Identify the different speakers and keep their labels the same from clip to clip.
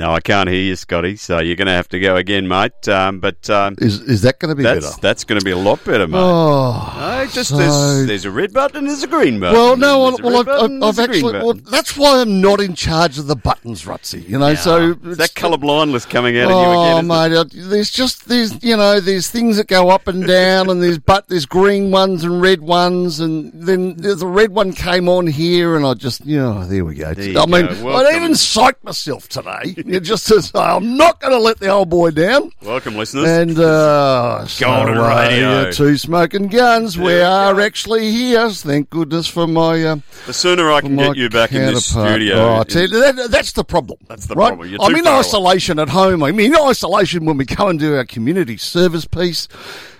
Speaker 1: I can't hear you, Scotty. So you're going to have to go again, mate. Um, but um,
Speaker 2: Is is that going to be
Speaker 1: that's
Speaker 2: better?
Speaker 1: that's going to be a lot better, mate.
Speaker 2: Oh,
Speaker 1: no, just
Speaker 2: so-
Speaker 1: there's, there's a red button and there's a green button.
Speaker 2: Well, no,
Speaker 1: There's
Speaker 2: well, well
Speaker 1: a red
Speaker 2: I've,
Speaker 1: button,
Speaker 2: I've, I've
Speaker 1: there's a green
Speaker 2: actually. Well,
Speaker 1: button.
Speaker 2: that's why I'm not in charge of the buttons, Rutsy. You know, so
Speaker 1: It's
Speaker 2: it's-
Speaker 1: Ah, that colour blindness coming out of you
Speaker 2: Oh,
Speaker 1: again. isn't it?
Speaker 2: mate, uh, there's just there's you know there's things that go up and down, and there's but there's green ones and red ones, and then there's a red one came on here, and I just you know there we go.
Speaker 1: you
Speaker 2: I
Speaker 1: go.
Speaker 2: mean, I
Speaker 1: Welcome.
Speaker 2: even psyched myself today, you know, just to say I'm not going to let the old boy down.
Speaker 1: Welcome, listeners.
Speaker 2: And uh, so,
Speaker 1: Golden
Speaker 2: uh,
Speaker 1: Radio.
Speaker 2: yeah, two smoking guns. we
Speaker 1: we
Speaker 2: are
Speaker 1: go.
Speaker 2: actually here. Thank goodness for my. Uh,
Speaker 1: the sooner I can
Speaker 2: my
Speaker 1: get you back in this
Speaker 2: counterpart.
Speaker 1: studio,
Speaker 2: Oh, I
Speaker 1: it-
Speaker 2: tell you, that, that's the problem.
Speaker 1: That's the
Speaker 2: right?
Speaker 1: problem. You're
Speaker 2: I'm
Speaker 1: too
Speaker 2: in
Speaker 1: far
Speaker 2: isolation at home. I'm in isolation when we go and do our community service piece.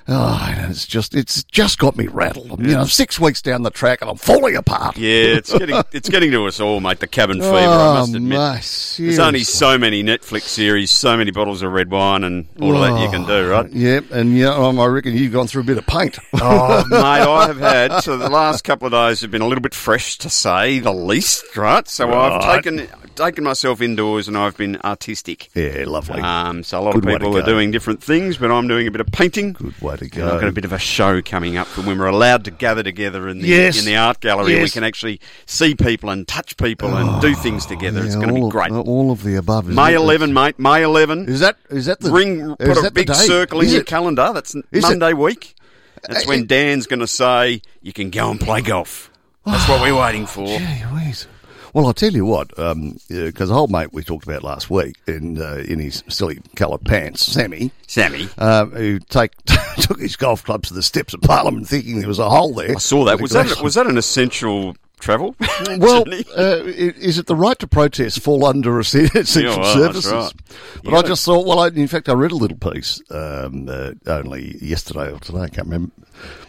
Speaker 2: Oh, and it's just it's just got me rattled. I'm, You know, six weeks down the track and I'm falling apart.
Speaker 1: yeah, it's getting it's getting to us all, mate. The cabin fever. I
Speaker 2: oh,
Speaker 1: must admit.
Speaker 2: my
Speaker 1: There's only so many Netflix series, so many bottles of red wine, and all of that you
Speaker 2: Oh,
Speaker 1: can do, right?
Speaker 2: Yep, and yeah, um, I reckon you've gone through a bit of paint.
Speaker 1: Oh, mate, I have had. So the last couple of days have been a little bit fresh, to say the least, right? So I've taken taken myself indoors, and I've been artistic.
Speaker 2: yeah, lovely.
Speaker 1: Um, so a lot
Speaker 2: Good
Speaker 1: of
Speaker 2: way
Speaker 1: people
Speaker 2: to
Speaker 1: are
Speaker 2: go.
Speaker 1: doing different things, but I'm doing a bit of painting.
Speaker 2: Good way to
Speaker 1: And I've got
Speaker 2: go.
Speaker 1: a bit of a show coming up for when we're allowed to gather together in the
Speaker 2: Yes.
Speaker 1: in the art gallery. and We
Speaker 2: Yes.
Speaker 1: can actually see people and touch people and do things together. it's
Speaker 2: Yeah,
Speaker 1: going to
Speaker 2: all
Speaker 1: be
Speaker 2: of-
Speaker 1: great.
Speaker 2: all of the above. isn't
Speaker 1: May
Speaker 2: it?
Speaker 1: 11, mate. May 11.
Speaker 2: Is that is that the
Speaker 1: Ring.
Speaker 2: is
Speaker 1: Put a
Speaker 2: that the
Speaker 1: big
Speaker 2: day?
Speaker 1: circle in
Speaker 2: Is
Speaker 1: your
Speaker 2: it?
Speaker 1: calendar. That's
Speaker 2: Is it?
Speaker 1: Monday week. That's
Speaker 2: Uh,
Speaker 1: when
Speaker 2: it-
Speaker 1: Dan's going to say you can go and play golf. That's what we're
Speaker 2: Oh,
Speaker 1: waiting for.
Speaker 2: Gee whiz. Well, I'll tell you what, because um, yeah, 'cause the old mate we talked about last week in uh, in his silly coloured pants, Sammy,
Speaker 1: Sammy,
Speaker 2: um, who take, took his golf clubs to the steps of Parliament thinking there was a hole there.
Speaker 1: I saw that. Was that was that an essential travel?
Speaker 2: well,
Speaker 1: journey?
Speaker 2: uh, i- is it the right to protest fall under essential
Speaker 1: Yeah, well, that's
Speaker 2: services?
Speaker 1: right.
Speaker 2: But
Speaker 1: Yeah.
Speaker 2: I just thought, well, I, in fact, I read a little piece um, uh, only yesterday or today. I can't remember,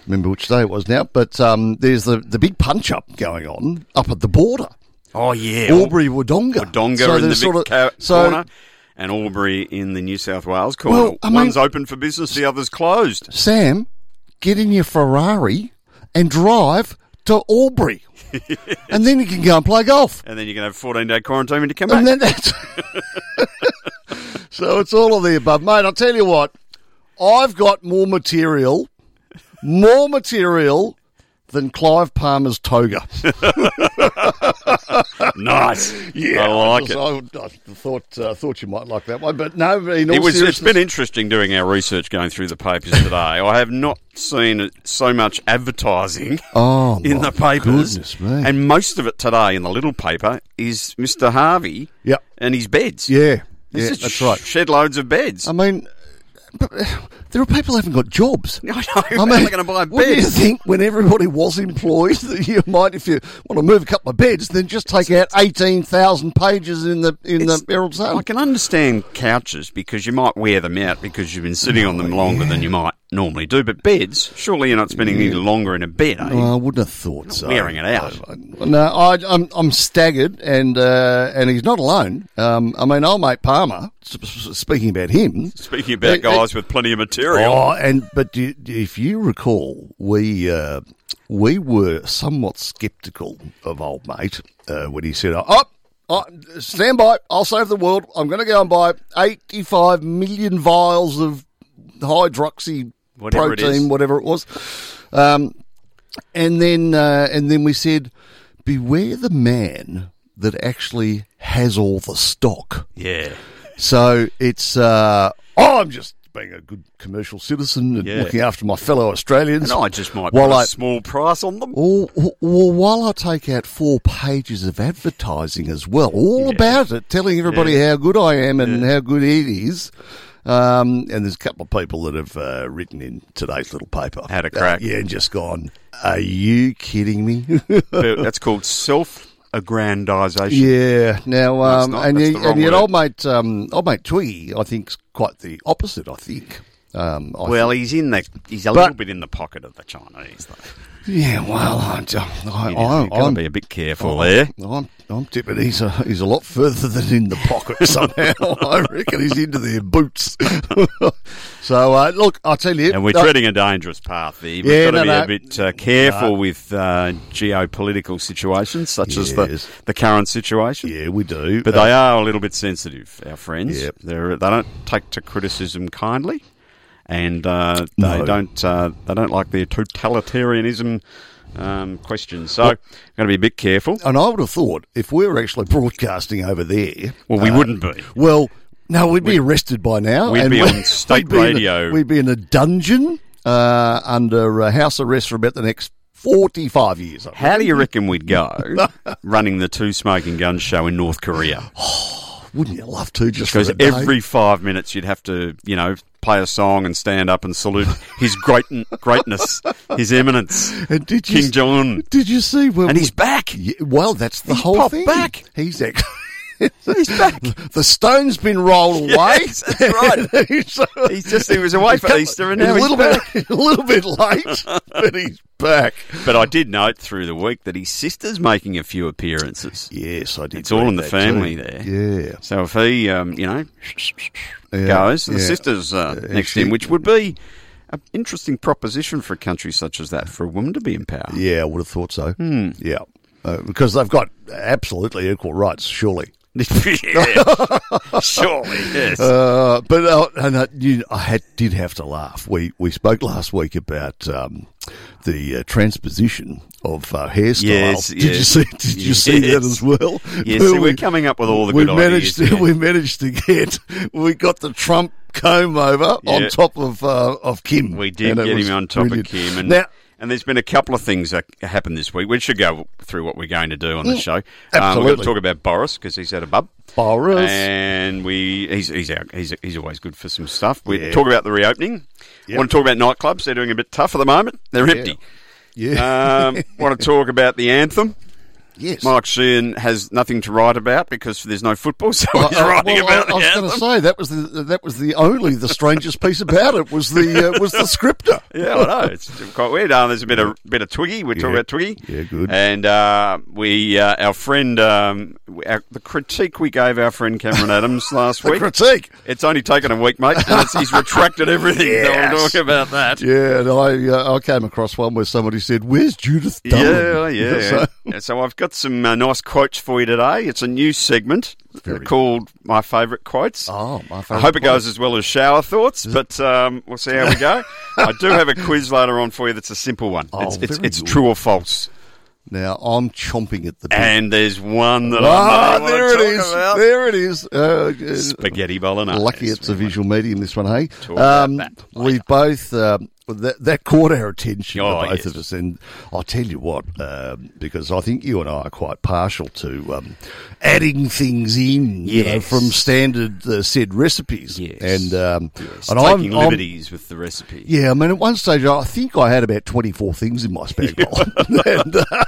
Speaker 2: remember which day it was now. But um, there's the, the big punch up going on up at the border.
Speaker 1: oh yeah,
Speaker 2: Aubrey Wodonga.
Speaker 1: Wodonga
Speaker 2: So
Speaker 1: in the
Speaker 2: there's
Speaker 1: Vic
Speaker 2: sort of-
Speaker 1: ca-
Speaker 2: so-
Speaker 1: corner and Albury in the New South Wales corner.
Speaker 2: Well, I mean-
Speaker 1: One's open for business, the other's closed.
Speaker 2: Sam, get in your Ferrari and drive to Albury. and then you can go and play golf.
Speaker 1: And then you're going to have 14 day quarantine when you come back.
Speaker 2: And then that's. so it's all of the above. Mate, I'll tell you what, I've got more material, more material than Clive Palmer's toga.
Speaker 1: nice. I like it.
Speaker 2: I, I thought, uh, thought you might like that one, but no, in all
Speaker 1: It was, it's
Speaker 2: seriousness-
Speaker 1: been interesting doing our research going through the papers today. I have not seen so much advertising
Speaker 2: Oh,
Speaker 1: in
Speaker 2: my
Speaker 1: the papers.
Speaker 2: goodness me.
Speaker 1: And most of it today in the little paper is Mr. Harvey
Speaker 2: Yep.
Speaker 1: and his beds.
Speaker 2: Yeah,
Speaker 1: He's
Speaker 2: yeah
Speaker 1: just
Speaker 2: that's right.
Speaker 1: Shed loads of beds.
Speaker 2: I mean, but uh, there are people who haven't got jobs.
Speaker 1: I know. How are they going to buy a
Speaker 2: what do
Speaker 1: bed?
Speaker 2: you think when everybody was employed that you might, if you want to move a couple of beds, then just take out eighteen thousand pages in the in the
Speaker 1: It's-
Speaker 2: Herald Sun?
Speaker 1: I can understand couches because you might wear them out because you've been sitting on them
Speaker 2: Oh,
Speaker 1: longer than you might normally do. But beds, surely you're not spending any longer in a bed, are you?
Speaker 2: Oh, I wouldn't have thought so.
Speaker 1: wearing it out.
Speaker 2: I- I- No, I, I'm I'm staggered, and uh, and he's not alone. Um, I mean, old mate Palmer. s- s- Speaking about him,
Speaker 1: Speaking about
Speaker 2: Uh, uh,
Speaker 1: guys with plenty of material.
Speaker 2: Oh, and but do, do- if you recall, we uh, we were somewhat sceptical of old mate uh, when he said, "Oh, oh, stand by, I'll save the world. I'm going to go and buy 85 million vials of hydroxy
Speaker 1: Whatever it
Speaker 2: protein,
Speaker 1: is.
Speaker 2: whatever it was." Um, and then uh, and then we said, "Beware the man that actually has all the stock."
Speaker 1: Yeah.
Speaker 2: So it's uh, oh, I'm just being a good commercial citizen and
Speaker 1: Yeah.
Speaker 2: looking after my fellow Australians.
Speaker 1: And I just might
Speaker 2: Well,
Speaker 1: put a
Speaker 2: I-
Speaker 1: small price on them.
Speaker 2: or, or, or while I take out four pages of advertising as well, all about it, telling everybody how good I am and how good it is. Um, and there's a couple of people that have uh, written in today's little paper. Uh,
Speaker 1: Had a crack.
Speaker 2: yeah, and just gone, are you kidding me?
Speaker 1: But That's called self-aggrandisation.
Speaker 2: Yeah. Now, um,
Speaker 1: not-
Speaker 2: and,
Speaker 1: that's
Speaker 2: you,
Speaker 1: the wrong
Speaker 2: and yet,
Speaker 1: word.
Speaker 2: old mate, um, old mate Twiggy, I think's quite the opposite. I think. Um, I
Speaker 1: Well, he's in the he's a
Speaker 2: But-
Speaker 1: little bit in the pocket of the Chinese, though.
Speaker 2: Yeah, well, I, I,
Speaker 1: You
Speaker 2: I,
Speaker 1: have got to
Speaker 2: I'm, Oh.
Speaker 1: be a bit careful there.
Speaker 2: I'm, I'm tipping he's a, he's a lot further than in the pocket somehow. I reckon he's into their boots. so, uh, look, I tell you.
Speaker 1: And we're
Speaker 2: uh,
Speaker 1: treading a dangerous path here. We've
Speaker 2: Yeah,
Speaker 1: got
Speaker 2: no,
Speaker 1: to be
Speaker 2: no.
Speaker 1: a bit uh, careful with uh, geopolitical situations such as
Speaker 2: Yes.
Speaker 1: the, the current situation.
Speaker 2: Yeah, we do. Uh,
Speaker 1: But they are a little bit sensitive, our friends.
Speaker 2: Yep.
Speaker 1: They're- They don't take to criticism kindly, and uh, they
Speaker 2: No.
Speaker 1: don't uh, they don't like their totalitarianism um, questions. So, going to be a bit careful.
Speaker 2: And I would have thought if we were actually broadcasting over there,
Speaker 1: Well, we
Speaker 2: uh,
Speaker 1: wouldn't be.
Speaker 2: Well, no, we'd be arrested by now.
Speaker 1: we'd
Speaker 2: and
Speaker 1: be
Speaker 2: we-
Speaker 1: on
Speaker 2: we'd
Speaker 1: state
Speaker 2: be in a-
Speaker 1: radio.
Speaker 2: we'd be in a dungeon uh, under uh, house arrest for about the next forty-five years. I think.
Speaker 1: How do you reckon we'd go running the two smoking guns show in North Korea?
Speaker 2: Wouldn't you love to? Just for
Speaker 1: Because
Speaker 2: a day?
Speaker 1: every five minutes you'd have to, you know, play a song and stand up and salute his great greatness, his eminence,
Speaker 2: and did you
Speaker 1: King Jong Un,
Speaker 2: did you see when
Speaker 1: and he's back.
Speaker 2: Yeah, well, that's the
Speaker 1: He's
Speaker 2: whole
Speaker 1: popped
Speaker 2: thing.
Speaker 1: back.
Speaker 2: He's ex-
Speaker 1: He's back.
Speaker 2: the stone's been rolled away.
Speaker 1: Yes, that's right.
Speaker 2: He's-
Speaker 1: He's just he was away for Easter and now
Speaker 2: a
Speaker 1: he's
Speaker 2: little
Speaker 1: back.
Speaker 2: bit, a little bit late, but he's back.
Speaker 1: But I did note through the week that his sister's making a few appearances.
Speaker 2: Yes, I did.
Speaker 1: It's all
Speaker 2: read
Speaker 1: in the
Speaker 2: that
Speaker 1: family
Speaker 2: too.
Speaker 1: there.
Speaker 2: Yeah.
Speaker 1: So if he, um, you know,
Speaker 2: Yeah,
Speaker 1: goes, the
Speaker 2: yeah.
Speaker 1: sister's uh,
Speaker 2: Uh,
Speaker 1: next
Speaker 2: she-
Speaker 1: to him, which would be an interesting proposition for a country such as that for a woman to be in power.
Speaker 2: Yeah, I would have thought so.
Speaker 1: Hmm.
Speaker 2: Yeah. Uh, because they've got absolutely equal rights, surely.
Speaker 1: Yeah. Surely, yes.
Speaker 2: Uh, but uh, and uh, you, I had, did have to laugh. We we spoke last week about um, the uh, transposition of uh, hairstyles.
Speaker 1: Yes,
Speaker 2: did you
Speaker 1: yes.
Speaker 2: see? Did you see that
Speaker 1: Yes.
Speaker 2: as well?
Speaker 1: yes,
Speaker 2: Where
Speaker 1: see, we're coming up with all the
Speaker 2: we
Speaker 1: good
Speaker 2: managed
Speaker 1: ideas.
Speaker 2: to,
Speaker 1: here.
Speaker 2: we managed to get we got the Trump comb over on
Speaker 1: Yeah.
Speaker 2: top of uh, of Kim.
Speaker 1: We did
Speaker 2: And it
Speaker 1: get
Speaker 2: was
Speaker 1: him on top
Speaker 2: brilliant.
Speaker 1: of Kim. And,
Speaker 2: now,
Speaker 1: and there's been a couple of things that happened this week. We should go through what we're going to do on the show. Um, we're going
Speaker 2: absolutely.
Speaker 1: to talk about Boris because he's had a bub.
Speaker 2: Boris.
Speaker 1: And we he's he's, out, he's he's always good for some stuff. We
Speaker 2: Yeah.
Speaker 1: talk about the reopening.
Speaker 2: Yep.
Speaker 1: Want to talk about nightclubs? They're doing a bit tough at the moment. They're empty.
Speaker 2: yeah,
Speaker 1: Um, want to talk about the anthem?
Speaker 2: yes.
Speaker 1: Mike Sheehan has nothing to write about because there's no football, so he's
Speaker 2: Uh,
Speaker 1: writing
Speaker 2: well,
Speaker 1: about
Speaker 2: I, I
Speaker 1: the
Speaker 2: was
Speaker 1: anthem.
Speaker 2: going to say that was the that was the only the strangest piece about it was the uh, was the scripter.
Speaker 1: Yeah, I know. It's quite weird. Um, there's a bit of bit of Twiggy. We're talking
Speaker 2: Yeah.
Speaker 1: about Twiggy.
Speaker 2: Yeah, good.
Speaker 1: And uh, we, uh, our friend, um, our, the critique we gave our friend Cameron Adams last
Speaker 2: The
Speaker 1: week.
Speaker 2: critique.
Speaker 1: It's only taken a week, mate. And it's, he's retracted everything.
Speaker 2: Yes.
Speaker 1: So we'll talk about that.
Speaker 2: Yeah, and I uh, I came across one where somebody said, "Where's Judith?"
Speaker 1: Yeah,
Speaker 2: Dunham?
Speaker 1: yeah.
Speaker 2: So-
Speaker 1: Yeah, so I've got some uh, nice quotes for you today. It's a new segment called My Favourite Quotes.
Speaker 2: oh, my
Speaker 1: I
Speaker 2: favourite
Speaker 1: hope it
Speaker 2: part.
Speaker 1: goes as well as shower thoughts, but um, we'll see how we go. I do have a quiz later on for you that's a simple one.
Speaker 2: Oh,
Speaker 1: it's it's,
Speaker 2: very
Speaker 1: it's
Speaker 2: good.
Speaker 1: true or false.
Speaker 2: Now I'm chomping at the bit.
Speaker 1: And there's one that I
Speaker 2: Ah,
Speaker 1: really
Speaker 2: there
Speaker 1: want
Speaker 2: it
Speaker 1: to
Speaker 2: is.
Speaker 1: talk about.
Speaker 2: There it is. Uh, uh,
Speaker 1: Spaghetti bolognese.
Speaker 2: lucky it's a visual medium. This one, hey.
Speaker 1: about
Speaker 2: Um,
Speaker 1: that
Speaker 2: we both um, that, that caught our attention,
Speaker 1: Oh,
Speaker 2: the both
Speaker 1: yes.
Speaker 2: of us. And I'll tell you what, um, because I think you and I are quite partial to um, adding things in, you know,
Speaker 1: Yes.
Speaker 2: from standard uh, said recipes.
Speaker 1: Yes.
Speaker 2: And um,
Speaker 1: It's
Speaker 2: and
Speaker 1: taking
Speaker 2: I'm, I'm
Speaker 1: liberties with the recipe.
Speaker 2: yeah, I mean, at one stage, I think I had about 24 things in my spare column. and, uh,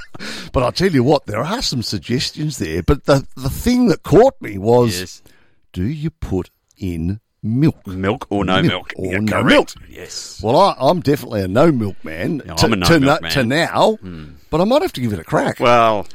Speaker 2: but I'll tell you what, there are some suggestions there. But the, the thing that caught me was
Speaker 1: Yes.
Speaker 2: do you put in milk?
Speaker 1: Milk or no
Speaker 2: Milk
Speaker 1: milk.
Speaker 2: or
Speaker 1: Yeah,
Speaker 2: no
Speaker 1: correct.
Speaker 2: milk.
Speaker 1: Yes.
Speaker 2: Well, I, I'm definitely a no milk man
Speaker 1: Yeah,
Speaker 2: to,
Speaker 1: I'm a no
Speaker 2: to, no-
Speaker 1: milk man.
Speaker 2: to now, but I might have to give it a crack.
Speaker 1: Well,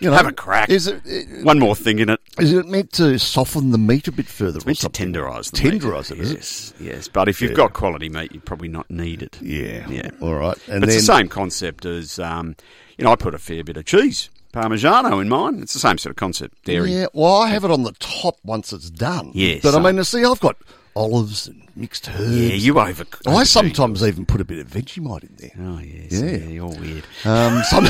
Speaker 2: you know,
Speaker 1: have a crack.
Speaker 2: Is it,
Speaker 1: one more thing in it.
Speaker 2: is it meant to soften the meat a bit further? or
Speaker 1: Meant to
Speaker 2: something?
Speaker 1: tenderise the meat.
Speaker 2: Tenderise it, is it?
Speaker 1: Yes, yes. But if you've got quality meat, you probably not need it.
Speaker 2: Yeah.
Speaker 1: Yeah.
Speaker 2: All right. And
Speaker 1: But it's
Speaker 2: then,
Speaker 1: the same concept as, um, you know, I put a fair bit of cheese, Parmigiano in mine. It's the same sort of concept, dairy.
Speaker 2: Yeah, well, I have it on the top once it's done.
Speaker 1: Yes,
Speaker 2: but I
Speaker 1: I-
Speaker 2: mean, see, I've got olives and mixed herbs.
Speaker 1: Yeah, you over.
Speaker 2: I sometimes even put a bit of Vegemite in there.
Speaker 1: Oh, yes. Yeah. you're weird.
Speaker 2: Um, some-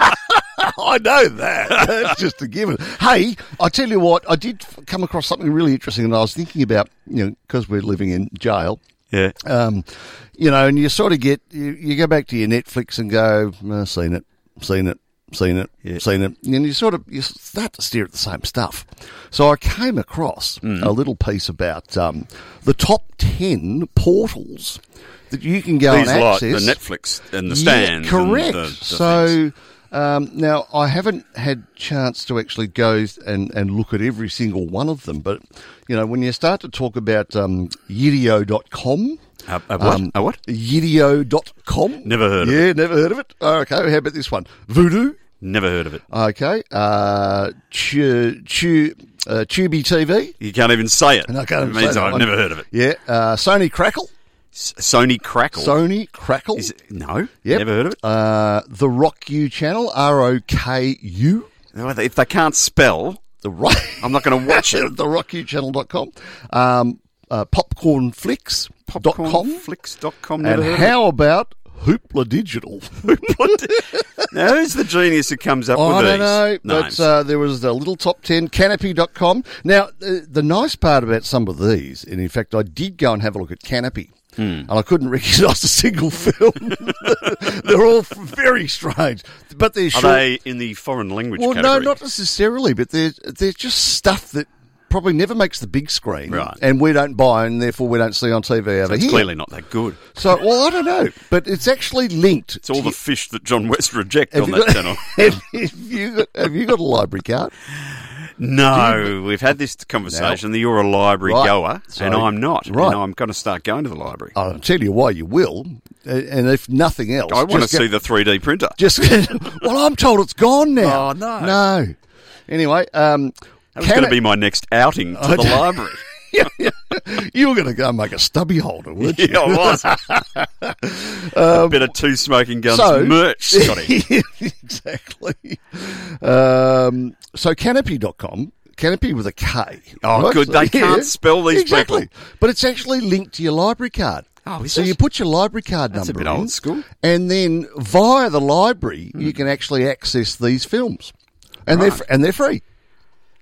Speaker 2: I know that. That's just a given. Hey, I tell you what, I did f- come across something really interesting, and I was thinking about you know because we're living in jail.
Speaker 1: Yeah.
Speaker 2: Um, you know, and you sort of get you, you go back to your Netflix and go, "Uh, seen it, seen it, seen it,
Speaker 1: Yeah.
Speaker 2: seen it, and you sort of you start to stare at the same stuff. So I came across a little piece about um, the top ten portals that you can go
Speaker 1: These
Speaker 2: Oh, and
Speaker 1: like
Speaker 2: access.
Speaker 1: the Netflix and the stands.
Speaker 2: Yeah, correct.
Speaker 1: And the, the
Speaker 2: so.
Speaker 1: things.
Speaker 2: Um, now, I haven't had chance to actually go and, and look at every single one of them, but you know, when you start to talk about um, yirio.com,
Speaker 1: A, a Uh, what?
Speaker 2: um,
Speaker 1: a what?
Speaker 2: yirio.com.
Speaker 1: Never heard of
Speaker 2: Yeah, never heard of it. Oh, okay, how about this one? Voodoo.
Speaker 1: Never heard of it.
Speaker 2: Okay. Uh, Chu, Chu, uh, Tubi TV.
Speaker 1: You can't even say it.
Speaker 2: I can't
Speaker 1: it
Speaker 2: even
Speaker 1: means
Speaker 2: say that
Speaker 1: I've
Speaker 2: one.
Speaker 1: never heard of it.
Speaker 2: Yeah. Uh, Sony Crackle.
Speaker 1: S- Sony Crackle.
Speaker 2: Sony Crackle.
Speaker 1: Is it- no,
Speaker 2: Yep.
Speaker 1: never heard of it.
Speaker 2: Uh, the Rock U channel. R O K U.
Speaker 1: Well, If they can't spell,
Speaker 2: The Rock.
Speaker 1: I'm not going to watch it.
Speaker 2: the Rock U channel.com. Um, uh, popcorn Flicks. dot com.
Speaker 1: Popcornflix.com. Never
Speaker 2: And
Speaker 1: heard
Speaker 2: how about Hoopla Digital?
Speaker 1: of it. now, who's the genius who comes up
Speaker 2: I
Speaker 1: with
Speaker 2: don't
Speaker 1: these
Speaker 2: know,
Speaker 1: names?
Speaker 2: Oh, but uh, there was the little top 10, canopy.com. Now, the, the nice part about some of these, and in fact, I did go and have a look at Canopy,
Speaker 1: Hmm.
Speaker 2: and I couldn't recognise a single film. they're all very strange, but they're
Speaker 1: Are
Speaker 2: short.
Speaker 1: they in the foreign language
Speaker 2: well,
Speaker 1: category?
Speaker 2: no, not necessarily, but they're, they're just stuff that probably never makes the big screen,
Speaker 1: Right.
Speaker 2: and we don't buy, and therefore we don't see on TV over
Speaker 1: It's
Speaker 2: here.
Speaker 1: clearly not that good.
Speaker 2: So, well, I don't know, but it's actually linked.
Speaker 1: It's all the fish that John West reject
Speaker 2: Have
Speaker 1: on
Speaker 2: you
Speaker 1: that
Speaker 2: got-
Speaker 1: channel.
Speaker 2: have, you got, have you got a library card?
Speaker 1: No, we've had this conversation. that You're a library
Speaker 2: Right.
Speaker 1: goer,
Speaker 2: So-
Speaker 1: and I'm not.
Speaker 2: right. Oh,
Speaker 1: And I'm going to start going to the library.
Speaker 2: I'll tell you why you will, a- and if nothing else,
Speaker 1: I want to
Speaker 2: just go-
Speaker 1: see the 3D printer.
Speaker 2: Just well, I'm told it's gone now.
Speaker 1: Oh, no.
Speaker 2: no. Anyway, um,
Speaker 1: That was going to
Speaker 2: Cano-
Speaker 1: be my next outing to the library.
Speaker 2: you were going to go and make a stubby holder, weren't you?
Speaker 1: yeah, I was. a bit of two smoking guns
Speaker 2: Um, so-
Speaker 1: Um, merch, Scotty.
Speaker 2: exactly. Um, so canopy.com, canopy with a K.
Speaker 1: Oh, good. They can't spell these
Speaker 2: exactly. But it's actually linked to your library card.
Speaker 1: Oh, is
Speaker 2: so
Speaker 1: it?
Speaker 2: you put your library card
Speaker 1: That's a
Speaker 2: number
Speaker 1: bit
Speaker 2: in,
Speaker 1: old school. Hmm.
Speaker 2: and then via the library you can actually access these films, and they're
Speaker 1: Right.
Speaker 2: fr- and they're free,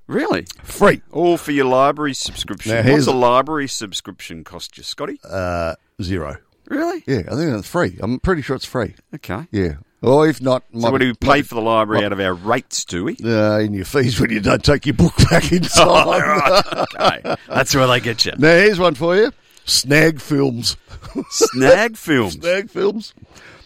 Speaker 1: really?
Speaker 2: free
Speaker 1: All for your library subscription.
Speaker 2: Now,
Speaker 1: What's
Speaker 2: here's-
Speaker 1: a library subscription cost you, Scotty?
Speaker 2: zero.
Speaker 1: really?
Speaker 2: Yeah, I think it's free. I'm pretty sure it's free.
Speaker 1: Okay.
Speaker 2: Yeah, or if not,
Speaker 1: So
Speaker 2: might
Speaker 1: what
Speaker 2: be-
Speaker 1: do we pay for the library out of our rates, do Oh, we?
Speaker 2: uh, in your fees when you don't take your book back in time.
Speaker 1: okay. That's where they get you.
Speaker 2: Now here's one for you. Snag films.
Speaker 1: Snag films.
Speaker 2: Snag films.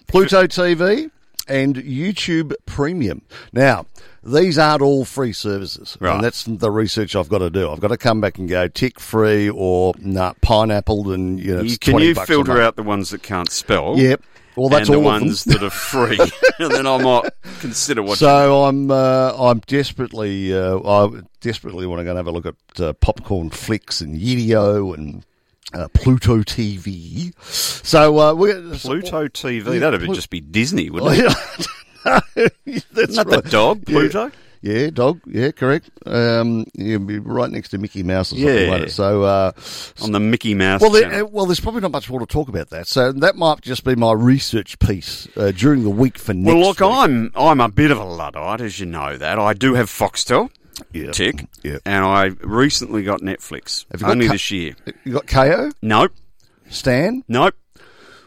Speaker 2: Pluto TV and YouTube Premium. Now, these aren't all free services.
Speaker 1: Right.
Speaker 2: And that's the research I've got to do. I've got to come back and go tick free or nah, pineapple and you know. it's
Speaker 1: You, can
Speaker 2: 20
Speaker 1: you
Speaker 2: bucks a
Speaker 1: filter
Speaker 2: month.
Speaker 1: out the ones that can't spell?
Speaker 2: Yep. Well, that's
Speaker 1: and
Speaker 2: all
Speaker 1: the
Speaker 2: of them.
Speaker 1: ones that are free, and then I might consider watching.
Speaker 2: So I'm uh, I'm desperately uh, I desperately want to go and have a look at uh, popcorn flicks and Yidio and uh, Pluto TV. So uh, we're
Speaker 1: Pluto TV. That'd be
Speaker 2: Plu- Oh,
Speaker 1: just be Disney, wouldn't it?
Speaker 2: That's
Speaker 1: Not the
Speaker 2: right.
Speaker 1: dog, Pluto.
Speaker 2: Yeah, dog. Yeah, correct. Um, you'd be right next to Mickey Mouse or something
Speaker 1: Yeah.
Speaker 2: like that. So, uh,
Speaker 1: On the Mickey Mouse.
Speaker 2: well, there,
Speaker 1: channel.
Speaker 2: uh, well, there's probably not much more to talk about that. So that might just be my research piece uh, during the week for next.
Speaker 1: well, look,
Speaker 2: week.
Speaker 1: I'm I'm a bit of a luddite, as you know that. I do have Foxtel,
Speaker 2: Yeah.
Speaker 1: tick,
Speaker 2: Yeah.
Speaker 1: and I recently got Netflix.
Speaker 2: Have you got
Speaker 1: Only
Speaker 2: co-
Speaker 1: this year.
Speaker 2: You got Ko
Speaker 1: Nope,
Speaker 2: Stan.
Speaker 1: nope.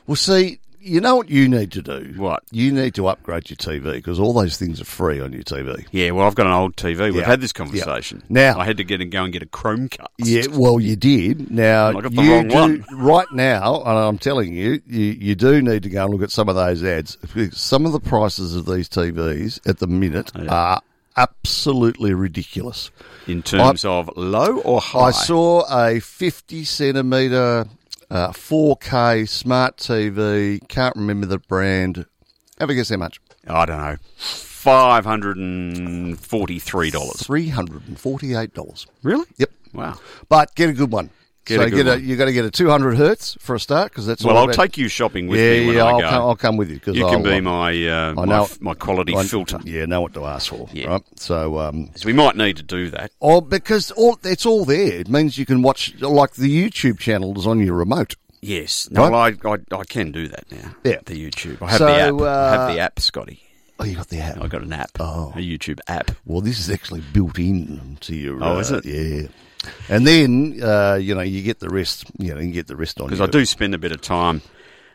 Speaker 2: Well, see, you know what you need to do.
Speaker 1: What?
Speaker 2: you need to upgrade your TV because all those things are free on your TV.
Speaker 1: Yeah, well, I've got an old TV. We've
Speaker 2: Yeah.
Speaker 1: had this conversation.
Speaker 2: Now-
Speaker 1: I had to get and go and get a Chromecast.
Speaker 2: Yeah, well, you did. Now
Speaker 1: I got the
Speaker 2: you
Speaker 1: wrong
Speaker 2: do,
Speaker 1: one.
Speaker 2: right now, and I'm telling you, you, you do need to go and look at some of those ads. because Some of the prices of these TVs at the minute are absolutely ridiculous.
Speaker 1: In terms of low or high.
Speaker 2: I saw a 50 centimeter uh, 4K smart TV. Can't remember the brand. Have a guess how much?
Speaker 1: I don't know, five hundred and forty-three dollars.
Speaker 2: Three hundred and forty-eight dollars.
Speaker 1: Really?
Speaker 2: Yep.
Speaker 1: Wow.
Speaker 2: But get a good one.
Speaker 1: Get
Speaker 2: so
Speaker 1: a good
Speaker 2: get a,
Speaker 1: one.
Speaker 2: you got to get a 200 hertz for a start because that's
Speaker 1: Well,
Speaker 2: all
Speaker 1: I'll
Speaker 2: about-
Speaker 1: take you shopping with
Speaker 2: yeah,
Speaker 1: me when
Speaker 2: yeah,
Speaker 1: I
Speaker 2: will
Speaker 1: go.
Speaker 2: come, I'll come with you because
Speaker 1: you can
Speaker 2: I'll,
Speaker 1: be my uh, my,
Speaker 2: know-
Speaker 1: f- my quality
Speaker 2: I-
Speaker 1: filter.
Speaker 2: Yeah, know what to ask for,
Speaker 1: Yeah.
Speaker 2: right? So, um,
Speaker 1: So we might need to do that.
Speaker 2: oh, because all it's all there. It means you can watch like the YouTube channel is on your remote.
Speaker 1: Yes. No, well, I, I I can do that now.
Speaker 2: Yeah.
Speaker 1: The YouTube. I have
Speaker 2: So,
Speaker 1: the app. I have
Speaker 2: uh,
Speaker 1: the app, Scotty.
Speaker 2: Oh, you got the app.
Speaker 1: I got an app. A YouTube app.
Speaker 2: Well, this is actually built in to your.
Speaker 1: Oh,
Speaker 2: uh,
Speaker 1: is it?
Speaker 2: Yeah. And then uh, you know you get the rest. You know you get the rest on.
Speaker 1: Because
Speaker 2: your-
Speaker 1: I do spend a bit of time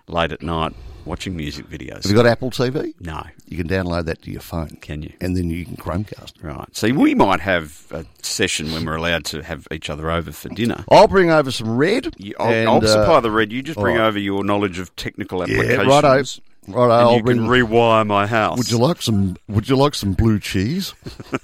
Speaker 1: late at night watching music videos.
Speaker 2: Have you got Apple TV?
Speaker 1: no.
Speaker 2: You can download that to your phone.
Speaker 1: Can you?
Speaker 2: And then you can Chromecast.
Speaker 1: Right. See, we might have a session when we're allowed to have each other over for dinner.
Speaker 2: I'll bring over some red.
Speaker 1: You- I'll,
Speaker 2: and,
Speaker 1: I'll
Speaker 2: uh,
Speaker 1: supply the red. You just bring
Speaker 2: all right.
Speaker 1: over your knowledge of technical
Speaker 2: Yeah,
Speaker 1: applications.
Speaker 2: righto. Right,
Speaker 1: And
Speaker 2: I'll
Speaker 1: you can
Speaker 2: ring.
Speaker 1: rewire my house.
Speaker 2: would you like some? Would you like some blue cheese?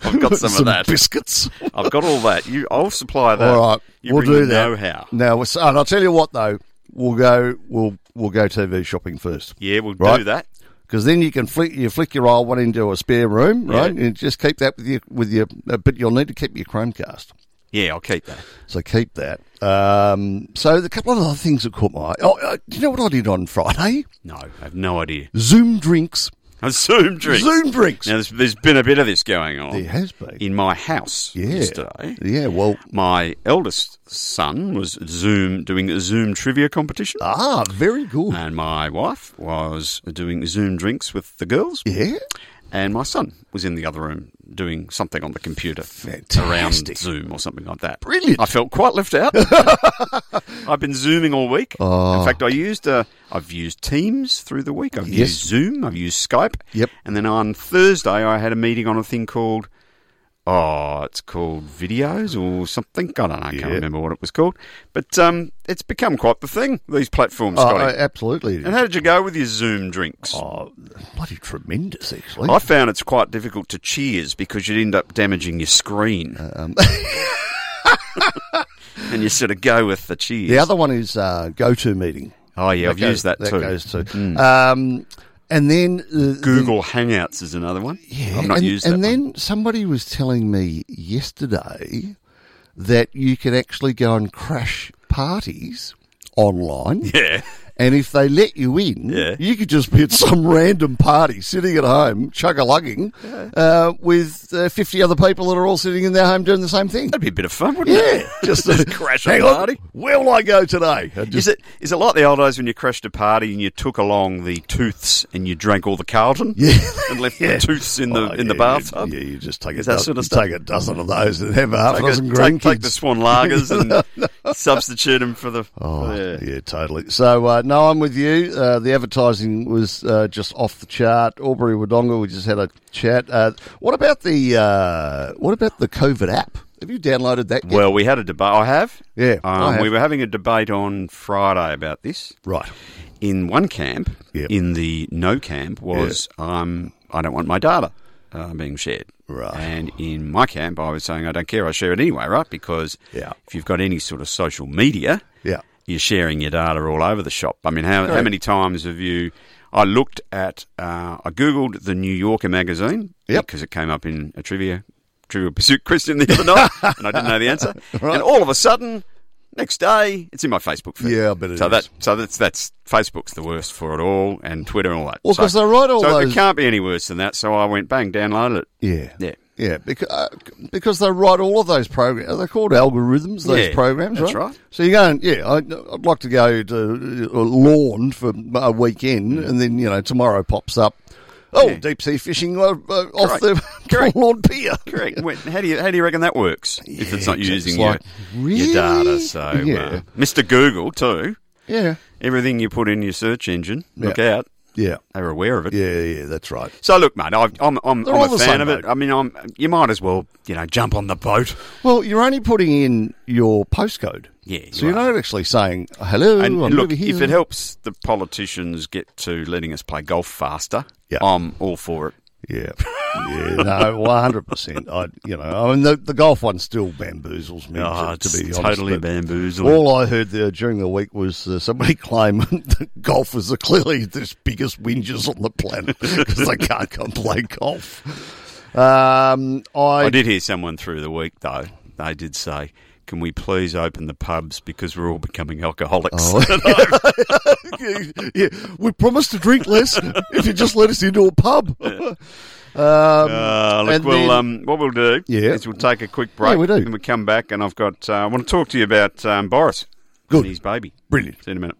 Speaker 1: I've got some, of that.
Speaker 2: biscuits.
Speaker 1: I've got all that. You, I'll supply that.
Speaker 2: All right,
Speaker 1: you
Speaker 2: we'll do
Speaker 1: bring the
Speaker 2: that.
Speaker 1: know-how.
Speaker 2: Now, we're- and I'll tell you what though, we'll go. We'll we'll go TV shopping first.
Speaker 1: Yeah, we'll do
Speaker 2: Right.
Speaker 1: that.
Speaker 2: Because then you can flick you flick your old one into a spare room,
Speaker 1: Yeah.
Speaker 2: right? And just keep that with you with your. uh, But you'll need to keep your Chromecast,
Speaker 1: Yeah, I'll keep that.
Speaker 2: so keep that. Um, so the couple of other things that caught my eye. Oh, uh, do you know what I did on Friday?
Speaker 1: No, I have no idea.
Speaker 2: Zoom drinks.
Speaker 1: Zoom drinks.
Speaker 2: Zoom drinks.
Speaker 1: Now, there's, there's been a bit of this going on
Speaker 2: There has been.
Speaker 1: in my house
Speaker 2: Yeah.
Speaker 1: yesterday.
Speaker 2: Yeah. Well.
Speaker 1: My eldest son was Zoom doing a Zoom trivia competition,
Speaker 2: Ah, very good.
Speaker 1: and my wife was doing Zoom drinks with the girls,
Speaker 2: yeah.
Speaker 1: and my son was in the other room doing something on the computer
Speaker 2: Fantastic.
Speaker 1: around Zoom or something like that.
Speaker 2: Brilliant.
Speaker 1: I felt quite left out. I've been zooming all week.
Speaker 2: Oh.
Speaker 1: In fact, I used uh, I've used Teams through the week. I've
Speaker 2: Yes.
Speaker 1: used Zoom. I've used Skype.
Speaker 2: Yep.
Speaker 1: And then on Thursday, I had a meeting on a thing called oh, it's called videos or something. I don't know. I can't remember what it was called. But um, it's become quite the thing. These platforms,
Speaker 2: Oh,
Speaker 1: Scotty.
Speaker 2: absolutely. it is.
Speaker 1: and how did you go with your Zoom drinks?
Speaker 2: Oh, bloody tremendous, actually.
Speaker 1: I found it's quite difficult to cheers because you'd end up damaging your screen.
Speaker 2: Uh, um,
Speaker 1: and you sort of go with the cheers.
Speaker 2: The other one is uh, go-to meeting.
Speaker 1: oh, yeah, I've
Speaker 2: goes-
Speaker 1: used that, too. Mm.
Speaker 2: goes to. Um, and then the,
Speaker 1: Google Hangouts is another one.
Speaker 2: Yeah,
Speaker 1: I've not
Speaker 2: and,
Speaker 1: used that.
Speaker 2: and
Speaker 1: one.
Speaker 2: then somebody was telling me yesterday that you can actually go and crash parties online.
Speaker 1: yeah,
Speaker 2: And if they let you in,
Speaker 1: Yeah.
Speaker 2: you could just be at some random party sitting at home, chug a lugging, uh, with uh, 50 other people that are all sitting in their home doing the same thing.
Speaker 1: that'd be a bit of fun, wouldn't it?
Speaker 2: Yeah, just, a
Speaker 1: crash a
Speaker 2: Hang on,
Speaker 1: party.
Speaker 2: Where will I go today? And
Speaker 1: Is
Speaker 2: just-
Speaker 1: it is it like the old days when you crashed a party and you took along the tooths and you drank all the Carlton
Speaker 2: Yeah.
Speaker 1: and left
Speaker 2: Yeah.
Speaker 1: the tooths in the
Speaker 2: Oh,
Speaker 1: in the
Speaker 2: yeah, you-
Speaker 1: bathtub?
Speaker 2: yeah, you just take a,
Speaker 1: Is that
Speaker 2: do-
Speaker 1: sort of
Speaker 2: you
Speaker 1: stuff?
Speaker 2: take a dozen of those and have half a
Speaker 1: Take,
Speaker 2: dozen
Speaker 1: a-
Speaker 2: green
Speaker 1: take, take the
Speaker 2: kids.
Speaker 1: Swan Lagers and substitute them for the.
Speaker 2: Oh,
Speaker 1: for
Speaker 2: yeah.
Speaker 1: the-
Speaker 2: totally. So, uh, no, I'm with you. Uh, the advertising was uh, just off the chart. Aubrey Wodonga, we just had a chat. Uh, what about the uh, what about the COVID app? Have you downloaded that? Yet?
Speaker 1: Well, we had a debate. I have.
Speaker 2: Yeah,
Speaker 1: Um,
Speaker 2: I have.
Speaker 1: We were having a debate on Friday about this.
Speaker 2: right.
Speaker 1: In one camp,
Speaker 2: Yep.
Speaker 1: in the no camp, was um, I don't want my data uh, being shared.
Speaker 2: Right.
Speaker 1: And in my camp, I was saying I don't care. I share it anyway, right? Because
Speaker 2: Yeah.
Speaker 1: if you've got any sort of social media,
Speaker 2: Yeah.
Speaker 1: you're sharing your data all over the shop. I mean, how, how many times have you? I looked at, uh, I googled the New Yorker magazine
Speaker 2: Yep.
Speaker 1: because it came up in a trivia trivial pursuit question the other night, and I didn't know the answer. And all of a sudden, next day, it's in my Facebook feed.
Speaker 2: Yeah, I bet it
Speaker 1: so
Speaker 2: is.
Speaker 1: that so that's that's Facebook's the worst for it all, and Twitter and all that.
Speaker 2: Well,
Speaker 1: So-
Speaker 2: 'cause they write all
Speaker 1: so
Speaker 2: those-
Speaker 1: it can't be any worse than that. So I went bang, downloaded it.
Speaker 2: Yeah.
Speaker 1: Yeah.
Speaker 2: Yeah, because, uh, because they write all of those programs. They're called algorithms, those
Speaker 1: Yeah,
Speaker 2: programs,
Speaker 1: that's
Speaker 2: right?
Speaker 1: right.
Speaker 2: So you're going, yeah, I'd, I'd like to go to uh, lawn for a weekend,
Speaker 1: Mm.
Speaker 2: and then, you know, tomorrow pops up, oh, deep sea fishing uh, uh, off
Speaker 1: Correct.
Speaker 2: the lawn pier.
Speaker 1: Correct. Wait, how do you how do you reckon that works if it's not
Speaker 2: it's
Speaker 1: using
Speaker 2: like,
Speaker 1: your, your data?
Speaker 2: really?
Speaker 1: So
Speaker 2: Yeah.
Speaker 1: uh, Mr. Google too.
Speaker 2: Yeah.
Speaker 1: Everything you put in your search engine, look
Speaker 2: Yeah.
Speaker 1: out.
Speaker 2: Yeah.
Speaker 1: They're aware of it.
Speaker 2: Yeah, yeah, that's right.
Speaker 1: So look, mate, I've, I'm I'm,
Speaker 2: They're
Speaker 1: I'm
Speaker 2: all
Speaker 1: a
Speaker 2: the
Speaker 1: fan
Speaker 2: same,
Speaker 1: of it.
Speaker 2: mate.
Speaker 1: I mean, I'm you might as well you know jump on the boat.
Speaker 2: Well, you're only putting in your postcode.
Speaker 1: Yeah, you
Speaker 2: so you're
Speaker 1: are.
Speaker 2: not actually saying, hello,
Speaker 1: And
Speaker 2: I'm
Speaker 1: look,
Speaker 2: over here.
Speaker 1: if it helps the politicians get to letting us play golf faster,
Speaker 2: Yeah.
Speaker 1: I'm all for it.
Speaker 2: Yeah, yeah, no, one hundred percent. I, you know, I mean, the, the golf one still bamboozles me.
Speaker 1: Oh,
Speaker 2: Ah, to,
Speaker 1: it's
Speaker 2: to be honest,
Speaker 1: totally
Speaker 2: but
Speaker 1: bamboozling.
Speaker 2: All I heard there during the week was uh, somebody claim that golf is the- clearly the biggest whingers on the planet because they can't come play golf. Um, I,
Speaker 1: I did hear someone through the week though. They did say, "Can we please open the pubs because we're all becoming alcoholics?"
Speaker 2: Oh, yeah, we promised to drink less if you just let us into a pub. Um,
Speaker 1: Uh, look,
Speaker 2: And
Speaker 1: we'll,
Speaker 2: then-
Speaker 1: um, what we'll do
Speaker 2: Yeah.
Speaker 1: is we'll take a quick break.
Speaker 2: Yeah, we do.
Speaker 1: And we come back, and I've got. Uh, I want to talk to you about um, Boris.
Speaker 2: Good.
Speaker 1: And his baby.
Speaker 2: Brilliant.
Speaker 1: See you in a minute.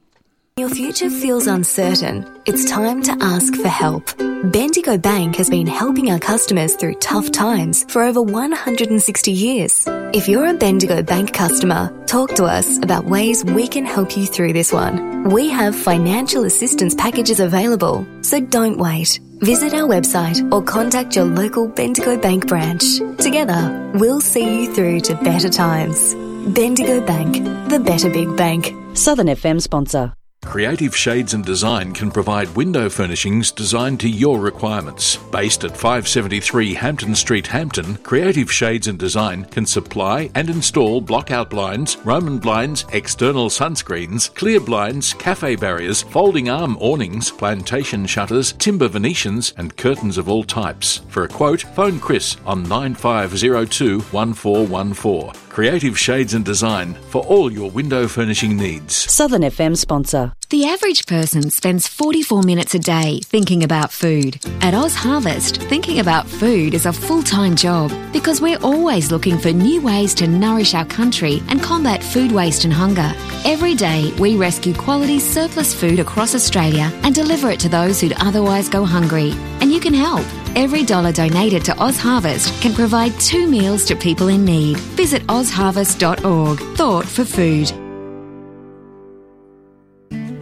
Speaker 3: Your future feels uncertain. It's time to ask for help. Bendigo Bank has been helping our customers through tough times for over 160 years. If you're a Bendigo Bank customer, talk to us about ways we can help you through this one. We have financial assistance packages available, so don't wait. Visit our website or contact your local Bendigo Bank branch. Together, we'll see you through to better times. Bendigo Bank, the better big bank.
Speaker 4: Southern FM sponsor. Creative Shades and Design can provide window furnishings designed to your requirements. Based at 573 Hampton Street, Hampton, Creative Shades and Design can supply and install blockout blinds, Roman blinds, external sunscreens, clear blinds, cafe barriers, folding arm awnings, plantation shutters, timber Venetians, and curtains of all types. For a quote, phone Chris on 9502 1414. Creative Shades and Design for all your window furnishing needs.
Speaker 5: Southern FM sponsor.
Speaker 3: The average person spends 44 minutes a day thinking about food. At Oz Harvest, thinking about food is a full time job because we're always looking for new ways to nourish our country and combat food waste and hunger. Every day, we rescue quality surplus food across Australia and deliver it to those who'd otherwise go hungry. And you can help. Every dollar donated to Oz Harvest can provide two meals to people in need. Visit ozharvest.org. Thought for food.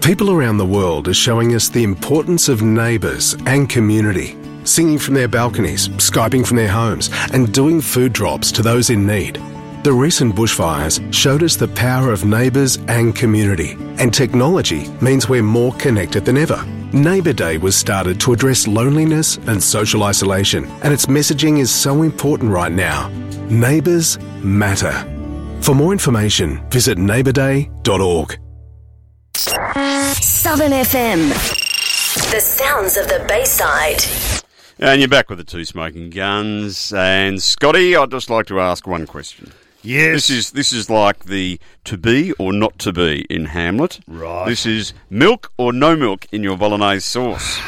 Speaker 6: People around the world are showing us the importance of neighbours and community, singing from their balconies, Skyping from their homes, and doing food drops to those in need. The recent bushfires showed us the power of neighbours and community, and technology means we're more connected than ever. Neighbour Day was started to address loneliness and social isolation, and its messaging is so important right now. Neighbours matter. For more information, visit neighbourday.org.
Speaker 7: Southern FM. The sounds of the Bayside.
Speaker 1: And you're back with the two smoking guns. And Scotty, I'd just like to ask one question.
Speaker 2: Yes.
Speaker 1: This is this is like the to be or not to be in Hamlet.
Speaker 2: Right.
Speaker 1: This is milk or no milk in your bolognese sauce.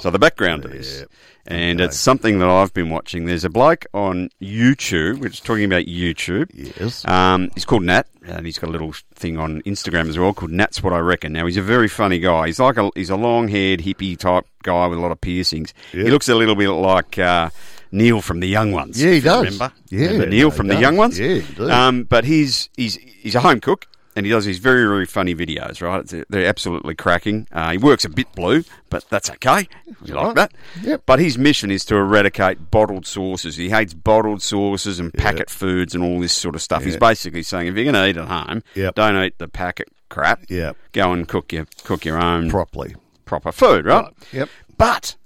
Speaker 1: So the background of this. And it's something that I've been watching. There's a bloke on YouTube, which is talking about YouTube.
Speaker 2: Yes.
Speaker 1: Um, he's called Nat, and he's got a little thing on Instagram as well called Nat's What I Reckon. Now he's a very funny guy. He's like a he's a long haired hippie type guy with a lot of piercings.
Speaker 2: Yeah.
Speaker 1: He looks a little bit like uh, Neil from The Young Ones.
Speaker 2: Yeah, he
Speaker 1: if you
Speaker 2: does.
Speaker 1: Remember?
Speaker 2: Yeah,
Speaker 1: remember Neil
Speaker 2: he
Speaker 1: from
Speaker 2: does.
Speaker 1: The Young Ones.
Speaker 2: Yeah, he does.
Speaker 1: Um, but he's he's he's a home cook. And he does these very, very funny videos, right? It's- They're absolutely cracking. Uh, he works a bit blue, but that's okay. We like
Speaker 2: right.
Speaker 1: that.
Speaker 2: Yep.
Speaker 1: But his mission is to eradicate bottled sauces. He hates bottled sauces and packet foods and all this sort of stuff. He's basically saying if you're going to eat at home,
Speaker 2: Yep.
Speaker 1: don't eat the packet crap.
Speaker 2: Yep.
Speaker 1: Go and cook your cook your own
Speaker 2: Properly.
Speaker 1: proper food, right?
Speaker 2: Yep.
Speaker 1: But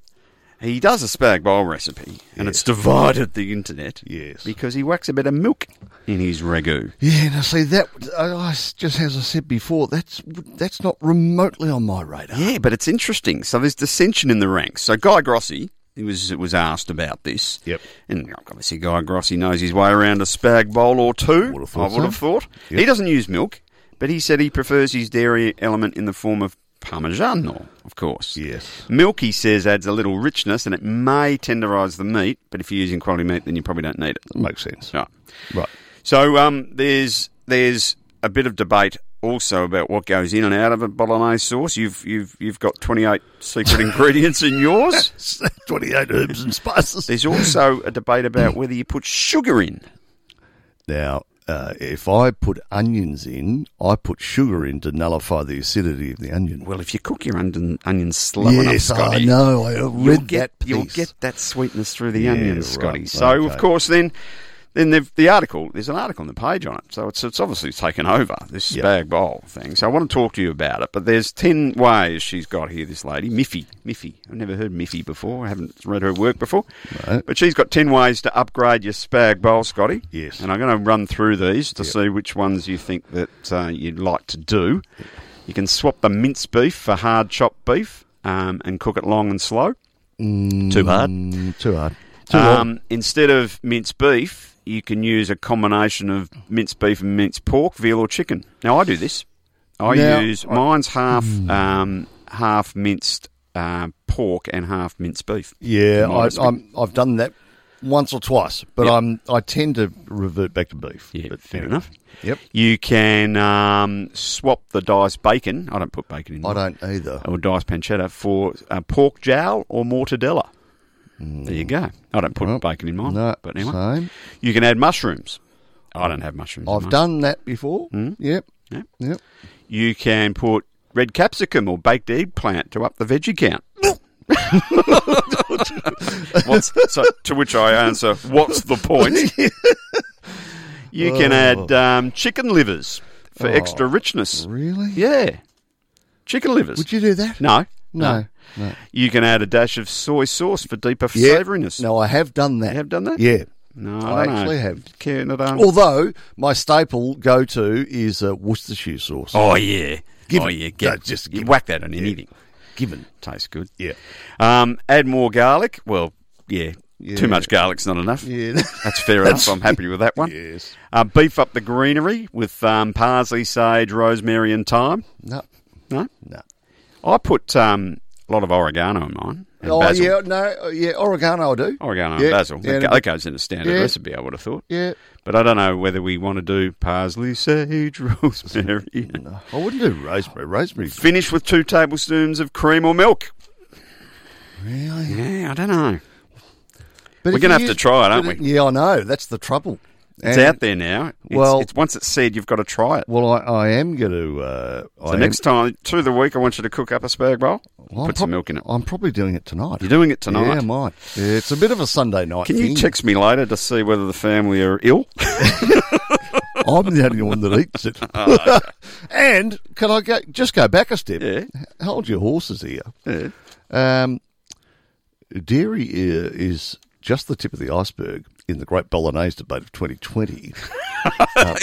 Speaker 1: he does a spag bowl recipe, and it's divided the internet.
Speaker 2: Yes.
Speaker 1: because he whacks a bit of milk in his ragu.
Speaker 2: Yeah, now see that. I I s- just as I said before, that's that's not remotely on my radar.
Speaker 1: Yeah, but it's interesting. So there's dissension in the ranks. So Guy Grossi, he was was asked about this.
Speaker 2: Yep.
Speaker 1: And obviously Guy Grossi knows his way around a spag bowl or two.
Speaker 2: Would have thought
Speaker 1: I would have
Speaker 2: so.
Speaker 1: thought.
Speaker 2: Yep.
Speaker 1: He doesn't use milk, but he said he prefers his dairy element in the form of parmigiano, of course.
Speaker 2: Yes.
Speaker 1: Milk, he says, adds a little richness and it may tenderise the meat, but if you're using quality meat, then you probably don't need it.
Speaker 2: Makes sense.
Speaker 1: Right.
Speaker 2: Right.
Speaker 1: So um, there's there's a bit of debate also about what goes in and out of a bolognese sauce. You've you've you've got 28 secret ingredients in yours.
Speaker 2: 28 herbs and spices.
Speaker 1: There's also a debate about whether you put sugar in.
Speaker 2: Now, uh, if I put onions in, I put sugar in to nullify the acidity of the onion.
Speaker 1: Well, if you cook your onion, onion slow enough,
Speaker 2: yes,
Speaker 1: Scotty,
Speaker 2: I know. I
Speaker 1: you'll
Speaker 2: read
Speaker 1: get
Speaker 2: that piece.
Speaker 1: you'll get that sweetness through the
Speaker 2: Yeah,
Speaker 1: onion,
Speaker 2: right,
Speaker 1: Scotty. So of
Speaker 2: okay.
Speaker 1: course then. Then the, the article, there's an article on the page on it, so it's, it's obviously taken over this
Speaker 2: Yeah.
Speaker 1: spag bowl thing. So I want to talk to you about it, but there's ten ways she's got here. This lady, Miffy, Miffy. I've never heard Miffy before. I haven't read her work before,
Speaker 2: Right.
Speaker 1: but she's got ten ways to upgrade your spag bowl, Scotty.
Speaker 2: Yes.
Speaker 1: and I'm going to run through these to see which ones you think that uh, you'd like to do. You can swap the minced beef for hard chopped beef um, and cook it long and slow. Too hard.
Speaker 2: Mm, too hard. Too hard.
Speaker 1: Um, instead of minced beef, you can use a combination of minced beef and minced pork, veal or chicken. Now I do this. I
Speaker 2: Now,
Speaker 1: use
Speaker 2: I- Hmm.
Speaker 1: mine's half um, half minced uh, pork and half minced beef.
Speaker 2: Yeah, I,
Speaker 1: Mine's-
Speaker 2: I'm, I've done that once or twice, but
Speaker 1: Yep.
Speaker 2: I'm I tend to revert back to beef.
Speaker 1: Yeah,
Speaker 2: but
Speaker 1: fair
Speaker 2: anyway.
Speaker 1: enough.
Speaker 2: Yep.
Speaker 1: You can um, swap the diced bacon. I don't put bacon in.
Speaker 2: I
Speaker 1: mine.
Speaker 2: don't either.
Speaker 1: or diced pancetta for a pork jowl or mortadella. There you go. I don't put
Speaker 2: Hmm. Well,
Speaker 1: bacon in mine,
Speaker 2: no,
Speaker 1: but anyway,
Speaker 2: same.
Speaker 1: you can add mushrooms. I don't have mushrooms. in
Speaker 2: I've
Speaker 1: mine.
Speaker 2: done that before. Yep.
Speaker 1: Hmm? Yep.
Speaker 2: Yep.
Speaker 1: You can put red capsicum or baked eggplant to up the veggie count. What's, so, to which I answer, what's the point? You
Speaker 2: Oh.
Speaker 1: can add um, chicken livers for extra richness.
Speaker 2: Really?
Speaker 1: Yeah. Chicken livers.
Speaker 2: Would you do that?
Speaker 1: No.
Speaker 2: No. No.
Speaker 1: You can add a dash of soy sauce for deeper
Speaker 2: Yeah.
Speaker 1: savouriness.
Speaker 2: No, I have done that.
Speaker 1: You have done that?
Speaker 2: Yeah.
Speaker 1: No,
Speaker 2: I
Speaker 1: I, don't
Speaker 2: actually
Speaker 1: know.
Speaker 2: have. Oh.
Speaker 1: Canada.
Speaker 2: Although my staple go to is uh, Worcestershire sauce.
Speaker 1: Oh yeah.
Speaker 2: Give
Speaker 1: oh
Speaker 2: it-
Speaker 1: yeah.
Speaker 2: no,
Speaker 1: Get,
Speaker 2: just
Speaker 1: just
Speaker 2: give
Speaker 1: you
Speaker 2: it.
Speaker 1: whack that on anything.
Speaker 2: Given.
Speaker 1: Tastes good.
Speaker 2: Yeah.
Speaker 1: Um, add more garlic. Well, yeah. Too much garlic's not enough.
Speaker 2: Yeah.
Speaker 1: That's fair enough. I'm happy with that one.
Speaker 2: Yes.
Speaker 1: Uh, beef up the greenery with um, parsley, sage, rosemary, and thyme.
Speaker 2: no.
Speaker 1: No,
Speaker 2: No.
Speaker 1: I put um, a lot of oregano in mine. And
Speaker 2: Oh
Speaker 1: basil.
Speaker 2: yeah, no, uh, yeah, oregano I do.
Speaker 1: Oregano
Speaker 2: Yeah,
Speaker 1: and basil.
Speaker 2: yeah,
Speaker 1: That, go- that goes in a standard
Speaker 2: Yeah.
Speaker 1: recipe, I would have thought.
Speaker 2: yeah.
Speaker 1: But I don't know whether we want to do parsley, sage, rosemary.
Speaker 2: Oh, I wouldn't do rosemary. Rosemary.
Speaker 1: Finish with two tablespoons of cream or milk.
Speaker 2: Really?
Speaker 1: Yeah, I don't know.
Speaker 2: But
Speaker 1: We're
Speaker 2: if
Speaker 1: gonna
Speaker 2: you
Speaker 1: have to
Speaker 2: use-
Speaker 1: try it, aren't
Speaker 2: but
Speaker 1: we?
Speaker 2: Yeah, I know. That's the trouble.
Speaker 1: It's
Speaker 2: And-
Speaker 1: out there now. It's,
Speaker 2: Well-
Speaker 1: it's once it's said, you've got to try it.
Speaker 2: Well, I, I am going to. Uh, I
Speaker 1: So
Speaker 2: am-
Speaker 1: next time through the week, I want you to cook up a spag bowl.
Speaker 2: well, I'm
Speaker 1: put
Speaker 2: prob-
Speaker 1: some milk in it.
Speaker 2: I'm probably doing it tonight.
Speaker 1: You're doing it tonight.
Speaker 2: Yeah, I might. Yeah, it's a bit of a Sunday night.
Speaker 1: Can you
Speaker 2: thing.
Speaker 1: text me later to see whether the family are ill?
Speaker 2: I'm the only one that eats it.
Speaker 1: Oh,
Speaker 2: and can I go, just go back a step?
Speaker 1: Yeah.
Speaker 2: Hold your horses here. Um, dairy i- is just the tip of the iceberg in the Great Bolognese debate of 2020.
Speaker 1: Have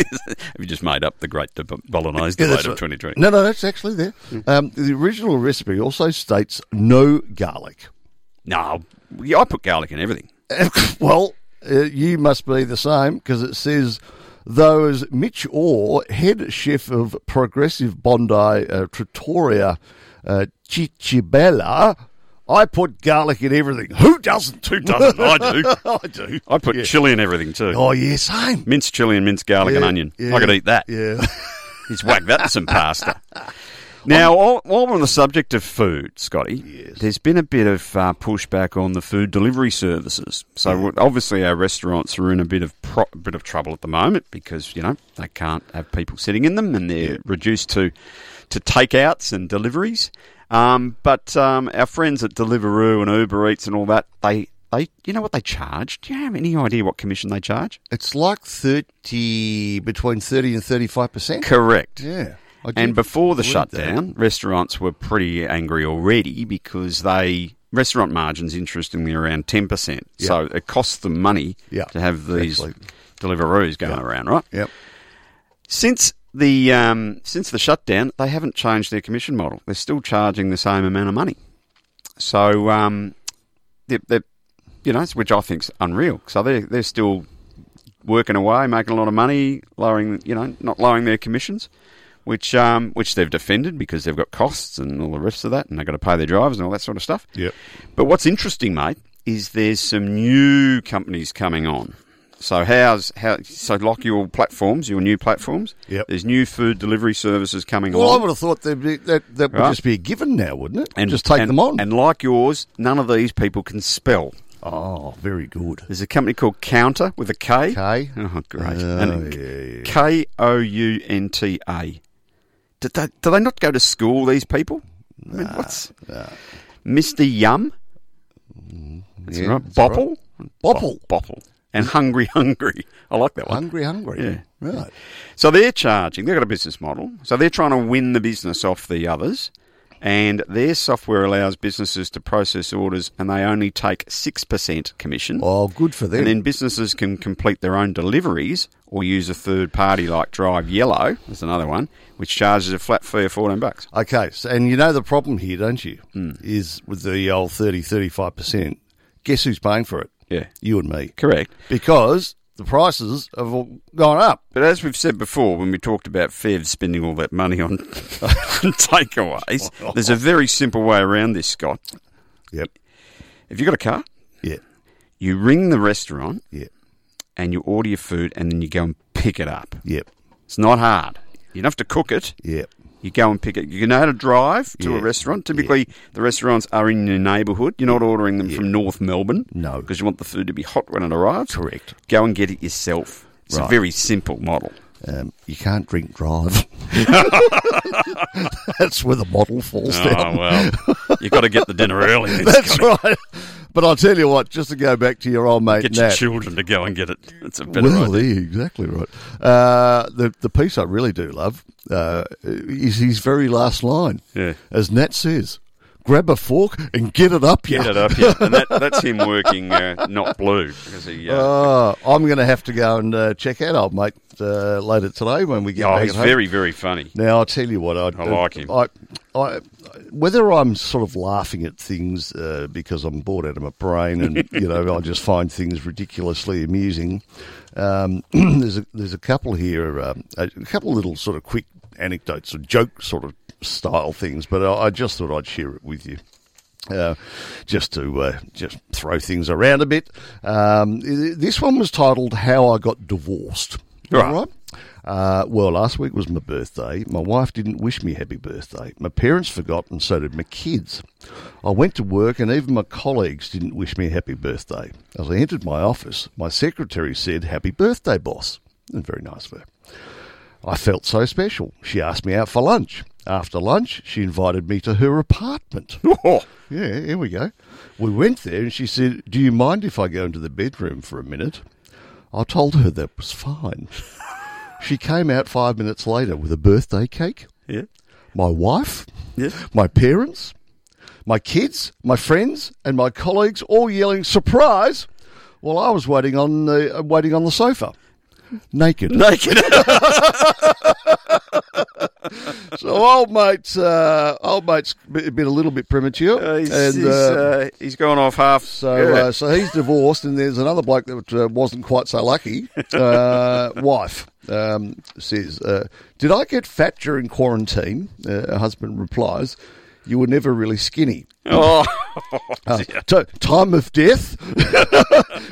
Speaker 1: you just made up the great de- bolognese
Speaker 2: Yeah,
Speaker 1: debate
Speaker 2: that's
Speaker 1: of Mm.
Speaker 2: right.
Speaker 1: 2020?
Speaker 2: No, no, that's actually there. Um, the original recipe also states no garlic.
Speaker 1: No, yeah, I put garlic in everything.
Speaker 2: well, uh, you must be the same because it says, though, as Mitch Orr, head chef of progressive Bondi uh, Trattoria uh, Cicibella, I put garlic in everything. Who doesn't?
Speaker 1: Who doesn't? I do.
Speaker 2: I do.
Speaker 1: I put chili in everything too.
Speaker 2: Oh, yeah, same.
Speaker 1: Minced chili and minced garlic and
Speaker 2: Yeah,
Speaker 1: onion.
Speaker 2: yeah,
Speaker 1: I could eat that.
Speaker 2: Yeah.
Speaker 1: Just whack that in some pasta. Now, while, while we're on the subject of food, Scotty, there's been a bit of uh, pushback on the food delivery services. So w- obviously, our restaurants are in a bit of pro- bit of trouble at the moment because you know they can't have people sitting in them, and they're reduced to to takeouts and deliveries. Um, but um, our friends at Deliveroo and Uber Eats and all that, they they you know what they charge? Do you have any idea what commission they charge?
Speaker 2: It's like 30, between 30 and 35%.
Speaker 1: Correct.
Speaker 2: Yeah. I
Speaker 1: And
Speaker 2: did
Speaker 1: before the
Speaker 2: read that.
Speaker 1: shutdown, restaurants were pretty angry already because they restaurant margins interestingly around ten percent. So it costs them money
Speaker 2: Yeah,
Speaker 1: to have these
Speaker 2: exactly.
Speaker 1: deliveroos going around, right?
Speaker 2: Yep.
Speaker 1: Since the um, since the shutdown, they haven't changed their commission model. They're still charging the same amount of money. So um, they they you know, which I think's unreal. So they they're still working away, making a lot of money, lowering you know not lowering their commissions, which um, which they've defended because they've got costs and all the rest of that, and they've got to pay their drivers and all that sort of stuff.
Speaker 2: Yep.
Speaker 1: But what's interesting, mate, is there's some new companies coming on. So how's how so like your platforms, your new platforms?
Speaker 2: Yep.
Speaker 1: There's new food delivery services coming
Speaker 2: Well, I
Speaker 1: on.
Speaker 2: would have thought there'd be, that, that would
Speaker 1: Right.
Speaker 2: just be a given now, wouldn't it? just take
Speaker 1: and-
Speaker 2: them on.
Speaker 1: And like yours, none of these people can spell.
Speaker 2: oh, very good.
Speaker 1: There's a company called Counter with a K.
Speaker 2: K.
Speaker 1: Oh, great.
Speaker 2: Oh,
Speaker 1: And
Speaker 2: yeah, yeah.
Speaker 1: K O U N T A. Did they, do they not go to school, these people? I mean, what's. Mr. Yum? That's
Speaker 2: Mm-hmm. yeah,
Speaker 1: right.
Speaker 2: that's
Speaker 1: Bopple?
Speaker 2: Bopple.
Speaker 1: Bopple. And Hungry Hungry. I like oh, that one.
Speaker 2: Hungry, hungry.
Speaker 1: Yeah.
Speaker 2: Right.
Speaker 1: So they're charging. They've got a business model. So they're trying to win the business off the others. And their software allows businesses to process orders and they only take 6% commission.
Speaker 2: Oh, good for them.
Speaker 1: And then businesses can complete their own deliveries or use a third party like Drive Yellow. That's another one, which charges a flat fee of 14 bucks.
Speaker 2: okay, so, and you know the problem here, don't you?
Speaker 1: Hmm.
Speaker 2: Is with the old 30, 35%. Guess who's paying for it?
Speaker 1: Yeah.
Speaker 2: You and me.
Speaker 1: Correct.
Speaker 2: Because the prices have all gone up.
Speaker 1: But as we've said before, when we talked about Fev spending all that money on takeaways, there's a very simple way around this, Scott.
Speaker 2: Yep.
Speaker 1: If you've got a car,
Speaker 2: Yeah.
Speaker 1: you ring the restaurant
Speaker 2: Yeah.
Speaker 1: and you order your food and then you go and pick it up.
Speaker 2: Yep.
Speaker 1: It's not hard. You don't have to cook it.
Speaker 2: Yep.
Speaker 1: You go and pick it. You know how to drive to
Speaker 2: Yeah.
Speaker 1: a restaurant. Typically, the restaurants are in your neighbourhood. You're not ordering them from North Melbourne.
Speaker 2: No.
Speaker 1: Because you want the food to be hot when it arrives.
Speaker 2: Correct.
Speaker 1: Go and get it yourself. It's
Speaker 2: Right.
Speaker 1: a very simple model.
Speaker 2: Um, you can't drink drive. That's where the model falls down.
Speaker 1: Oh, well. You've got to get the dinner early.
Speaker 2: That's right. But I'll tell you what, just to go back to your old mate
Speaker 1: Get your
Speaker 2: Nat.
Speaker 1: children to go and get it. It's a better
Speaker 2: Well,
Speaker 1: idea.
Speaker 2: there, exactly right. Uh, the the piece I really do love uh, is his very last line.
Speaker 1: Yeah.
Speaker 2: as Nat says, "Grab a fork and get it up,
Speaker 1: Get
Speaker 2: ya."
Speaker 1: it up here. And that, that's him working uh, not blue. Because he, uh,
Speaker 2: Oh, I'm going to have to go and uh, check out old mate uh, later today when we get
Speaker 1: oh,
Speaker 2: back
Speaker 1: he's
Speaker 2: at home.
Speaker 1: very, very funny.
Speaker 2: Now I'll tell you what I,
Speaker 1: I like him.
Speaker 2: I, I, whether I'm sort of laughing at things uh, because I'm bored out of my brain, and you know I just find things ridiculously amusing. Um, there's a, there's a couple here, um, a a couple little sort of quick anecdotes or joke sort of style things, but I, I just thought I'd share it with you. Uh, just to uh, just throw things around a bit. Um, this one was titled "How I Got Divorced."
Speaker 1: Right.
Speaker 2: All Uh, well, last week was my birthday. My wife didn't wish me happy birthday. My parents forgot, and so did my kids. I went to work, and even my colleagues didn't wish me a happy birthday. As I entered my office, my secretary said, "Happy birthday, boss," and very nice of her. I felt so special. She asked me out for lunch. After lunch, she invited me to her apartment.
Speaker 1: Oh,
Speaker 2: Yeah, here we go. We went there and she said, Do you mind if I go into the bedroom for a minute? I told her that was fine. she came out five minutes later with a birthday cake.
Speaker 1: yeah.
Speaker 2: My wife,
Speaker 1: Yeah.
Speaker 2: my parents, my kids, my friends, and my colleagues all yelling surprise while I was waiting on the, uh, waiting on the sofa. Naked.
Speaker 1: Naked.
Speaker 2: So old mate's uh, old mate's be- been a little bit premature,
Speaker 1: Uh, he's,
Speaker 2: and
Speaker 1: he's,
Speaker 2: uh,
Speaker 1: uh, he's gone off half.
Speaker 2: So,
Speaker 1: Yeah.
Speaker 2: uh, so he's divorced, and there's another bloke that uh, wasn't quite so lucky. Uh, wife um, says, uh, "Did I get fat during quarantine?" Uh, her husband replies, "You were never really skinny."
Speaker 1: oh,
Speaker 2: Uh, t- time of death,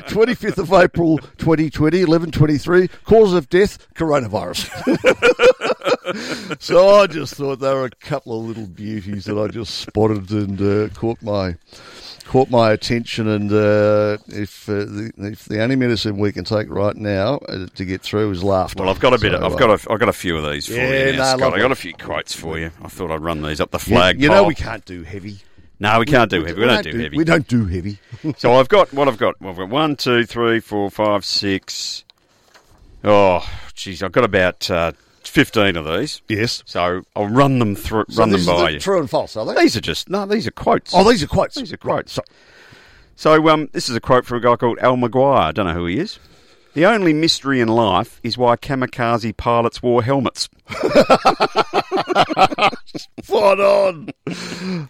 Speaker 2: 25th of April 2020, 1123. Cause of death, coronavirus. so I just thought they were a couple of little beauties that I just spotted and uh, caught my caught my attention. And uh, if uh, the, if the only medicine we can take right now uh, to get through is laughter.
Speaker 1: well, I've got a bit.
Speaker 2: So,
Speaker 1: Of,
Speaker 2: uh,
Speaker 1: I've got. A, I've got a few of these for
Speaker 2: Yeah,
Speaker 1: you,
Speaker 2: no,
Speaker 1: now, Scott.
Speaker 2: lovely.
Speaker 1: I got a few quotes for you. I thought I'd run these up the
Speaker 2: You,
Speaker 1: flag.
Speaker 2: you know
Speaker 1: pole.
Speaker 2: we can't do heavy.
Speaker 1: No, we can't do heavy. We don't do
Speaker 2: We
Speaker 1: heavy.
Speaker 2: don't do heavy.
Speaker 1: So I've got what I've got. Well, I've got one, two, three, four, five, six. Oh, geez, I've got about uh, fifteen of these.
Speaker 2: yes.
Speaker 1: So I'll run them through.
Speaker 2: So
Speaker 1: run
Speaker 2: this
Speaker 1: them
Speaker 2: is
Speaker 1: by
Speaker 2: the
Speaker 1: you.
Speaker 2: True and false, are they?
Speaker 1: These are just no. These are quotes.
Speaker 2: Oh, these are quotes.
Speaker 1: These are quotes. So um, this is a quote from a guy called Al Maguire. I don't know who he is. The only mystery in life is why kamikaze pilots wore helmets.
Speaker 2: Spot on.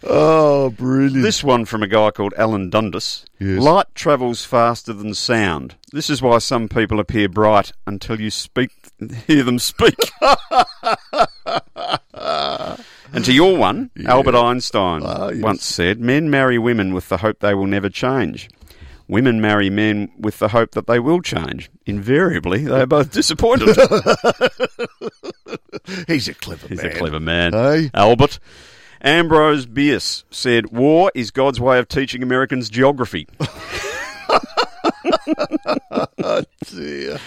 Speaker 2: Oh, brilliant.
Speaker 1: This one from a guy called Alan Dundas.
Speaker 2: Yes.
Speaker 1: Light travels faster than sound. This is why some people appear bright until you speak, hear them speak. and to your one, Albert Einstein
Speaker 2: Ah,
Speaker 1: once said, "Men marry women with the hope they will never change." Women marry men with the hope that they will change. Invariably, they are both disappointed.
Speaker 2: He's a clever
Speaker 1: He's
Speaker 2: man.
Speaker 1: a clever man.
Speaker 2: Hey?
Speaker 1: Albert. Ambrose Bierce said, War is God's way of teaching Americans geography.
Speaker 2: Yeah.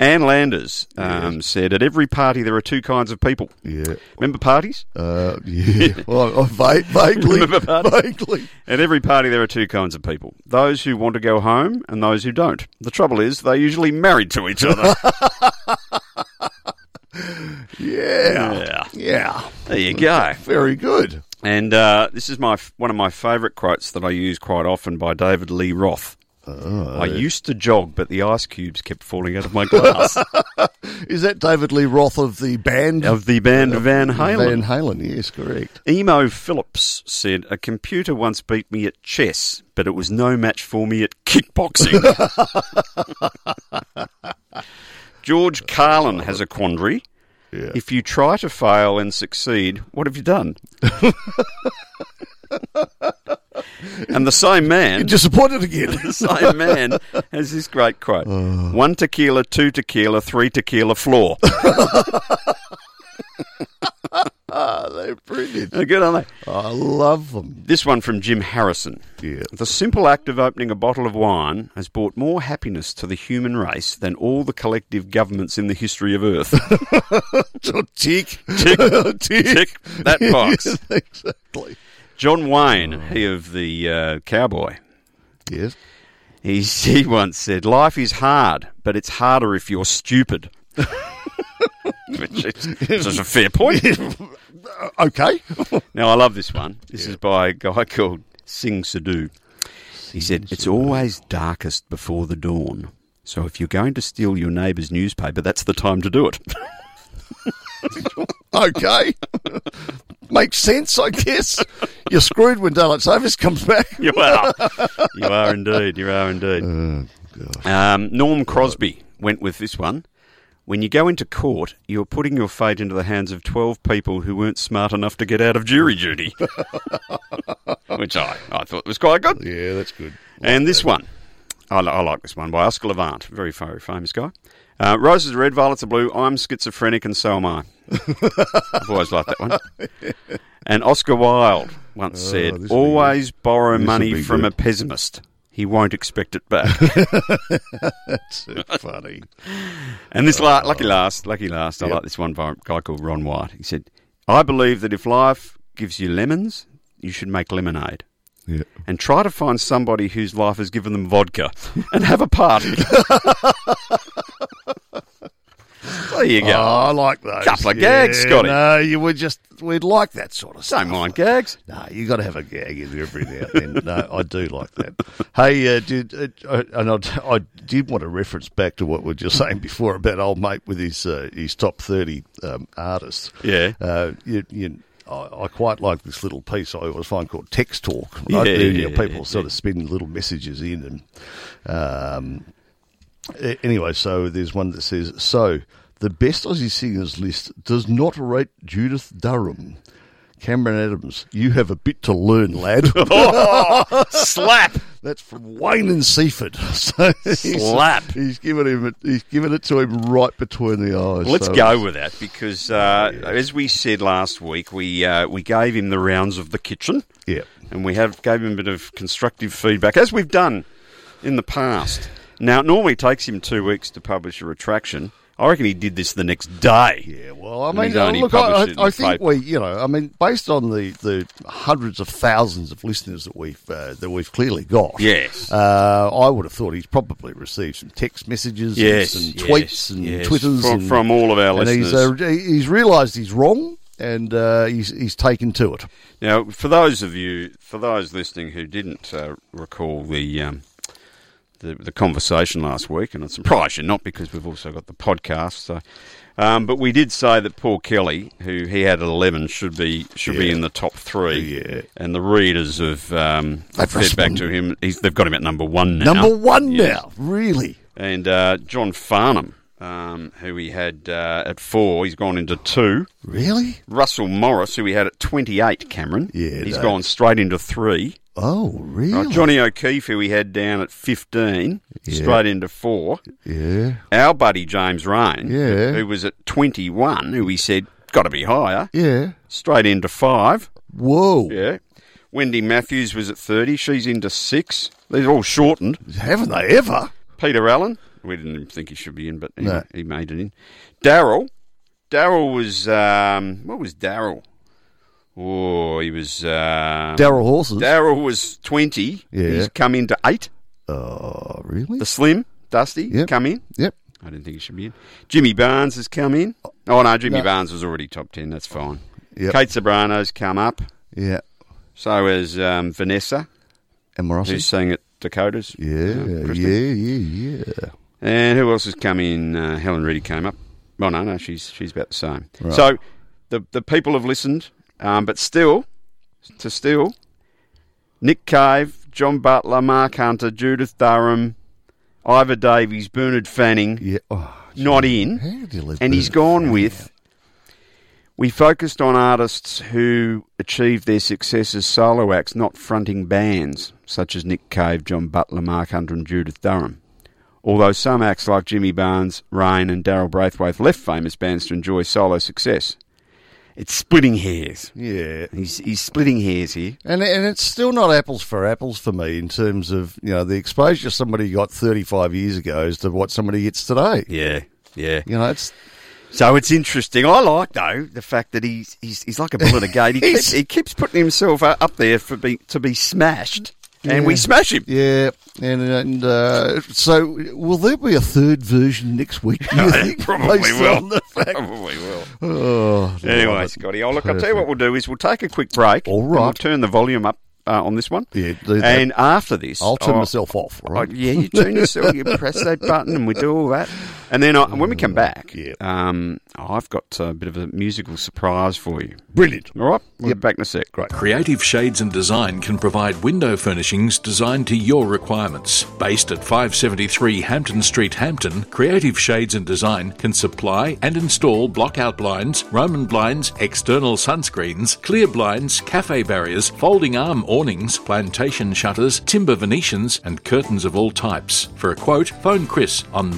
Speaker 1: Ann Landers um, said, At every party there are two kinds of people.
Speaker 2: Yeah.
Speaker 1: Remember parties?
Speaker 2: Uh, yeah. well, I va- vaguely.
Speaker 1: Remember that?
Speaker 2: vaguely.
Speaker 1: At every party there are two kinds of people those who want to go home and those who don't. The trouble is, they're usually married to each other.
Speaker 2: Yeah.
Speaker 1: yeah.
Speaker 2: Yeah.
Speaker 1: There you go.
Speaker 2: Very good.
Speaker 1: And uh, this is my one of my favourite quotes that I use quite often by David Lee Roth.
Speaker 2: Oh.
Speaker 1: I used to jog, but the ice cubes kept falling out of my glass.
Speaker 2: Is that David Lee Roth of the band?
Speaker 1: of the band Van Halen.
Speaker 2: Van Halen, yes, correct.
Speaker 1: Emo Phillips said, A computer once beat me at chess, but it was no match for me at kickboxing. George Carlin has a quandary. If you try to fail and succeed, what have you done? and the same man.
Speaker 2: Disappointed again.
Speaker 1: the same man has this great quote one tequila, two tequila, three tequila floor.
Speaker 2: Ah, they're brilliant.
Speaker 1: Good, aren't they?
Speaker 2: I love them.
Speaker 1: This one from Jim Harrison.
Speaker 2: Yeah.
Speaker 1: The simple act of opening a bottle of wine has brought more happiness to the human race than all the collective governments in the history of Earth.
Speaker 2: Oh, Tick.
Speaker 1: tick, tick, that box.
Speaker 2: Yes, exactly.
Speaker 1: John Wayne, he of the uh, cowboy,
Speaker 2: Yes.
Speaker 1: He, he once said, Life is hard, but it's harder if you're stupid. Which is, which is a fair point.
Speaker 2: Okay.
Speaker 1: Now, I love this one. This is by a guy called Singh Sidhu. He said, It's always darkest before the dawn. So if you're going to steal your neighbour's newspaper, that's the time to do it.
Speaker 2: okay. Makes sense, I guess. You're screwed when daylight savings comes back.
Speaker 1: you are. You are indeed. You are indeed. um, Norm Crosby went with this one. When you go into court, you're putting your fate into the hands of 12 people who weren't smart enough to get out of jury duty. Which I, I thought was quite good.
Speaker 2: Yeah, that's good.
Speaker 1: And this one, I, li- I like this one by Oscar Levant, very fa- famous guy. Uh, Roses are red, violets are blue. I'm schizophrenic, and so am I. I've always liked that one. And Oscar Wilde once
Speaker 2: Oh, this would be
Speaker 1: said,
Speaker 2: good.
Speaker 1: "Always borrow
Speaker 2: would
Speaker 1: money
Speaker 2: be
Speaker 1: from
Speaker 2: good.
Speaker 1: a pessimist; he won't expect it back."
Speaker 2: That's so funny.
Speaker 1: and this la-
Speaker 2: Oh.
Speaker 1: lucky last, lucky last, I like this one by a guy called Ron White. He said, "I believe that if life gives you lemons, you should make lemonade."
Speaker 2: Yeah.
Speaker 1: And try to find somebody whose life has given them vodka and have a party. there you
Speaker 2: Oh,
Speaker 1: go.
Speaker 2: I like those.
Speaker 1: Couple of gags, Scotty.
Speaker 2: No, you would just we'd like that sort of stuff.
Speaker 1: Don't mind gags.
Speaker 2: No, you got to have a gag in there every now and then. No, I do like that. Hey, uh, did uh, and I, I did want to reference back to what we were just saying before about old mate with his uh, his top thirty um, artists.
Speaker 1: Yeah.
Speaker 2: uh, you, you, I, I quite like this little piece I always find called text talk. Right?
Speaker 1: Yeah,
Speaker 2: You
Speaker 1: yeah,
Speaker 2: know, people
Speaker 1: yeah,
Speaker 2: sort of spin little messages in and um, a- anyway, so there's one that says, so the best Aussie singers list does not rate Judith Durham. Cameron Adams, you have a bit to learn, lad.
Speaker 1: Slap.
Speaker 2: That's from Wayne and Seaford. So he's-
Speaker 1: Slap.
Speaker 2: He's given him. He's given it to him right between the eyes.
Speaker 1: Let's
Speaker 2: So
Speaker 1: go with that because, uh, as we said last week, we uh, we gave him the rounds of the kitchen,
Speaker 2: Yeah.
Speaker 1: and we have gave him a bit of constructive feedback as we've done in the past. Now, it normally takes him two weeks to publish a retraction. I reckon he did this the next day.
Speaker 2: Yeah, well, I
Speaker 1: And
Speaker 2: mean,
Speaker 1: he's only
Speaker 2: look, I,
Speaker 1: published it in
Speaker 2: I, I
Speaker 1: the
Speaker 2: think
Speaker 1: paper.
Speaker 2: we, you know, I mean, based on the, the hundreds of thousands of listeners that we've uh, that we've clearly got,
Speaker 1: Yes.
Speaker 2: uh, I would have thought he's probably received some text messages, and
Speaker 1: Yes,
Speaker 2: some
Speaker 1: yes,
Speaker 2: tweets and
Speaker 1: yes,
Speaker 2: twitters
Speaker 1: from-
Speaker 2: and-
Speaker 1: from all of our
Speaker 2: and he's,
Speaker 1: listeners.
Speaker 2: uh, he's realised he's wrong, and uh, he's he's taken to it.
Speaker 1: Now, for those of you, for those listening who didn't uh, recall the, um, the the conversation last week, and I'm surprised you're not because we've also got the podcast. So, um, but we did say that Paul Kelly, who he had at 11, should be should be in the top three.
Speaker 2: Yeah.
Speaker 1: And the readers have um,
Speaker 2: They've
Speaker 1: fed back to him. He's, they've got him at number one now.
Speaker 2: Number one
Speaker 1: Yes.
Speaker 2: now, really.
Speaker 1: And uh, John Farnham, um, who he had uh, at four, he's gone into two.
Speaker 2: Really?
Speaker 1: Russell Morris, who we had at 28, Cameron.
Speaker 2: Yeah,
Speaker 1: He's
Speaker 2: no.
Speaker 1: gone straight into three.
Speaker 2: Oh, really?
Speaker 1: Right, Johnny O'Keefe, who we had down at 15, straight into four.
Speaker 2: Yeah.
Speaker 1: Our buddy James Rain,
Speaker 2: Yeah.
Speaker 1: who was at 21, who we said, got to be higher,
Speaker 2: Yeah.
Speaker 1: straight into five.
Speaker 2: Whoa.
Speaker 1: Yeah. Wendy Matthews was at 30, she's into six. These are all shortened.
Speaker 2: Haven't they ever?
Speaker 1: Peter Allen, we didn't even think he should be in, but he,
Speaker 2: No.
Speaker 1: he made it in. Daryl, Daryl was, um, what was Daryl? Oh, he was. Uh,
Speaker 2: Daryl Horses.
Speaker 1: Daryl was 20.
Speaker 2: Yeah.
Speaker 1: He's come into eight.
Speaker 2: oh, really?
Speaker 1: The slim, Dusty,
Speaker 2: Yep.
Speaker 1: come in.
Speaker 2: Yep.
Speaker 1: I didn't think he should be in. Jimmy Barnes has come in. Oh, no, Jimmy Barnes was already top 10. That's fine.
Speaker 2: Yep.
Speaker 1: Kate Sobrano's come up.
Speaker 2: Yeah.
Speaker 1: So has um, Vanessa,
Speaker 2: And Morossi.
Speaker 1: who's sang at Dakota's.
Speaker 2: Yeah,
Speaker 1: Um,
Speaker 2: yeah,
Speaker 1: Christie.
Speaker 2: yeah, yeah.
Speaker 1: And who else has come in? Uh, Helen Reddy came up. Well, no, no, she's she's about the same. So the the people have listened, um, but still, to still, Nick Cave, John Butler, Mark Hunter, Judith Durham, Ivor Davies, Bernard Fanning,
Speaker 2: Yeah. Oh,
Speaker 1: not in.
Speaker 2: How did you let
Speaker 1: and he's
Speaker 2: Bernard
Speaker 1: gone
Speaker 2: Fanning
Speaker 1: with. We focused on artists who achieved their success as solo acts, not fronting bands, such as Nick Cave, John Butler, Mark Hunter, and Judith Durham. Although some acts like Jimmy Barnes, Rain, and Daryl Braithwaite left famous bands to enjoy solo success. It's splitting hairs.
Speaker 2: yeah.
Speaker 1: He's, he's splitting hairs here.
Speaker 2: And, and it's still not apples for apples for me in terms of, you know, the exposure somebody got 35 years ago as to what somebody gets today.
Speaker 1: Yeah, yeah.
Speaker 2: You know, it's
Speaker 1: So it's interesting. I like though the fact that he's he's, he's like a bull in a gate. He, keeps, he keeps putting himself u- up there for be, to be smashed, and we smash him.
Speaker 2: Yeah, and and uh, so will there be a third version next week? do you think,
Speaker 1: Probably
Speaker 2: based
Speaker 1: will.
Speaker 2: on the fact-
Speaker 1: Probably will.
Speaker 2: Oh,
Speaker 1: Anyway,
Speaker 2: right.
Speaker 1: Scotty, oh, look, I'll tell you what we'll do is we'll take a quick break.
Speaker 2: All
Speaker 1: and we'll
Speaker 2: right.
Speaker 1: turn the volume up uh, on this one.
Speaker 2: Yeah, do that.
Speaker 1: And after this,
Speaker 2: I'll turn
Speaker 1: I'll-
Speaker 2: myself off. all
Speaker 1: I-
Speaker 2: Right?
Speaker 1: yeah, you turn yourself, you press that button, and we do all that. And then I, when we come back,
Speaker 2: Yeah.
Speaker 1: um, I've got a bit of a musical surprise for you.
Speaker 2: Brilliant.
Speaker 1: All right, we'll get back in a sec. Great.
Speaker 4: Creative Shades and Design can provide window furnishings designed to your requirements. Based at 573 Hampton Street, Hampton, Creative Shades and Design can supply and install blockout blinds, Roman blinds, external sunscreens, clear blinds, cafe barriers, folding arm awnings, plantation shutters, timber Venetians, and curtains of all types. For a quote, phone Chris on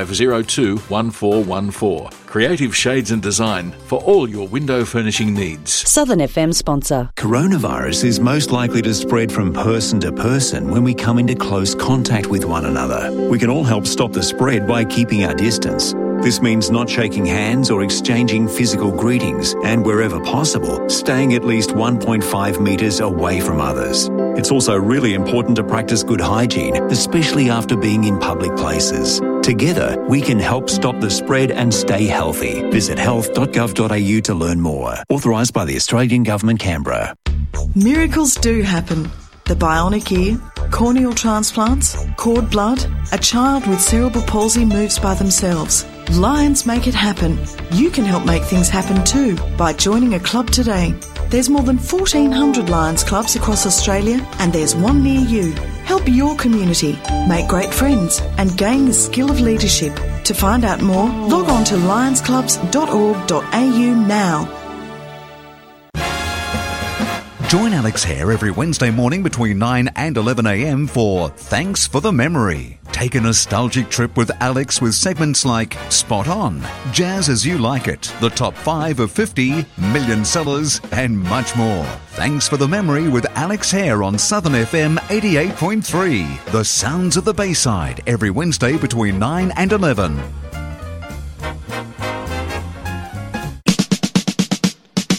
Speaker 4: 9502 1414. Creative Shades and Design for all your window furnishing needs.
Speaker 5: Southern FM sponsor.
Speaker 8: Coronavirus is most likely to spread from person to person when we come into close contact with one another. We can all help stop the spread by keeping our distance. This means not shaking hands or exchanging physical greetings, and wherever possible, staying at least 1.5 metres away from others. It's also really important to practice good hygiene, especially after being in public places. Together, we can help stop the spread and stay healthy. Visit health.gov.au to learn more. Authorised by the Australian Government, Canberra.
Speaker 9: Miracles do happen. The bionic ear, corneal transplants, cord blood, a child with cerebral palsy moves by themselves. Lions make it happen. You can help make things happen too by joining a club today. There's more than 1,400 Lions clubs across Australia and there's one near you. Help your community, make great friends, and gain the skill of leadership. To find out more, log on to lionsclubs.org.au now.
Speaker 10: Join Alex Hare every Wednesday morning between 9 and 11 a.m. for Thanks for the Memory. Take a nostalgic trip with Alex with segments like Spot On, Jazz as You Like It, The Top 5 of 50, Million Sellers, and much more. Thanks for the Memory with Alex Hare on Southern FM 88.3. The Sounds of the Bayside every Wednesday between 9 and 11.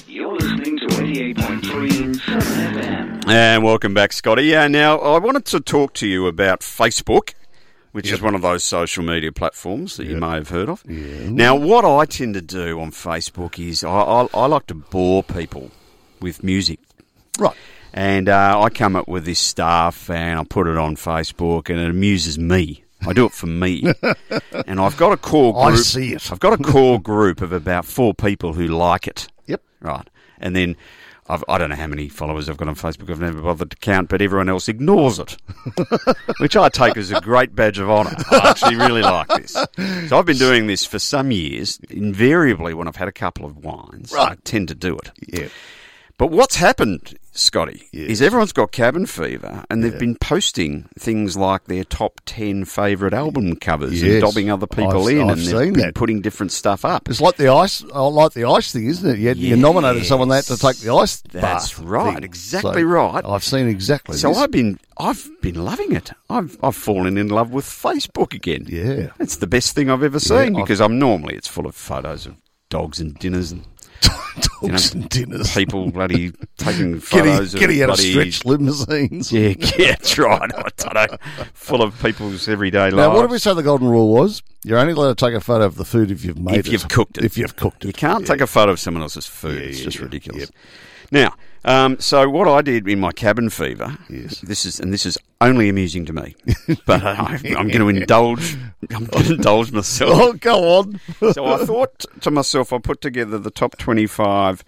Speaker 11: You're listening to 88.3 Southern FM.
Speaker 1: And welcome back, Scotty. Yeah, now I wanted to talk to you about Facebook, which is one of those social media platforms that you may have heard of. Now, what I tend to do on Facebook is I, I, I like to bore people with music.
Speaker 2: Right.
Speaker 1: And uh, I come up with this stuff and I put it on Facebook and it amuses me. I do it for me. and I've got a core
Speaker 2: I
Speaker 1: group.
Speaker 2: see it.
Speaker 1: I've got a core group of about four people who like it.
Speaker 2: Yep.
Speaker 1: Right. And then I've, I don't know how many followers I've got on Facebook. I've never bothered to count, but everyone else ignores it, which I take as a great badge of honour. I actually really like this. So I've been doing this for some years. Invariably, when I've had a couple of wines, I
Speaker 2: Right.
Speaker 1: tend to do it.
Speaker 2: Yeah.
Speaker 1: But what's happened, Scotty,
Speaker 2: Yes.
Speaker 1: is everyone's got cabin fever and they've been posting things like their top 10 favourite album covers and
Speaker 2: Yes.
Speaker 1: dobbing other people
Speaker 2: I've-
Speaker 1: in
Speaker 2: I've
Speaker 1: and they've
Speaker 2: seen
Speaker 1: been
Speaker 2: that.
Speaker 1: putting different stuff up.
Speaker 2: It's like the ice, oh, like the ice thing, isn't it? You, you nominated someone that to take the ice.
Speaker 1: That's
Speaker 2: bath
Speaker 1: right,
Speaker 2: thing.
Speaker 1: exactly
Speaker 2: So
Speaker 1: right.
Speaker 2: I've seen exactly.
Speaker 1: So
Speaker 2: this.
Speaker 1: I've been I've been loving it. I've I've fallen in love with Facebook again.
Speaker 2: Yeah.
Speaker 1: It's the best thing I've ever seen
Speaker 2: I-
Speaker 1: because I'm normally it's full of photos of dogs and dinners and you know,
Speaker 2: Dogs and dinners.
Speaker 1: people bloody taking
Speaker 2: Getting,
Speaker 1: photos
Speaker 2: getting
Speaker 1: of
Speaker 2: out of
Speaker 1: bloody-
Speaker 2: stretch limousines.
Speaker 1: Yeah, yeah, that's right. I don't know. Full of people's everyday lives.
Speaker 2: Now, what did we say the golden rule was? You're only allowed to take a photo of the food if you've made
Speaker 1: If
Speaker 2: it.
Speaker 1: you've cooked it.
Speaker 2: If you've cooked it.
Speaker 1: You can't take a photo of someone else's food.
Speaker 2: Yeah,
Speaker 1: it's
Speaker 2: yeah,
Speaker 1: just
Speaker 2: yeah.
Speaker 1: ridiculous. Now, um, so what I did in my cabin fever, yes. this is, and this is only amusing to me, but I, I'm going to indulge, I'm going to indulge myself.
Speaker 2: Oh, go on.
Speaker 1: so I thought to myself, I put together the top 25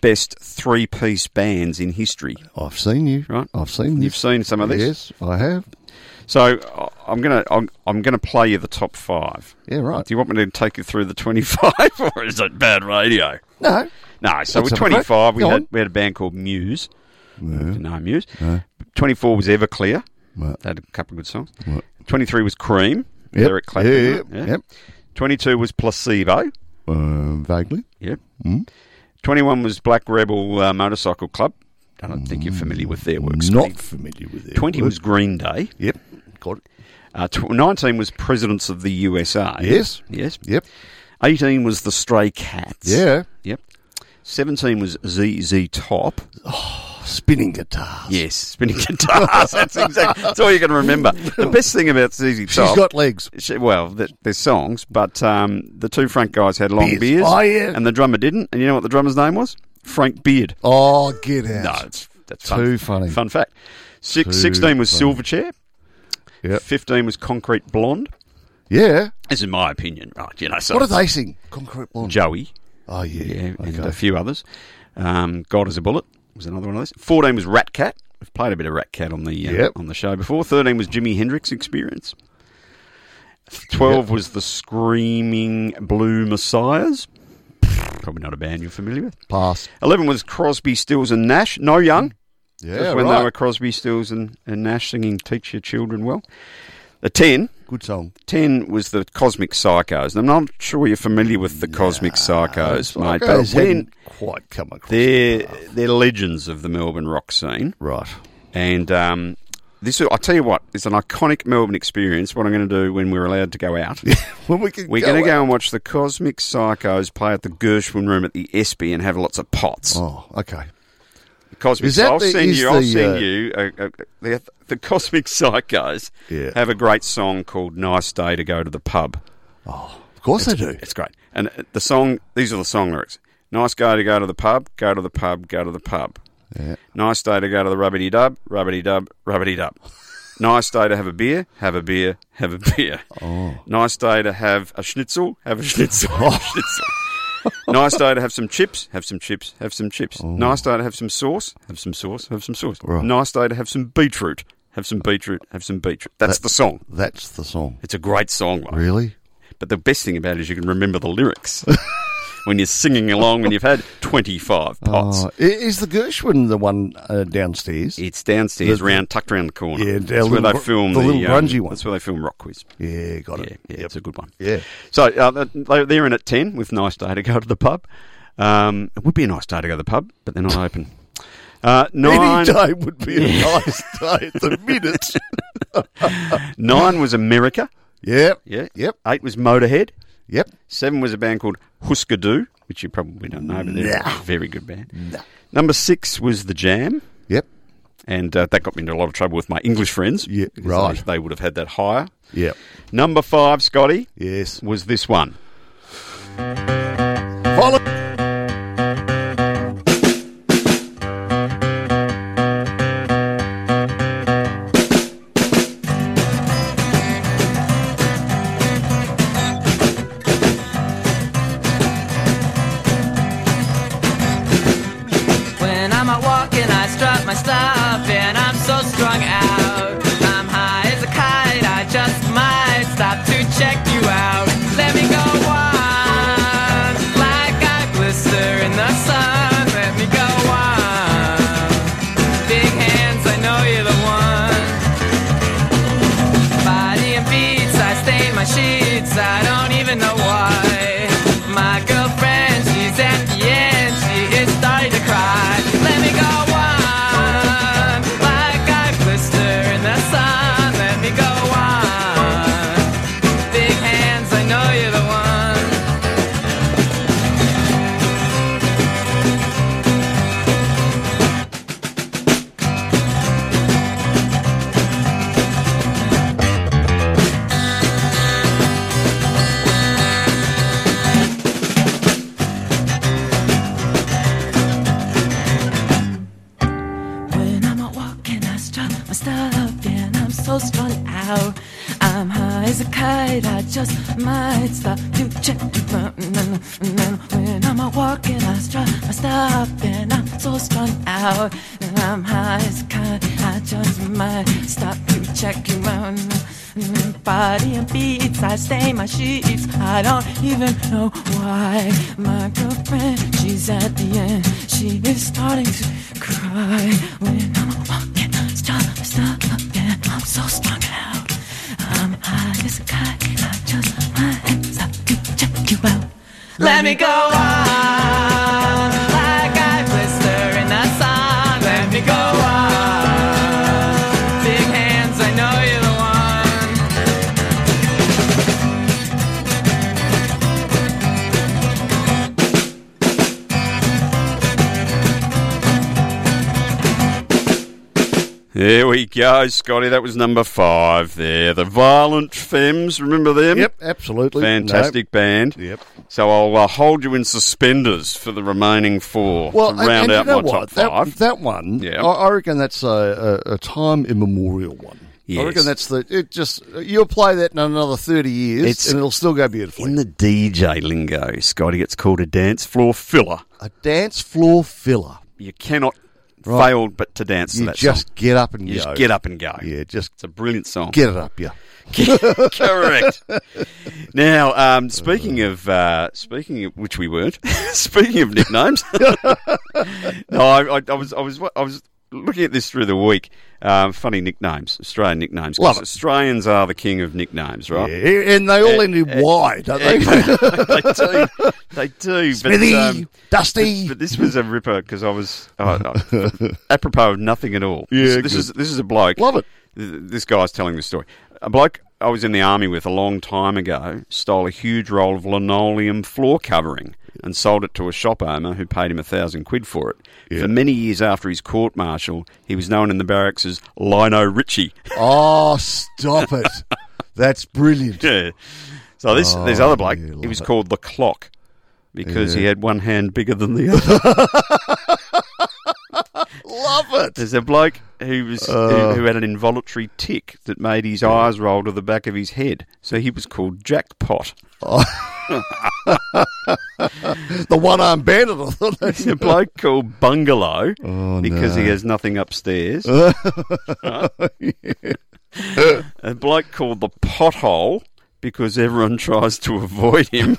Speaker 1: best three-piece bands in history.
Speaker 2: I've seen you.
Speaker 1: Right.
Speaker 2: I've seen
Speaker 1: You've
Speaker 2: you.
Speaker 1: seen some of this,
Speaker 2: Yes, I have.
Speaker 1: so I- I'm gonna I'm, I'm gonna play you the top five.
Speaker 2: Yeah, right.
Speaker 1: Do you want me to take you through the 25, or is it bad radio?
Speaker 2: No.
Speaker 1: No, so
Speaker 2: Let's
Speaker 1: with
Speaker 2: have a crack.
Speaker 1: 25, we
Speaker 2: Go
Speaker 1: had,
Speaker 2: on.
Speaker 1: we had a band called Muse.
Speaker 2: Uh,
Speaker 1: No, Muse. 24 was Everclear. They had a couple of good songs. 23 was Cream.
Speaker 2: Yep.
Speaker 1: Eric Clapton.
Speaker 2: Yeah,
Speaker 1: right?
Speaker 2: yeah,
Speaker 1: Yeah.
Speaker 2: yep.
Speaker 1: 22 was Placebo.
Speaker 2: Um, vaguely.
Speaker 1: Yep.
Speaker 2: Mm.
Speaker 1: 21 was Black Rebel uh, Motorcycle Club. I don't think you're familiar with their work. Scotty.
Speaker 2: Not familiar with it.
Speaker 1: 20 was Green Day.
Speaker 2: Yep. Got it.
Speaker 1: Uh, tw- 19 was Presidents of the USA.
Speaker 2: Yes.
Speaker 1: Yes.
Speaker 2: Yep.
Speaker 1: 18 was The Stray Cats.
Speaker 2: Yeah.
Speaker 1: Yep. 17 was ZZ Top.
Speaker 2: Spinning guitars.
Speaker 1: Yes, spinning guitars. That's exactly. That's all you can remember. The best thing about Susie
Speaker 2: She's
Speaker 1: Top,
Speaker 2: got legs.
Speaker 1: She, well, th- there's songs, but um, the two front guys had long
Speaker 2: Beards.
Speaker 1: beards,
Speaker 2: Oh, yeah.
Speaker 1: and the drummer didn't. And you know what the drummer's name was? Frank Beard.
Speaker 2: Oh, get out.
Speaker 1: No, it's, that's
Speaker 2: Too
Speaker 1: fun,
Speaker 2: funny.
Speaker 1: Fun fact. Six,
Speaker 2: Too
Speaker 1: 16 was
Speaker 2: funny.
Speaker 1: Silverchair.
Speaker 2: Yep.
Speaker 1: 15 was Concrete Blonde.
Speaker 2: Yeah.
Speaker 1: This is my opinion, right? You know, so
Speaker 2: What do they sing? Concrete Blonde.
Speaker 1: Joey,
Speaker 2: Oh, yeah.
Speaker 1: yeah, and
Speaker 2: Okay.
Speaker 1: a few others. Um, God is a Bullet was another one of those. 14 was Rat Cat. We've played a bit of Rat Cat on the uh,
Speaker 2: Yep.
Speaker 1: on the show before. 13 was Jimi Hendrix Experience. 12 was the Screaming Blue Messiahs. Probably not a band you're familiar with.
Speaker 2: Pass.
Speaker 1: 11 was Crosby, Stills and Nash. No Young.
Speaker 2: Yeah,
Speaker 1: That's when
Speaker 2: right.
Speaker 1: they were Crosby, Stills, and, and Nash singing Teach Your Children Well. The 10,
Speaker 2: Good song.
Speaker 1: 10 was the Cosmic Psychos. And I'm not sure you're familiar with the Cosmic Psychos, mate, but
Speaker 2: Psychos
Speaker 1: when
Speaker 2: hadn't quite come across.
Speaker 1: they're, they're legends of the Melbourne rock scene.
Speaker 2: Right.
Speaker 1: And um, this, I'll tell you what, it's an iconic Melbourne experience. What I'm going to do when we're allowed to go out.
Speaker 2: Well, we can
Speaker 1: We're going to go and watch the Cosmic Psychos play at the Gershwin Room at the ESPY and have lots of pots.
Speaker 2: Oh, okay.
Speaker 1: Cosmic.
Speaker 2: Is that
Speaker 1: I'll
Speaker 2: the-
Speaker 1: send
Speaker 2: is
Speaker 1: you. I'll
Speaker 2: the,
Speaker 1: send
Speaker 2: uh,
Speaker 1: you. A, a, the, the Cosmic Psychos
Speaker 2: Yeah.
Speaker 1: have a great song called "Nice Day to Go to the Pub."
Speaker 2: Of course they do.
Speaker 1: It's great, and uh, the song. These are the song lyrics. Nice day to go to the pub. Go to the pub. Go to the pub.
Speaker 2: Yeah.
Speaker 1: Nice day to go to the rubbity dub. Rubbity dub. Rubbity dub. Nice day to have a beer, have a beer, have a beer. Oh. Nice day to have a schnitzel, have a schnitzel, have a schnitzel. nice day to have some chips, have some chips, have some chips.
Speaker 2: Oh.
Speaker 1: Nice day to have some sauce, have some sauce, have some sauce. Nice day to have some beetroot, have some beetroot, have some beetroot. That's the song.
Speaker 2: That's the song.
Speaker 1: It's a great song. Like.
Speaker 2: Really?
Speaker 1: But the best thing about it is you can remember the lyrics when you're singing along when you've had 25 pots.
Speaker 2: Oh, i- is the Gershwin the one uh, downstairs?
Speaker 1: It's downstairs,
Speaker 2: The-
Speaker 1: round tucked around the corner.
Speaker 2: Yeah,
Speaker 1: that's
Speaker 2: our
Speaker 1: where
Speaker 2: little
Speaker 1: they
Speaker 2: gr-
Speaker 1: film
Speaker 2: the
Speaker 1: the,
Speaker 2: little
Speaker 1: um,
Speaker 2: grungy one.
Speaker 1: That's where they film Rock Quiz.
Speaker 2: Yeah, got
Speaker 1: Yeah,
Speaker 2: it.
Speaker 1: yeah,
Speaker 2: Yep.
Speaker 1: it's a good one.
Speaker 2: Yeah.
Speaker 1: So uh, they- they're in at ten with nice day to go to the pub. Um, it would be a nice day to go to the pub, but they're not open. Uh,
Speaker 2: Any
Speaker 1: nine,
Speaker 2: day would be a nice day at the minute.
Speaker 1: nine was America.
Speaker 2: yep.
Speaker 1: Yeah.
Speaker 2: Yep.
Speaker 1: Eight was Motorhead.
Speaker 2: Yep.
Speaker 1: Seven was a band called Husker Du, which you probably don't know, but they're
Speaker 2: Nah.
Speaker 1: a very good band. Number six was The Jam.
Speaker 2: Yep.
Speaker 1: And uh, that got me into a lot of trouble with my English friends.
Speaker 2: Yeah,
Speaker 1: because
Speaker 2: right.
Speaker 1: They, they would have had that higher.
Speaker 2: Yep.
Speaker 1: Number five, Scotty,
Speaker 2: Yes.
Speaker 1: was this one.
Speaker 2: Follow.
Speaker 11: When I'm out walking, I strut my stuff, and I'm so strung out. I'm high as a kite, I just might stop to check you out. Let me go on, like I blister in the sun. Let me go on, big hands, I know you're the one. Body and beats, I stain my sheets, I don't even know why. My girlfriend, she's at the end, she is starting to cry. Let me go on, like I blister in the sun. Let me go on, big hands, I know you're the one. When I'm out walking, I strut my stuff, and I'm so strung out. I'm high as a kite, I just might stop to check. When I'm out walking, I strut my stuff, and I'm so strung out. And I'm high as a kite, I just might stop to check you out. Body and beats, I stain my sheets. I don't even know why. My girlfriend, she's at the end. She is starting to cry. When I'm walking, stop, stop, yeah, I'm so strung out. I'm high as a kite. I just might stop to check you out. Let me go on, like I blister in the sun. Let me go on, big hands, I know you're the one.
Speaker 1: There we go, Scotty. That was number five there. The Violent Femmes. Remember them?
Speaker 2: Yep, absolutely.
Speaker 1: Fantastic band.
Speaker 2: Yep.
Speaker 1: So I'll uh, hold you in suspenders for the remaining four
Speaker 2: Well,
Speaker 1: to
Speaker 2: and- and
Speaker 1: round
Speaker 2: you
Speaker 1: out
Speaker 2: know
Speaker 1: my
Speaker 2: what?
Speaker 1: top
Speaker 2: That-
Speaker 1: five.
Speaker 2: that one,
Speaker 1: Yeah.
Speaker 2: I, I reckon that's a, a, a time immemorial one. I
Speaker 1: Yes.
Speaker 2: reckon that's the. It just you'll play that in another thirty years,
Speaker 1: It's-
Speaker 2: and it'll still go beautifully.
Speaker 1: In the DJ lingo, Scotty, it's called a dance floor filler.
Speaker 2: A dance floor filler.
Speaker 1: You cannot
Speaker 2: Right.
Speaker 1: fail but to dance to
Speaker 2: You
Speaker 1: that
Speaker 2: just
Speaker 1: song.
Speaker 2: get up and
Speaker 1: you
Speaker 2: go.
Speaker 1: just get up and go.
Speaker 2: Yeah, just
Speaker 1: It's a brilliant song.
Speaker 2: get it up, yeah.
Speaker 1: Correct. now, um, speaking of uh, speaking of which we weren't. speaking of nicknames, no, I, I, I was I was I was looking at this through the week. Um, funny nicknames, Australian nicknames. 'cause
Speaker 2: Love it.
Speaker 1: Australians are the king of nicknames, right?
Speaker 2: Yeah, and they all
Speaker 1: Eh,
Speaker 2: end in
Speaker 1: eh,
Speaker 2: Y, don't they?
Speaker 1: they do. They do.
Speaker 2: Smithy,
Speaker 1: but, um,
Speaker 2: Dusty.
Speaker 1: But this was a ripper because I was oh, no, apropos of nothing at all.
Speaker 2: Yeah,
Speaker 1: This- this
Speaker 2: good.
Speaker 1: is this is a bloke.
Speaker 2: Love it.
Speaker 1: Th- This guy's telling this story. A bloke I was in the army with a long time ago stole a huge roll of linoleum floor covering and sold it to a shop owner who paid him a thousand quid for it. For many years after his court martial, he was known in the barracks as Lino Richie.
Speaker 2: oh, stop it! That's brilliant.
Speaker 1: Yeah. So this this
Speaker 2: Oh,
Speaker 1: other bloke,
Speaker 2: yeah,
Speaker 1: he
Speaker 2: love
Speaker 1: was
Speaker 2: it.
Speaker 1: called the clock because he had one hand bigger than the other.
Speaker 2: Love it.
Speaker 1: There's a bloke who was who, who had an involuntary tick that made his eyes roll to the back of his head, so he was called jackpot.
Speaker 2: The one-armed bandit. I thought that's
Speaker 1: There's a bloke called bungalow because he has nothing upstairs. a bloke called the pothole because everyone tries to avoid him.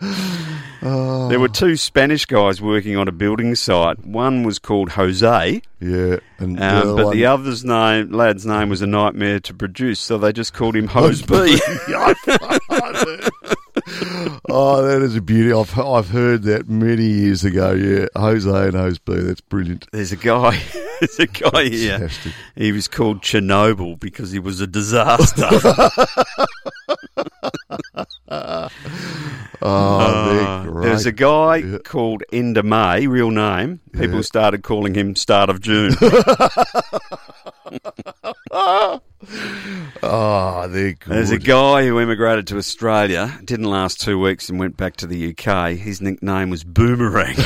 Speaker 1: There were two Spanish guys working on a building site. One was called Jose,
Speaker 2: yeah. And
Speaker 1: um, but
Speaker 2: one-
Speaker 1: the other's name, lad's name, was a nightmare to produce, so they just called him Hose B.
Speaker 2: oh, that is a beauty. I've I've heard that many years ago. Yeah, Jose and Jose B. That's brilliant.
Speaker 1: There's a guy. There's a guy here.
Speaker 2: Fantastic.
Speaker 1: He was called Chernobyl because he was a disaster.
Speaker 2: Oh, they're great.
Speaker 1: Uh, There's a guy called Ender May, real name. People started calling him Start of June.
Speaker 2: oh, they're good.
Speaker 1: There's a guy who emigrated to Australia, didn't last two weeks, and went back to the UK. His nickname was Boomerang.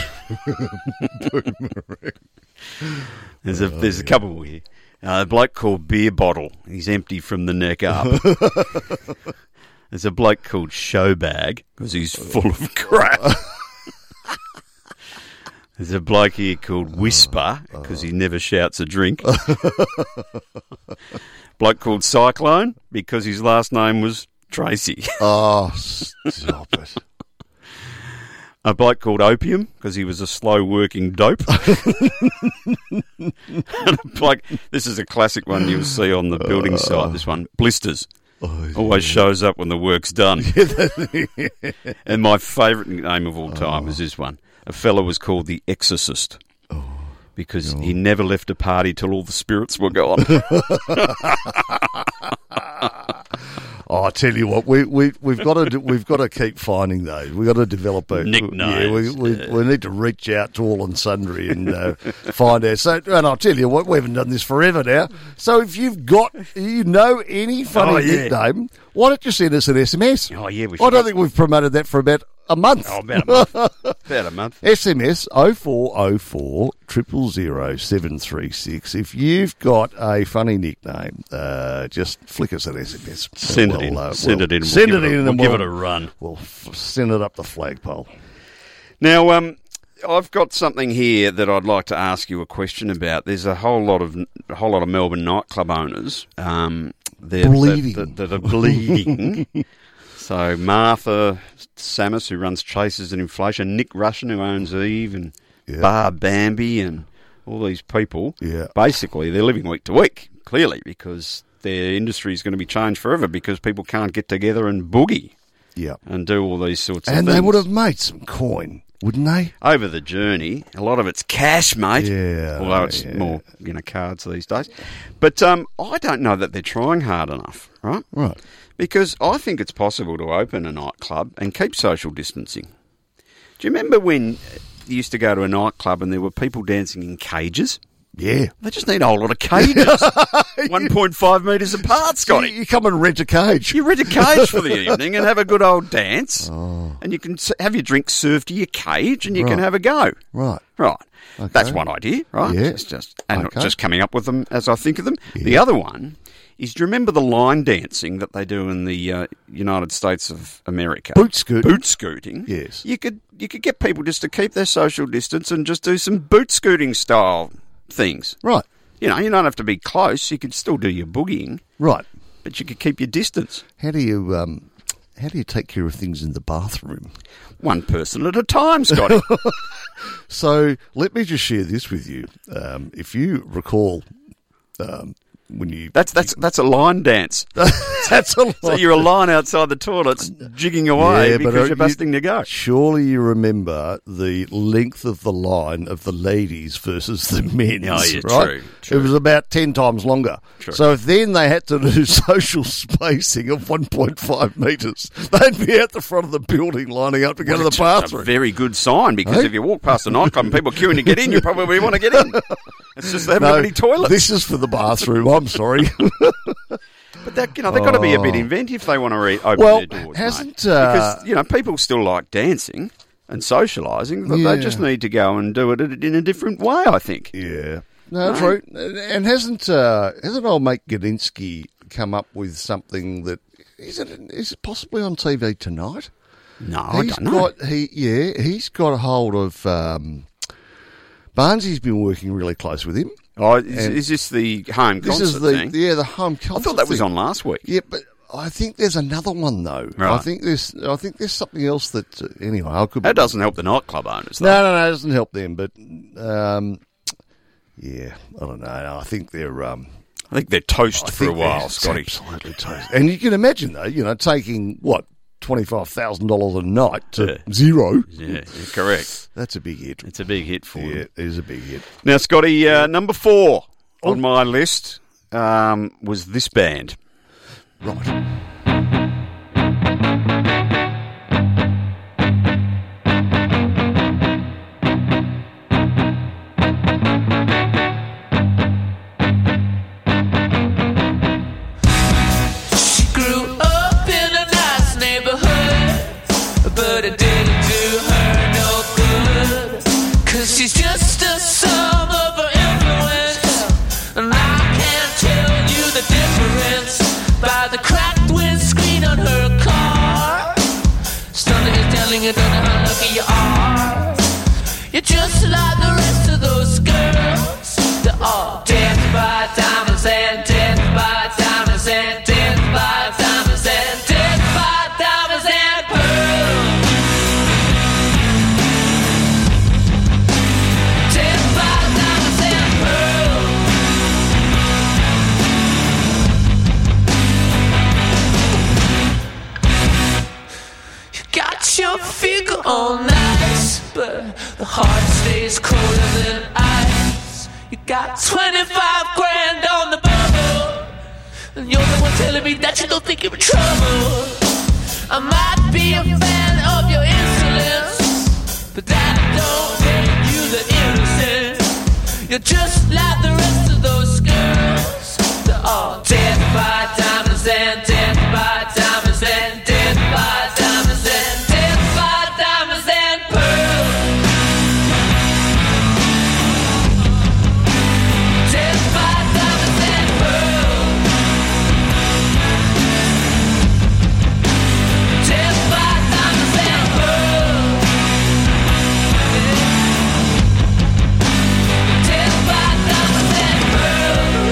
Speaker 1: There's a there's a couple more here. Uh, a bloke called Beer Bottle. He's empty from the neck up. There's a bloke called Showbag because he's full of crap. There's a bloke here called Whisper because he never shouts a drink. bloke called Cyclone because his last name was Tracy.
Speaker 2: Oh, stop it.
Speaker 1: A bloke called Opium because he was a slow working dope. And a bloke, this is a classic one you'll see on the building site. This one, blisters, always shows up when the work's done. and my favourite nickname of all time was this one. A fella was called the Exorcist because he never left a party till all the spirits were gone.
Speaker 2: Oh, I tell you what, we we we've got to do, we've got to keep finding those. We've got to develop a Yeah, we,
Speaker 1: Nicknames,
Speaker 2: we, we need to reach out to all and sundry and uh, find out. So, and I'll tell you what, we haven't done this forever now. So, if you've got you know any funny
Speaker 1: Oh, yeah.
Speaker 2: nickname, why don't you send us an SMS?
Speaker 1: Oh, yeah, we
Speaker 2: I
Speaker 1: should.
Speaker 2: don't think we've promoted that for about a month.
Speaker 1: oh, about a month. About a month.
Speaker 2: SMS 0404 000 736. If you've got a funny nickname, uh, just flick us an SMS.
Speaker 1: Send it in. Send it in. We'll
Speaker 2: uh, send
Speaker 1: give
Speaker 2: it
Speaker 1: it a-
Speaker 2: in and
Speaker 1: we'll
Speaker 2: then
Speaker 1: give it a run.
Speaker 2: We'll f- send it up the flagpole.
Speaker 1: Now, um, I've got something here that I'd like to ask you a question about. There's a whole lot of a whole lot of Melbourne nightclub owners um, they're-
Speaker 2: Bleeding.
Speaker 1: that, that, that are bleeding. so Martha Samus, who runs Chasers and Inflation, Nick Russian, who owns Eve, and Bar Bambi, and all these people.
Speaker 2: Yeah.
Speaker 1: basically they're living week to week, clearly because their industry is going to be changed forever because people can't get together and boogie
Speaker 2: Yeah.
Speaker 1: and do all these sorts of
Speaker 2: And
Speaker 1: things
Speaker 2: they would have made some coin, wouldn't they?
Speaker 1: over the journey. A lot of it's cash, mate.
Speaker 2: Yeah,
Speaker 1: Although it's more, you know, cards these days. But um, I don't know that they're trying hard enough, right?
Speaker 2: Right.
Speaker 1: Because I think it's possible to open a nightclub and keep social distancing. Do you remember when used to go to a nightclub and there were people dancing in cages.
Speaker 2: Yeah.
Speaker 1: They just need a whole lot of cages. 1.5 metres apart, Scotty.
Speaker 2: You come and rent a cage.
Speaker 1: You rent a cage for the evening and have a good old dance. And you can s- have your drink served to your cage and you can
Speaker 2: Oh. Right.
Speaker 1: have a go.
Speaker 2: Right.
Speaker 1: Right. That's
Speaker 2: Okay.
Speaker 1: one idea, right?
Speaker 2: Yeah.
Speaker 1: It's just and
Speaker 2: Okay.
Speaker 1: just coming up with them as I think of them. The other one is do you remember the line dancing that they do in the uh, United States of America?
Speaker 2: Boot scoot.
Speaker 1: Boot scooting.
Speaker 2: Yes.
Speaker 1: You could you could get people just to keep their social distance and just do some boot scooting style things.
Speaker 2: Right.
Speaker 1: You know, you don't have to be close. You could still do your boogieing,
Speaker 2: Right.
Speaker 1: but you could keep your distance.
Speaker 2: How do you um, how do you take care of things in the bathroom?
Speaker 1: One person at a time, Scotty.
Speaker 2: So let me just share this with you. Um, if you recall, um, when you
Speaker 1: That's that's that's a line dance.
Speaker 2: that's a lot.
Speaker 1: So you're a line outside the toilets, jigging away
Speaker 2: Yeah, but uh,
Speaker 1: because
Speaker 2: are
Speaker 1: you're busting to go.
Speaker 2: Surely you remember the length of the line of the ladies versus the men.
Speaker 1: Oh, yeah,
Speaker 2: right?
Speaker 1: true, true.
Speaker 2: It was about 10 times longer.
Speaker 1: True.
Speaker 2: So if then they had to do social spacing of 1.5 metres, they'd be out the front of the building lining up to go to the
Speaker 1: That's
Speaker 2: bathroom.
Speaker 1: a very good sign because
Speaker 2: Hey?
Speaker 1: if you walk past a nightclub and people are queuing to get in, you probably want to get in. It's just they haven't
Speaker 2: No,
Speaker 1: got any toilets.
Speaker 2: This is for the bathroom. I'm sorry.
Speaker 1: but that, you know, they've got to be a bit inventive if they want to re- open
Speaker 2: Oh. Well,
Speaker 1: their doors.
Speaker 2: hasn't,
Speaker 1: mate.
Speaker 2: uh,
Speaker 1: because you know people still like dancing and socialising, but
Speaker 2: Yeah.
Speaker 1: they just need to go and do it in a different way. I think.
Speaker 2: yeah. No, true. And- And hasn't uh, hasn't old mate Gadinsky come up with something that is it is it possibly on TV tonight?
Speaker 1: No, I
Speaker 2: He's
Speaker 1: don't know.
Speaker 2: got he yeah he's got a hold of um, Barnsley's been working really close with him.
Speaker 1: oh, is,
Speaker 2: and-
Speaker 1: is this the home
Speaker 2: This
Speaker 1: concert
Speaker 2: is the
Speaker 1: thing?
Speaker 2: yeah the home concert.
Speaker 1: I thought that was
Speaker 2: thing.
Speaker 1: on last week.
Speaker 2: Yeah, but I think there's another one though. I
Speaker 1: Right.
Speaker 2: think there's I think there's something else that uh, anyway I could. be-
Speaker 1: That doesn't help the nightclub owners. Though.
Speaker 2: No, no, no, it doesn't help them. But um, yeah, I don't know. I think they're um,
Speaker 1: I think they're toast
Speaker 2: I
Speaker 1: for a
Speaker 2: think they're
Speaker 1: while, Scotty.
Speaker 2: Absolutely toast. And you can imagine though, you know, taking what. Twenty-five thousand dollars a night to zero.
Speaker 1: Yeah, you're correct.
Speaker 2: That's a big hit.
Speaker 1: It's a big hit for
Speaker 2: Yeah,
Speaker 1: them.
Speaker 2: it is a big hit.
Speaker 1: Now, Scotty, uh, number four
Speaker 2: Oh.
Speaker 1: on my list um, was this band.
Speaker 2: Right.
Speaker 5: She grew up in a nice neighborhood, but it didn't do her no good. Cause she's just a sum of her influence. And I can't tell you the difference by the cracked windscreen on her car. Stunning is telling you, don't know how lucky you are. You're just like the rest of those girls. They're all death by diamonds and death by diamonds and death by diamonds and death by diamonds and pearls. Death by diamonds and pearls. Got your figure all nice, but the heart stays colder than ice. You got 25 grand on the bubble, and you're the one telling me that you don't think you're in trouble. I might be a fan of your insolence, but that don't make you the innocent. You're just like the rest of those girls. They're all dead by diamonds and dead by diamonds and dead by diamonds and dead by diamonds and pearls. Dead by diamonds and pearls. Dead by diamonds and pearls. Dead by diamonds and pearls.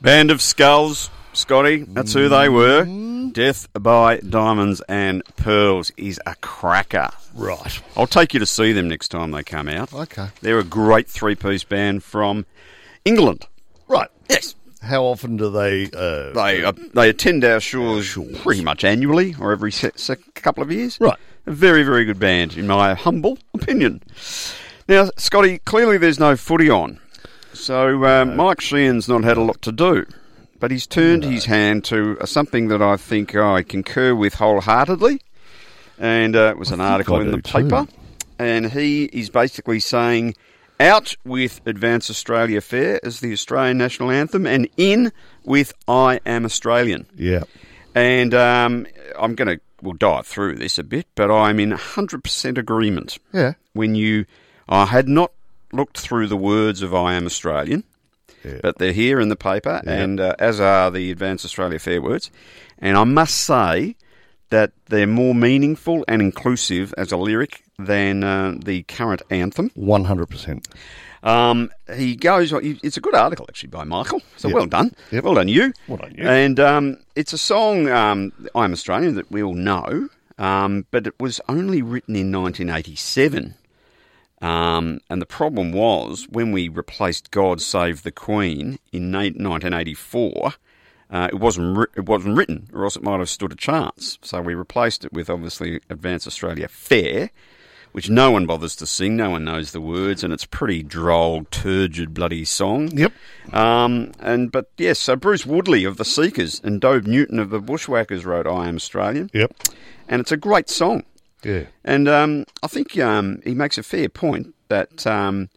Speaker 1: Band of Skulls, Scotty, that's who they were.
Speaker 2: Mm-hmm.
Speaker 1: Death by Diamonds and Pearls is a cracker.
Speaker 2: Right.
Speaker 1: I'll take you to see them next time they come out.
Speaker 2: Okay.
Speaker 1: They're a great three piece band from England.
Speaker 2: Right.
Speaker 1: Yes.
Speaker 2: How often do they? Uh,
Speaker 1: They uh, they attend our shores, pretty much annually or every se- se- couple of years.
Speaker 2: Right.
Speaker 1: A very, very good band, in my humble opinion. Now, Scotty, clearly there's no footy on. So uh, Mike Sheehan's not had a lot to do. But he's turned his hand to uh, something that I think I concur with wholeheartedly. And uh, it was an article
Speaker 2: I
Speaker 1: in the
Speaker 2: do too.
Speaker 1: paper. And he is basically saying, out with Advance Australia Fair as the Australian national anthem, and in with I Am Australian.
Speaker 2: yeah.
Speaker 1: And um, I'm going to, we'll dive through this a bit, but I'm in 100% agreement.
Speaker 2: Yeah.
Speaker 1: When you, I had not looked through the words of I Am Australian, but they're here in the paper, and uh, as are the Advance Australia Fair words. And I must say that they're more meaningful and inclusive as a lyric than uh, the current anthem.
Speaker 2: One hundred percent.
Speaker 1: Um, he goes. It's a good article actually by Michael. So
Speaker 2: Yep.
Speaker 1: well done,
Speaker 2: Yep.
Speaker 1: well done you.
Speaker 2: Well done you.
Speaker 1: And um, it's a song um, I'm Australian that we all know, um, but it was only written in 1987. Um, and the problem was when we replaced "God Save the Queen" in na- 1984. Uh, it wasn't wri- it wasn't written, or else it might have stood a chance. So we replaced it with obviously Advance Australia Fair, which no one bothers to sing, no one knows the words, and it's a pretty droll, turgid, bloody song.
Speaker 2: Yep.
Speaker 1: Um, and but yes, so Bruce Woodley of the Seekers and Dove Newton of the Bushwhackers wrote "I Am Australian,"
Speaker 2: Yep.
Speaker 1: and it's a great song.
Speaker 2: Yeah.
Speaker 1: And um, I think um, he makes a fair point that um,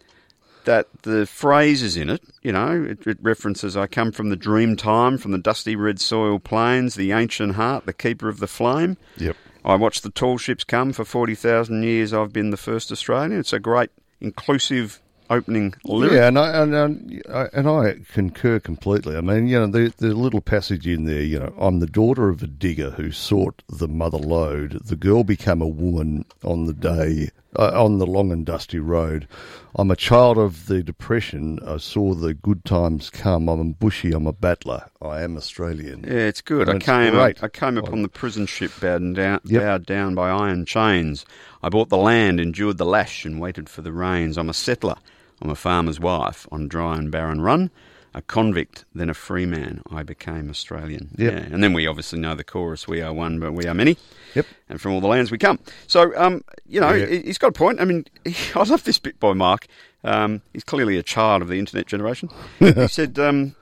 Speaker 1: that the phrases in it, you know, it, it references "I come from the dream time, from the dusty red soil plains, the ancient heart, the keeper of the flame."
Speaker 2: Yep.
Speaker 1: I watched the tall ships come for forty thousand years. I've been the first Australian. It's a great inclusive opening lyric.
Speaker 2: Yeah, and I, and, and, I- and I concur completely. I mean, you know, the, the little passage in there, you know, I'm the daughter of a digger who sought the mother lode. The girl became a woman on the day, uh, on the long and dusty road. I'm a child of the depression. I saw the good times come. I'm bushy. I'm a battler. I am Australian.
Speaker 1: Yeah, it's good. I
Speaker 2: That's
Speaker 1: came,
Speaker 2: great.
Speaker 1: I came upon the prison ship bowed down,
Speaker 2: Yep.
Speaker 1: bowed down by iron chains. I bought the land, endured the lash, and waited for the rains. I'm a settler. I'm a farmer's wife on dry and barren run. A convict, then a free man. I became Australian.
Speaker 2: Yep.
Speaker 1: Yeah, and then we obviously know the chorus: "We are one, but we are many."
Speaker 2: Yep.
Speaker 1: and from all the lands we come. So, um, you know,
Speaker 2: Yeah.
Speaker 1: he- he's got a point. I mean, I love this bit by Mark. Um, he's clearly a child of the internet generation. he said, um,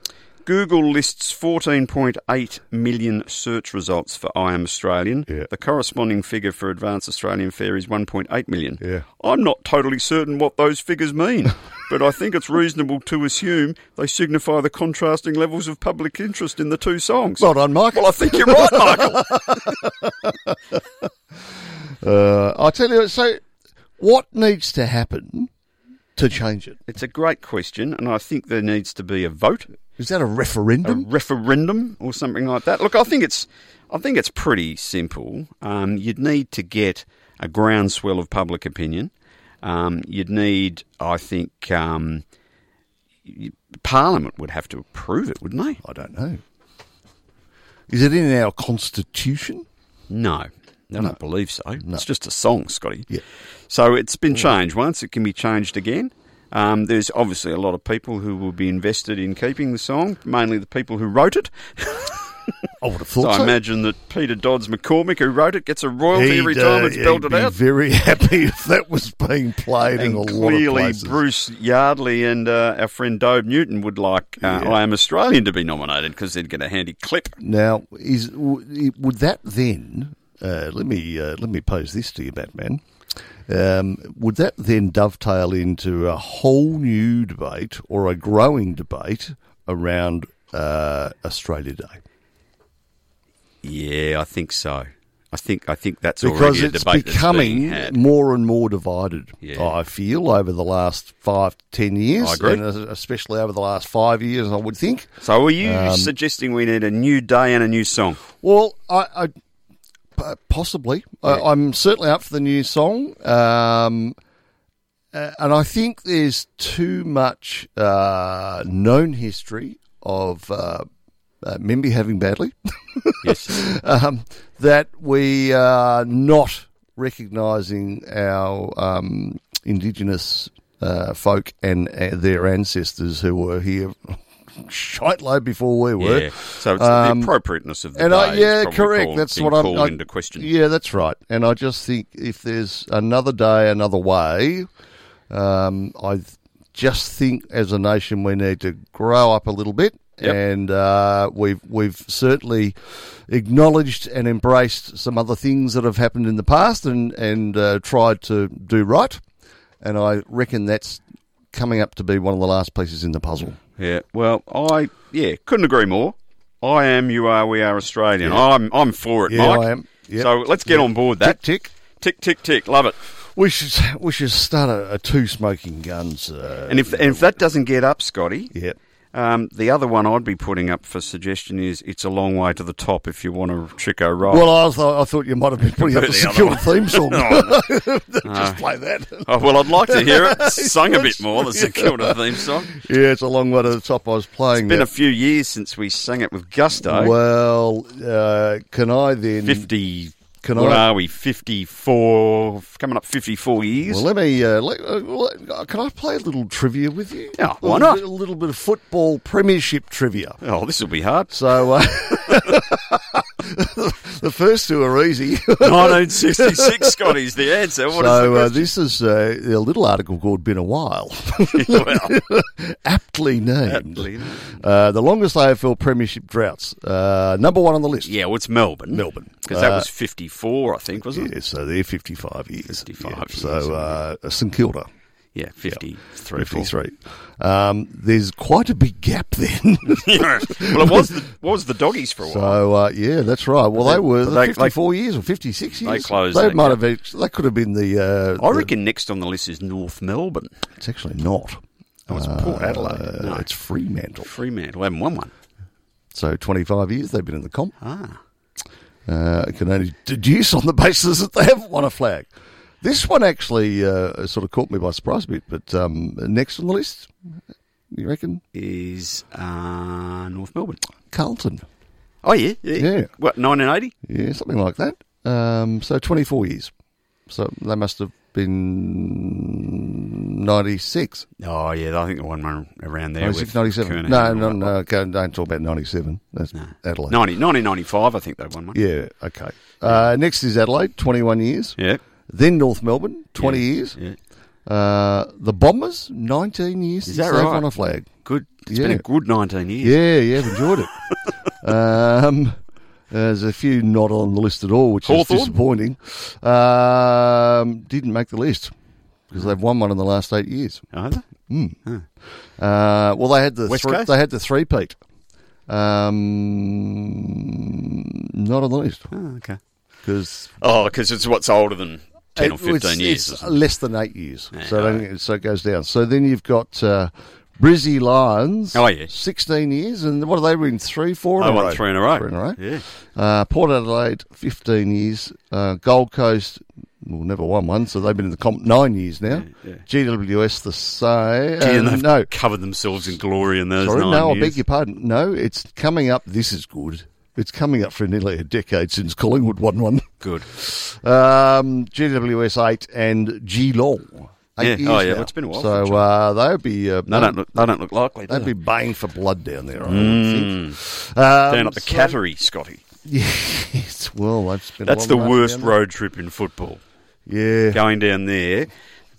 Speaker 1: Google lists 14.8 million search results for I Am Australian.
Speaker 2: Yeah.
Speaker 1: The corresponding figure for Advanced Australian Fair is 1.8 million.
Speaker 2: Yeah.
Speaker 1: I'm not totally certain what those figures mean, but I think it's reasonable to assume they signify the contrasting levels of public interest in the two songs.
Speaker 2: Well done, Mike.
Speaker 1: well I think you're right, Michael.
Speaker 2: Uh, I tell you, what, so what needs to happen to change it?
Speaker 1: It's a great question, and I think there needs to be a vote,
Speaker 2: Is that a
Speaker 1: a
Speaker 2: referendum?
Speaker 1: referendum, or something like that. Look, I think it's, I think it's pretty simple. Um, you'd need to get a groundswell of public opinion. Um, you'd need, I think, um, y- Parliament would have to approve it, wouldn't they?
Speaker 2: I don't know. Is it in our constitution?
Speaker 1: No, no, I don't believe so. It's just a song, Scotty.
Speaker 2: Yeah.
Speaker 1: So it's been changed once. It can be changed again. Um, there's obviously a lot of people who will be invested in keeping the song, mainly the people who wrote it.
Speaker 2: I would have thought
Speaker 1: I
Speaker 2: so.
Speaker 1: imagine that Peter Dodds McCormick, who wrote it, gets a royalty every time
Speaker 2: uh,
Speaker 1: it's belted
Speaker 2: he'd be
Speaker 1: out.
Speaker 2: Very happy if that was being played in a
Speaker 1: And
Speaker 2: lot of
Speaker 1: clearly,
Speaker 2: places.
Speaker 1: Bruce Yardley and uh, our friend Dove Newton would like uh, I Am Australian to be nominated because they'd get a handy clip.
Speaker 2: Now, is w- would that then? Uh, let me uh, let me pose this to you, Batman. Um, would that then dovetail into a whole new debate or a growing debate around uh, Australia Day?
Speaker 1: Yeah, I think so. I think I think that's
Speaker 2: because
Speaker 1: already a
Speaker 2: it's
Speaker 1: debate that's being
Speaker 2: becoming
Speaker 1: had.
Speaker 2: more and more divided.
Speaker 1: Yeah.
Speaker 2: I feel over the last five, ten years,
Speaker 1: I agree.
Speaker 2: and es- especially over the last five years, I would think.
Speaker 1: So, are you suggesting we need a new day and a new song?
Speaker 2: Well, I, I p- possibly, I, I'm certainly up for the new song, um, uh, and I think there's too much uh, known history of uh, uh, Mimby having badly.
Speaker 1: yes.
Speaker 2: um, that we are not recognising our um, Indigenous uh, folk and uh, their ancestors who were here shite low before we were.
Speaker 1: Yeah. So it's
Speaker 2: Um,
Speaker 1: the appropriateness of the
Speaker 2: and
Speaker 1: day
Speaker 2: I,
Speaker 1: is
Speaker 2: yeah,
Speaker 1: probably
Speaker 2: correct.
Speaker 1: called-
Speaker 2: that's
Speaker 1: being
Speaker 2: what I'm
Speaker 1: called
Speaker 2: I-
Speaker 1: into question.
Speaker 2: Yeah, that's right. And I just think if there's another day, another way, um, I th- just think as a nation we need to grow up a little bit.
Speaker 1: Yep.
Speaker 2: And uh, we've we've certainly acknowledged and embraced some other things that have happened in the past, and and uh, tried to do right. And I reckon that's coming up to be one of the last pieces in the puzzle.
Speaker 1: Yeah. Well, I yeah couldn't agree more. I am. You are. We are Australian.
Speaker 2: Yeah.
Speaker 1: I'm. I'm for it,
Speaker 2: Yeah,
Speaker 1: Mike.
Speaker 2: I am. Yep.
Speaker 1: So let's get
Speaker 2: Yep.
Speaker 1: on board that.
Speaker 2: Tick,
Speaker 1: tick, tick, tick. Love it.
Speaker 2: We should we should start a, a two smoking guns. Uh,
Speaker 1: And if and if that doesn't get up, Scotty.
Speaker 2: Yep.
Speaker 1: Um, the other one I'd be putting up for suggestion is it's a long way to the top if you want a Chico ride.
Speaker 2: Well, I thought, I thought you might have been putting up a
Speaker 1: Oh. Completely
Speaker 2: secure
Speaker 1: other
Speaker 2: theme song.
Speaker 1: No.
Speaker 2: Just play that.
Speaker 1: Oh, well, I'd like to hear it sung a bit more, the Secunda theme song.
Speaker 2: Yeah, it's a long way to the top. I was playing
Speaker 1: Been a eh?
Speaker 2: that.
Speaker 1: few years since we sang it with gusto.
Speaker 2: well, uh, can I then?
Speaker 1: 50.
Speaker 2: Can
Speaker 1: what
Speaker 2: I?
Speaker 1: are we? 54. Coming up 54 years.
Speaker 2: Well, let me. Uh, let, uh, let- can I play a little trivia with you?
Speaker 1: Yeah, why
Speaker 2: A
Speaker 1: not?
Speaker 2: little- A little bit of football premiership trivia.
Speaker 1: oh, this will be hard.
Speaker 2: So uh, the first two are easy.
Speaker 1: 1966, Scotty's the answer. What is
Speaker 2: so
Speaker 1: the
Speaker 2: uh,
Speaker 1: question?
Speaker 2: this is uh, a little article called "Been a While," aptly named.
Speaker 1: Aptly named.
Speaker 2: Uh, the longest AFL Premiership droughts. Uh, number one on the list.
Speaker 1: Yeah, well, it's Melbourne.
Speaker 2: Melbourne.
Speaker 1: Because that
Speaker 2: Uh,
Speaker 1: was 54, I think, wasn't
Speaker 2: Yeah,
Speaker 1: it?
Speaker 2: so they're 55 years.
Speaker 1: 55
Speaker 2: Yeah,
Speaker 1: years,
Speaker 2: So uh, St Kilda,
Speaker 1: Yeah, 53.
Speaker 2: 53. Um, there's quite a big gap then.
Speaker 1: Yeah. Well, it was the, was the doggies for a while.
Speaker 2: so, uh, yeah, that's right. Well,
Speaker 1: But
Speaker 2: they
Speaker 1: they-
Speaker 2: were
Speaker 1: but they-
Speaker 2: 54 years or 56 years.
Speaker 1: They closed
Speaker 2: They
Speaker 1: that
Speaker 2: might
Speaker 1: gap.
Speaker 2: have. ex- They could have been the. Uh,
Speaker 1: I
Speaker 2: the-
Speaker 1: reckon next on the list is North Melbourne.
Speaker 2: it's actually not. Uh,
Speaker 1: Oh, it's Port Adelaide. No.
Speaker 2: It's Fremantle.
Speaker 1: Fremantle. haven't won one.
Speaker 2: So 25 years they've been in the comp.
Speaker 1: Ah.
Speaker 2: Uh, I can only deduce on the basis that they haven't won a flag. This one actually uh, sort of caught me by surprise a bit, but um, next on the list, you reckon?
Speaker 1: Is uh, North Melbourne.
Speaker 2: Carlton.
Speaker 1: Oh, yeah. Yeah.
Speaker 2: Yeah.
Speaker 1: What, 1980?
Speaker 2: Yeah, something like that. Um, so 24 years. So they must have been 96.
Speaker 1: Oh, yeah. I think the one run around there.
Speaker 2: 96,
Speaker 1: with
Speaker 2: 97.
Speaker 1: Kernahan
Speaker 2: No,
Speaker 1: and
Speaker 2: no,
Speaker 1: all
Speaker 2: no. okay, Don't talk about 97. That's
Speaker 1: that. No.
Speaker 2: Adelaide.
Speaker 1: 90, 1995, I think they won one.
Speaker 2: Yeah, okay. Uh, next is Adelaide, 21 years.
Speaker 1: Yeah.
Speaker 2: Then North Melbourne, 20 years.
Speaker 1: Yeah.
Speaker 2: Uh, the Bombers, 19 years
Speaker 1: Is
Speaker 2: since
Speaker 1: that
Speaker 2: they've
Speaker 1: right?
Speaker 2: won a flag.
Speaker 1: Good. It's
Speaker 2: Yeah.
Speaker 1: been a good 19 years.
Speaker 2: Yeah, yeah, I've enjoyed it. um, there's a few not on the list at all, which
Speaker 1: Hawthorn?
Speaker 2: is disappointing. Um, didn't make the list because they've won one in the last eight years.
Speaker 1: Either?
Speaker 2: Uh, well, they had the
Speaker 1: West
Speaker 2: three,
Speaker 1: Coast?
Speaker 2: they had the three peat. Um, not on the list
Speaker 1: Oh, okay.
Speaker 2: because
Speaker 1: Oh, because it's what's older than 10 or
Speaker 2: It- well,
Speaker 1: 15
Speaker 2: it's-
Speaker 1: years.
Speaker 2: It's
Speaker 1: isn't it?
Speaker 2: less than eight years.
Speaker 1: Yeah,
Speaker 2: so,
Speaker 1: all
Speaker 2: then it- so it goes down. So then you've got uh, Brizzy Lions.
Speaker 1: Oh, yeah.
Speaker 2: 16 years. And what are they in? Three, four? in
Speaker 1: They
Speaker 2: a
Speaker 1: won
Speaker 2: row?
Speaker 1: Oh, three in a row.
Speaker 2: Three in a row.
Speaker 1: Yeah.
Speaker 2: Uh, Port Adelaide, 15 years. Uh, Gold Coast, well, never won one. So they've been in the comp nine years now.
Speaker 1: Yeah, yeah.
Speaker 2: GWS, the same.
Speaker 1: Gee, and
Speaker 2: uh,
Speaker 1: they've
Speaker 2: no.
Speaker 1: covered themselves in glory in those
Speaker 2: Sorry,
Speaker 1: nine
Speaker 2: no, I
Speaker 1: years.
Speaker 2: beg your pardon. No, it's coming up. This is good. It's coming up for nearly a decade since Collingwood won one.
Speaker 1: Good.
Speaker 2: Um, GWS eight and Geelong. Eight
Speaker 1: Yeah. Oh,
Speaker 2: years
Speaker 1: yeah.
Speaker 2: Now.
Speaker 1: It's been a while
Speaker 2: So
Speaker 1: since I-
Speaker 2: uh, they'd be uh,
Speaker 1: They don't look, they don't look likely, do
Speaker 2: they'd
Speaker 1: they?
Speaker 2: be baying for blood down there. I would think. Um,
Speaker 1: Hmm. Down at the
Speaker 2: so-
Speaker 1: Cattery, Scotty.
Speaker 2: Yes, well, I've spent. a
Speaker 1: That's
Speaker 2: long
Speaker 1: the
Speaker 2: way
Speaker 1: worst
Speaker 2: down there.
Speaker 1: road trip in football.
Speaker 2: Yeah.
Speaker 1: Going down there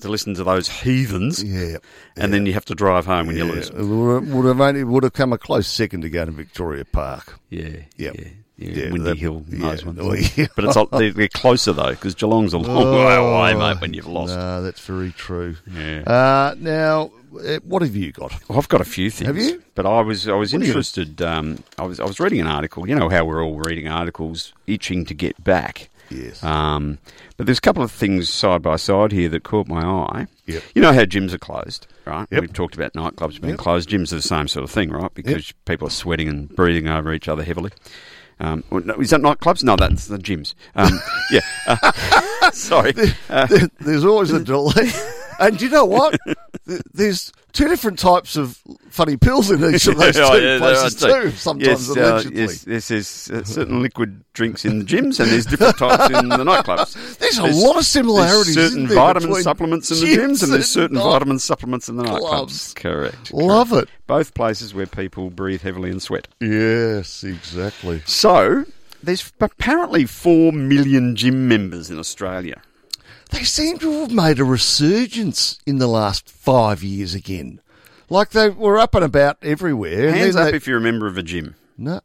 Speaker 1: to listen to those heathens,
Speaker 2: Yeah.
Speaker 1: and then you have to drive home when you
Speaker 2: Yeah,
Speaker 1: lose.
Speaker 2: it would have, would have only would have come a close second to go to Victoria Park.
Speaker 1: Yeah,
Speaker 2: Yeah.
Speaker 1: yeah,
Speaker 2: Yeah,
Speaker 1: Windy
Speaker 2: that-
Speaker 1: Hill,
Speaker 2: yeah.
Speaker 1: those ones.
Speaker 2: Oh, yeah. Oh.
Speaker 1: But it's all- they're, they're closer though, because Geelong's a long way away, mate. When you've lost,
Speaker 2: No, Oh, that's very true.
Speaker 1: Yeah.
Speaker 2: Uh, now, uh, what have you got?
Speaker 1: Well, I've got a few things.
Speaker 2: Have you?
Speaker 1: But I was I was
Speaker 2: What are you-
Speaker 1: interested. Um, I was I was reading an article. You know how we're all reading articles, itching to get back.
Speaker 2: Yes.
Speaker 1: Um, but there's a couple of things side by side here that caught my eye.
Speaker 2: Yep.
Speaker 1: You know how gyms are closed, right?
Speaker 2: Yep.
Speaker 1: We've talked about nightclubs being
Speaker 2: Yep.
Speaker 1: closed. Gyms are the same sort of thing, right? Because people are sweating and breathing over each other heavily. Um, well, no, is that nightclubs? No, that's the gyms. Um, yeah. Uh, sorry. Uh,
Speaker 2: there's always a delay. And you know what? Th- There's two different types of funny pills in each of those
Speaker 1: Oh, Yeah,
Speaker 2: two
Speaker 1: yeah, there are
Speaker 2: places
Speaker 1: two.
Speaker 2: too. Sometimes
Speaker 1: yes, uh,
Speaker 2: allegedly.
Speaker 1: yes, yes, there's uh, certain liquid drinks in the gyms, and there's different types in the nightclubs.
Speaker 2: There's a lot of similarities,
Speaker 1: There's
Speaker 2: isn't
Speaker 1: certain
Speaker 2: there,
Speaker 1: vitamin
Speaker 2: between
Speaker 1: supplements in the
Speaker 2: gyms
Speaker 1: gyms, and
Speaker 2: and
Speaker 1: there's certain
Speaker 2: night-
Speaker 1: vitamin supplements in the nightclubs.
Speaker 2: clubs.
Speaker 1: Correct.
Speaker 2: Love
Speaker 1: correct.
Speaker 2: it.
Speaker 1: Both places where people breathe heavily and sweat.
Speaker 2: Yes, exactly.
Speaker 1: So there's apparently four million gym members in Australia.
Speaker 2: They seem to have made a resurgence in the last five years again. Like they were up and about everywhere. and
Speaker 1: Hands
Speaker 2: then
Speaker 1: up
Speaker 2: they-
Speaker 1: if you're a member of a gym.
Speaker 2: No,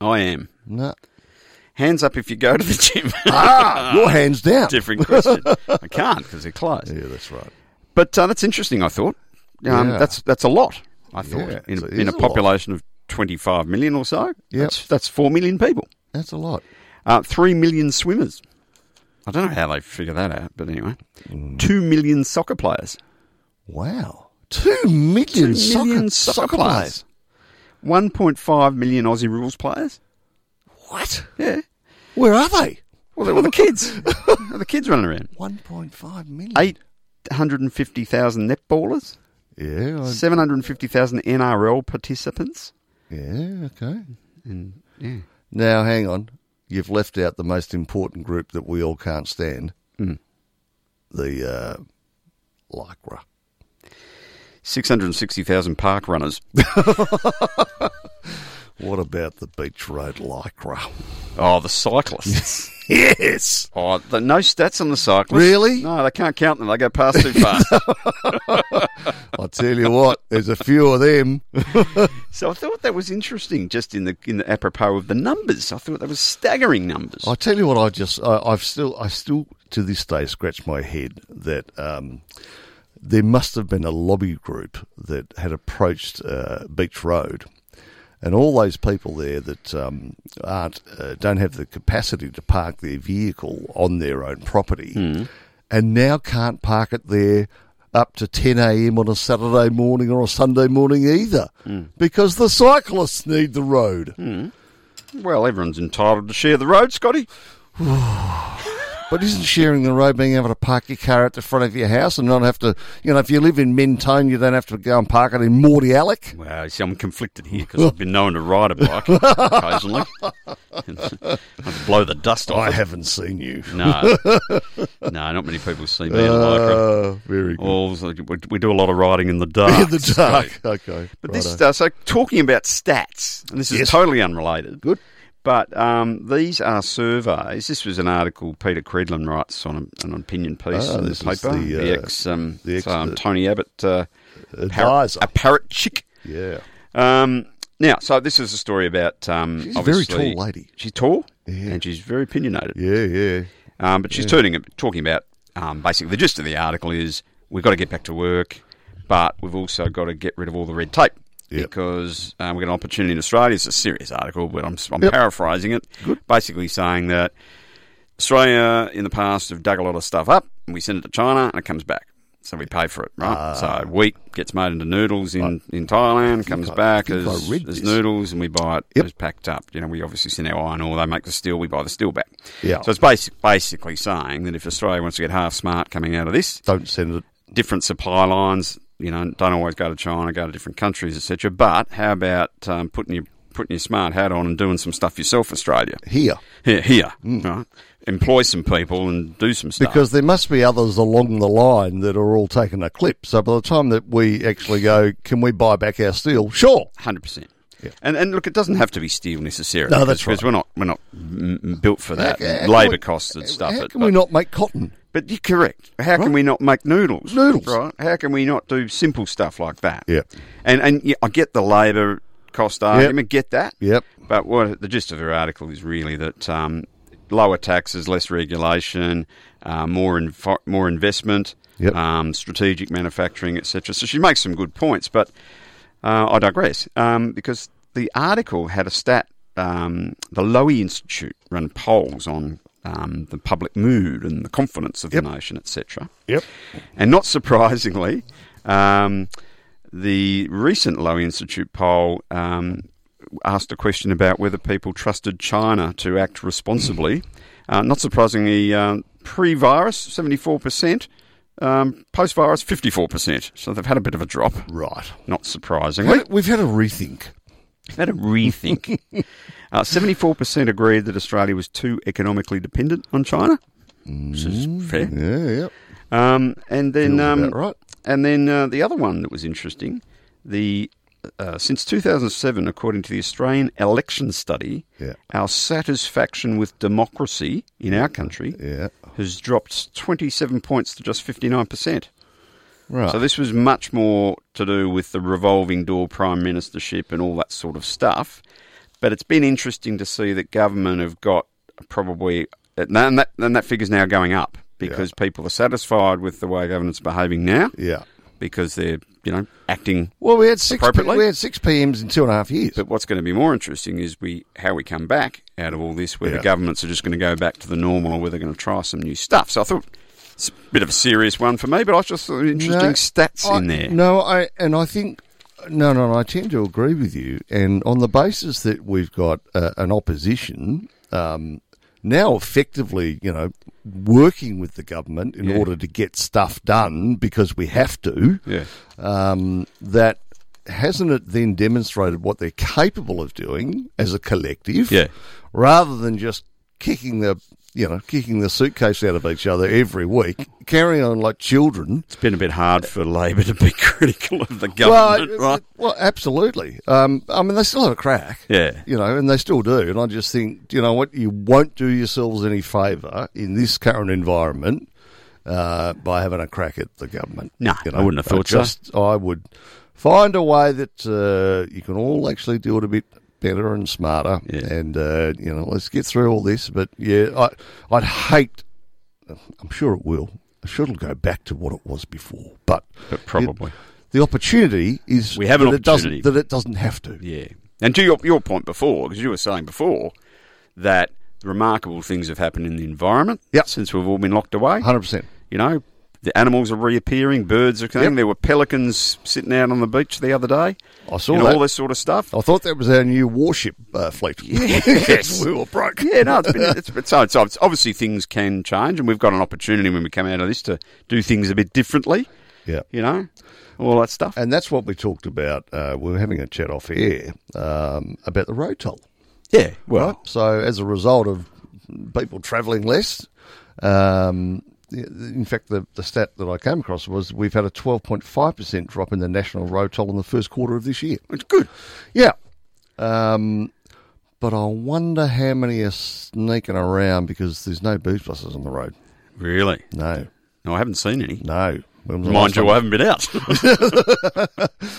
Speaker 1: I am.
Speaker 2: no.
Speaker 1: Hands up if you go to the gym.
Speaker 2: Ah, your hands down.
Speaker 1: Different question. I can't because they're closed.
Speaker 2: Yeah, that's right.
Speaker 1: But uh, that's interesting. I thought um,
Speaker 2: Yeah.
Speaker 1: that's that's a lot. I thought
Speaker 2: Yeah,
Speaker 1: in,
Speaker 2: it
Speaker 1: in a
Speaker 2: is a lot.
Speaker 1: population of twenty five million or so. that's, that's four million people.
Speaker 2: That's a lot.
Speaker 1: Uh, three million swimmers. I don't know how they figure that out, but anyway,
Speaker 2: Hmm.
Speaker 1: two million soccer players.
Speaker 2: Wow. Two million, soccer,
Speaker 1: million
Speaker 2: soccer,
Speaker 1: soccer
Speaker 2: players.
Speaker 1: players. One point five million Aussie rules players.
Speaker 2: What?
Speaker 1: Yeah.
Speaker 2: Where are they?
Speaker 1: Well, they're all the kids. the kids running around.
Speaker 2: 1.5 million.
Speaker 1: Eight hundred and fifty thousand netballers.
Speaker 2: Yeah. I-
Speaker 1: Seven hundred and fifty thousand NRL participants.
Speaker 2: yeah, okay.
Speaker 1: And Mm, yeah.
Speaker 2: Now, hang on. You've left out the most important group that we all can't stand
Speaker 1: Mm.
Speaker 2: the uh, Lycra.
Speaker 1: 660,000 park runners.
Speaker 2: What about the Beach Road Lycra?
Speaker 1: Oh, the cyclists.
Speaker 2: yes.
Speaker 1: oh, the, no stats on the cyclists.
Speaker 2: Really?
Speaker 1: No, they can't count them. They go past too fast.
Speaker 2: I tell you what, there's a few of them.
Speaker 1: so I thought that was interesting, just in the in the apropos of the numbers. I thought that was staggering numbers.
Speaker 2: I tell you what, I just, I, I've still, I still to this day scratch my head that um, there must have been a lobby group that had approached uh, Beach Road, and all those people there that um, aren't, uh, don't have the capacity to park their vehicle on their own property, and now can't park it there. Up to 10 a.m. on a Saturday morning or a Sunday morning, either, because the cyclists need the road.
Speaker 1: well, everyone's entitled to share the road, Scotty.
Speaker 2: But isn't sharing the road being able to park your car at the front of your house and not have to, you know, if you live in Mentone, you don't have to go and park it in Morty Alec?
Speaker 1: Well, you see, I'm conflicted here because I've been known to ride a bike occasionally. I'd blow the dust off.
Speaker 2: I
Speaker 1: it.
Speaker 2: haven't seen you.
Speaker 1: No. no, not many people see me in a lycra.
Speaker 2: Uh, very good.
Speaker 1: Or, we, we do a lot of riding in the dark.
Speaker 2: in the
Speaker 1: Scotty.
Speaker 2: dark. Okay.
Speaker 1: Oh, But this,
Speaker 2: righto.
Speaker 1: uh, so talking about stats, and this is
Speaker 2: Yes.
Speaker 1: totally unrelated.
Speaker 2: Good.
Speaker 1: But um, these are surveys. This was an article Peter Credlin writes on a, an opinion piece
Speaker 2: Ah,
Speaker 1: in the
Speaker 2: this is
Speaker 1: paper.
Speaker 2: the,
Speaker 1: the
Speaker 2: uh,
Speaker 1: ex, um,
Speaker 2: the ex-
Speaker 1: so, um, Tony Abbott uh, parrot,
Speaker 2: advisor.
Speaker 1: a parrot chick.
Speaker 2: yeah.
Speaker 1: Um, now, so this is a story about. Um,
Speaker 2: She's a very
Speaker 1: obviously-
Speaker 2: tall lady.
Speaker 1: She's tall
Speaker 2: Yeah.
Speaker 1: and she's very opinionated.
Speaker 2: Yeah, yeah.
Speaker 1: Um, but she's turning, talking about um, basically the gist of the article is we've got to get back to work, but we've also got to get rid of all the red tape
Speaker 2: Yep.
Speaker 1: because um, we've got an opportunity in Australia. It's a serious article, but I'm, I'm
Speaker 2: Yep.
Speaker 1: paraphrasing it. Basically saying that Australia in the past have dug a lot of stuff up and we send it to China and it comes back. So we pay for it, right? so wheat gets made into noodles in, in Thailand, comes
Speaker 2: I- I
Speaker 1: back
Speaker 2: Ah. think I
Speaker 1: as,
Speaker 2: read
Speaker 1: as
Speaker 2: this.
Speaker 1: noodles, and we buy it
Speaker 2: Yep.
Speaker 1: as packed up. You know, we obviously send our iron ore, they make the steel, we buy the steel back.
Speaker 2: Yeah.
Speaker 1: So it's basic, basically saying that if Australia wants to get half smart coming out of this,
Speaker 2: Don't send it.
Speaker 1: different supply lines, you know, don't always go to China, go to different countries, etc. But how about um, putting your putting your smart hat on and doing some stuff yourself, Australia?
Speaker 2: Here,
Speaker 1: Here, here, right? employ some people and do some stuff.
Speaker 2: Mm. because there must be others along the line that are all taking a clip. So by the time that we actually go, can we buy back our steel? Sure.
Speaker 1: Hundred percent. And and look, it doesn't have to be steel necessarily.
Speaker 2: No, that's
Speaker 1: because
Speaker 2: right.
Speaker 1: we're not we're not m- m- built for that.
Speaker 2: How- how can
Speaker 1: Labour
Speaker 2: we-
Speaker 1: Uh, costs and stuff.
Speaker 2: How
Speaker 1: it,
Speaker 2: can we
Speaker 1: but-
Speaker 2: not make cotton?
Speaker 1: But you're correct. How can we not make noodles?
Speaker 2: Noodles.
Speaker 1: right? How can we not do simple stuff like that?
Speaker 2: Yeah.
Speaker 1: and and yeah, I get the labour cost argument. Get that.
Speaker 2: Yep.
Speaker 1: But what the gist of her article is really that um, lower taxes, less regulation, uh, more inv- more investment,
Speaker 2: Yep.
Speaker 1: um, strategic manufacturing, etc. So she makes some good points, but uh, I digress um, because the article had a stat. Um, the Lowy Institute run polls on um, the public mood and the confidence of the nation, etc.
Speaker 2: Yep.
Speaker 1: And not surprisingly, um, the recent Lowy Institute poll um, asked a question about whether people trusted China to act uh, responsibly. Uh, not surprisingly, um pre virus, 74%. Um, Post virus, 54%. So they've had a bit of a drop.
Speaker 2: Right.
Speaker 1: Not surprisingly.
Speaker 2: We've had a rethink.
Speaker 1: Had a rethink. uh, 74% agreed that Australia was too economically dependent on China, which is fair.
Speaker 2: Yeah,
Speaker 1: Um, and then,
Speaker 2: Feels
Speaker 1: um,
Speaker 2: about right.
Speaker 1: And then uh, the other one that was interesting, the uh, since 2007, according to the Australian Election Study,
Speaker 2: Yeah.
Speaker 1: our satisfaction with democracy in our country
Speaker 2: yeah, yeah.
Speaker 1: has dropped 27 points to just 59%.
Speaker 2: Right.
Speaker 1: So this was much more to do with the revolving door prime ministership and all that sort of stuff. But it's been interesting to see that government have got probably and that and that figure's now going up because people are satisfied with the way government's behaving now
Speaker 2: yeah.
Speaker 1: because they're you know acting.
Speaker 2: Well, we had six. P-
Speaker 1: Appropriately?
Speaker 2: we had six PMs in two and a half years.
Speaker 1: But what's going to be more interesting is we how we come back out of all this, whether
Speaker 2: Yeah.
Speaker 1: governments are just going to go back to the normal or whether they're going to try some new stuff. So I thought. It's a bit of a serious one for me, but I just thought interesting
Speaker 2: No,
Speaker 1: stats
Speaker 2: I-
Speaker 1: in there.
Speaker 2: No, I and I think no, no, I tend to agree with you. And on the basis that we've got uh, an opposition um, now, effectively, you know, working with the government in
Speaker 1: Yeah.
Speaker 2: order to get stuff done because we have to.
Speaker 1: Yeah.
Speaker 2: Um, that hasn't it then demonstrated what they're capable of doing as a collective?
Speaker 1: Yeah.
Speaker 2: rather than just kicking the you know kicking the suitcase out of each other every week, carrying on like children.
Speaker 1: It's been a bit hard for Labor to be critical of the government,
Speaker 2: Well,
Speaker 1: right?
Speaker 2: well, absolutely. Um, I mean, they still have a crack.
Speaker 1: Yeah.
Speaker 2: You know, and they still do. And I just think, you know what? You won't do yourselves any favour in this current environment uh, by having a crack at the government.
Speaker 1: No,
Speaker 2: You
Speaker 1: I wouldn't have thought so.
Speaker 2: just, I would find a way that uh, you can all actually do it a bit better and smarter.
Speaker 1: Yeah.
Speaker 2: And, uh, you know, let's get through all this. But, yeah, I, I'd hate, I'm sure it will. I'm sure it'll go back to what it was before. But,
Speaker 1: But probably.
Speaker 2: the opportunity is
Speaker 1: We have an
Speaker 2: that
Speaker 1: opportunity.
Speaker 2: It doesn't, that it doesn't have to.
Speaker 1: Yeah. And to your, your point before, because you were saying before that remarkable things have happened in the environment
Speaker 2: Yep.
Speaker 1: since we've all been locked away.
Speaker 2: Hundred percent.
Speaker 1: You know, the animals are reappearing, birds are coming.
Speaker 2: Yep.
Speaker 1: There were pelicans sitting out on the beach the other day.
Speaker 2: I saw
Speaker 1: you know,
Speaker 2: that.
Speaker 1: all this sort of stuff.
Speaker 2: I thought that was our new warship uh, fleet.
Speaker 1: Yes.
Speaker 2: we were broke.
Speaker 1: Yeah, no, it's been, it's been so, so it's obviously things can change, and we've got an opportunity when we come out of this to do things a bit differently.
Speaker 2: Yeah.
Speaker 1: You know, all that stuff.
Speaker 2: And that's what we talked about. Uh, we were having a chat off air um, about the road toll.
Speaker 1: yeah, well,
Speaker 2: right? So as a result of people travelling less, um, in fact, the, the stat that I came across was we've had a 12.5% drop in the national road toll in the first quarter of this year.
Speaker 1: it's good.
Speaker 2: Yeah. Um, but I wonder how many are sneaking around because there's no booze buses on the road.
Speaker 1: Really?
Speaker 2: No,
Speaker 1: No, I haven't seen any.
Speaker 2: no. When was the last
Speaker 1: Mind you, I haven't been out.
Speaker 2: time?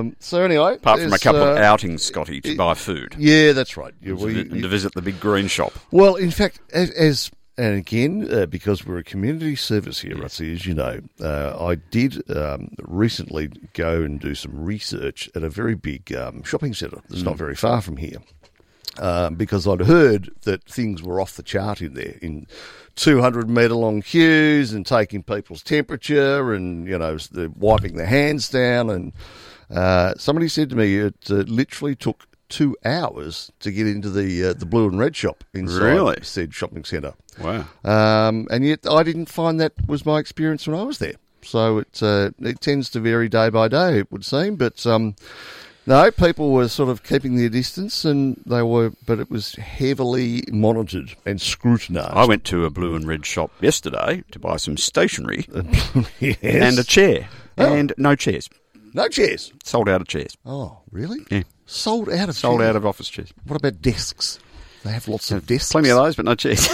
Speaker 2: Um, so anyway,
Speaker 1: Apart from a
Speaker 2: there's,
Speaker 1: couple of
Speaker 2: uh,
Speaker 1: outings, Scotty, to buy food
Speaker 2: Yeah, that's right. Yeah,
Speaker 1: and
Speaker 2: we-
Speaker 1: to- and to visit the big green shop.
Speaker 2: well, in fact, as, as and again, uh, because we're a community service here, Rutsy, as you know, uh, I did um, recently go and do some research at a very big um, shopping centre that's not very far from here. um, because I'd heard that things were off the chart in there in 200 metre long queues and taking people's temperature and, you know, s- the- wiping their hands down. And uh, somebody said to me it uh, literally took two hours to get into the uh, the blue and red shop inside
Speaker 1: Really?
Speaker 2: said shopping centre.
Speaker 1: Wow.
Speaker 2: Um, and yet I didn't find that was my experience when I was there. So it, uh, it tends to vary day by day, it would seem. But um, no, people were sort of keeping their distance and they were, but it was heavily monitored and scrutinised.
Speaker 1: I went to a blue and red shop yesterday to buy some stationery
Speaker 2: yes. Oh.
Speaker 1: and a chair. And no chairs.
Speaker 2: No chairs.
Speaker 1: Sold out of chairs.
Speaker 2: Oh, really?
Speaker 1: Yeah.
Speaker 2: Sold out of
Speaker 1: Sold
Speaker 2: chairs.
Speaker 1: out of office chairs.
Speaker 2: What about desks? They have lots of desks.
Speaker 1: Plenty of those, but no chairs.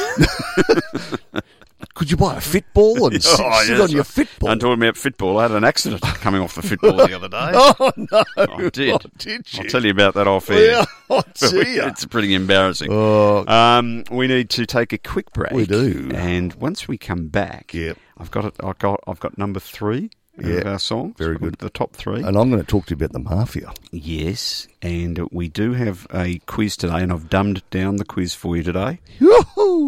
Speaker 2: Could you buy a football and sit,
Speaker 1: Oh,
Speaker 2: sit
Speaker 1: yes.
Speaker 2: on your football?
Speaker 1: Don't talk about football. I had an accident coming off the football the other day.
Speaker 2: Oh no!
Speaker 1: I did.
Speaker 2: did you?
Speaker 1: I'll tell you about that off air.
Speaker 2: Yeah. Oh dear.
Speaker 1: it's pretty embarrassing. Um, we need to take a quick break.
Speaker 2: Oh. We do.
Speaker 1: and once we come back,
Speaker 2: Yep.
Speaker 1: I've got it. I got. I've got number three
Speaker 2: Yeah.
Speaker 1: of our songs.
Speaker 2: Very good.
Speaker 1: The top three.
Speaker 2: And I'm going to talk to you about the mafia.
Speaker 1: yes, and we do have a quiz today, and I've dumbed down the quiz for you today.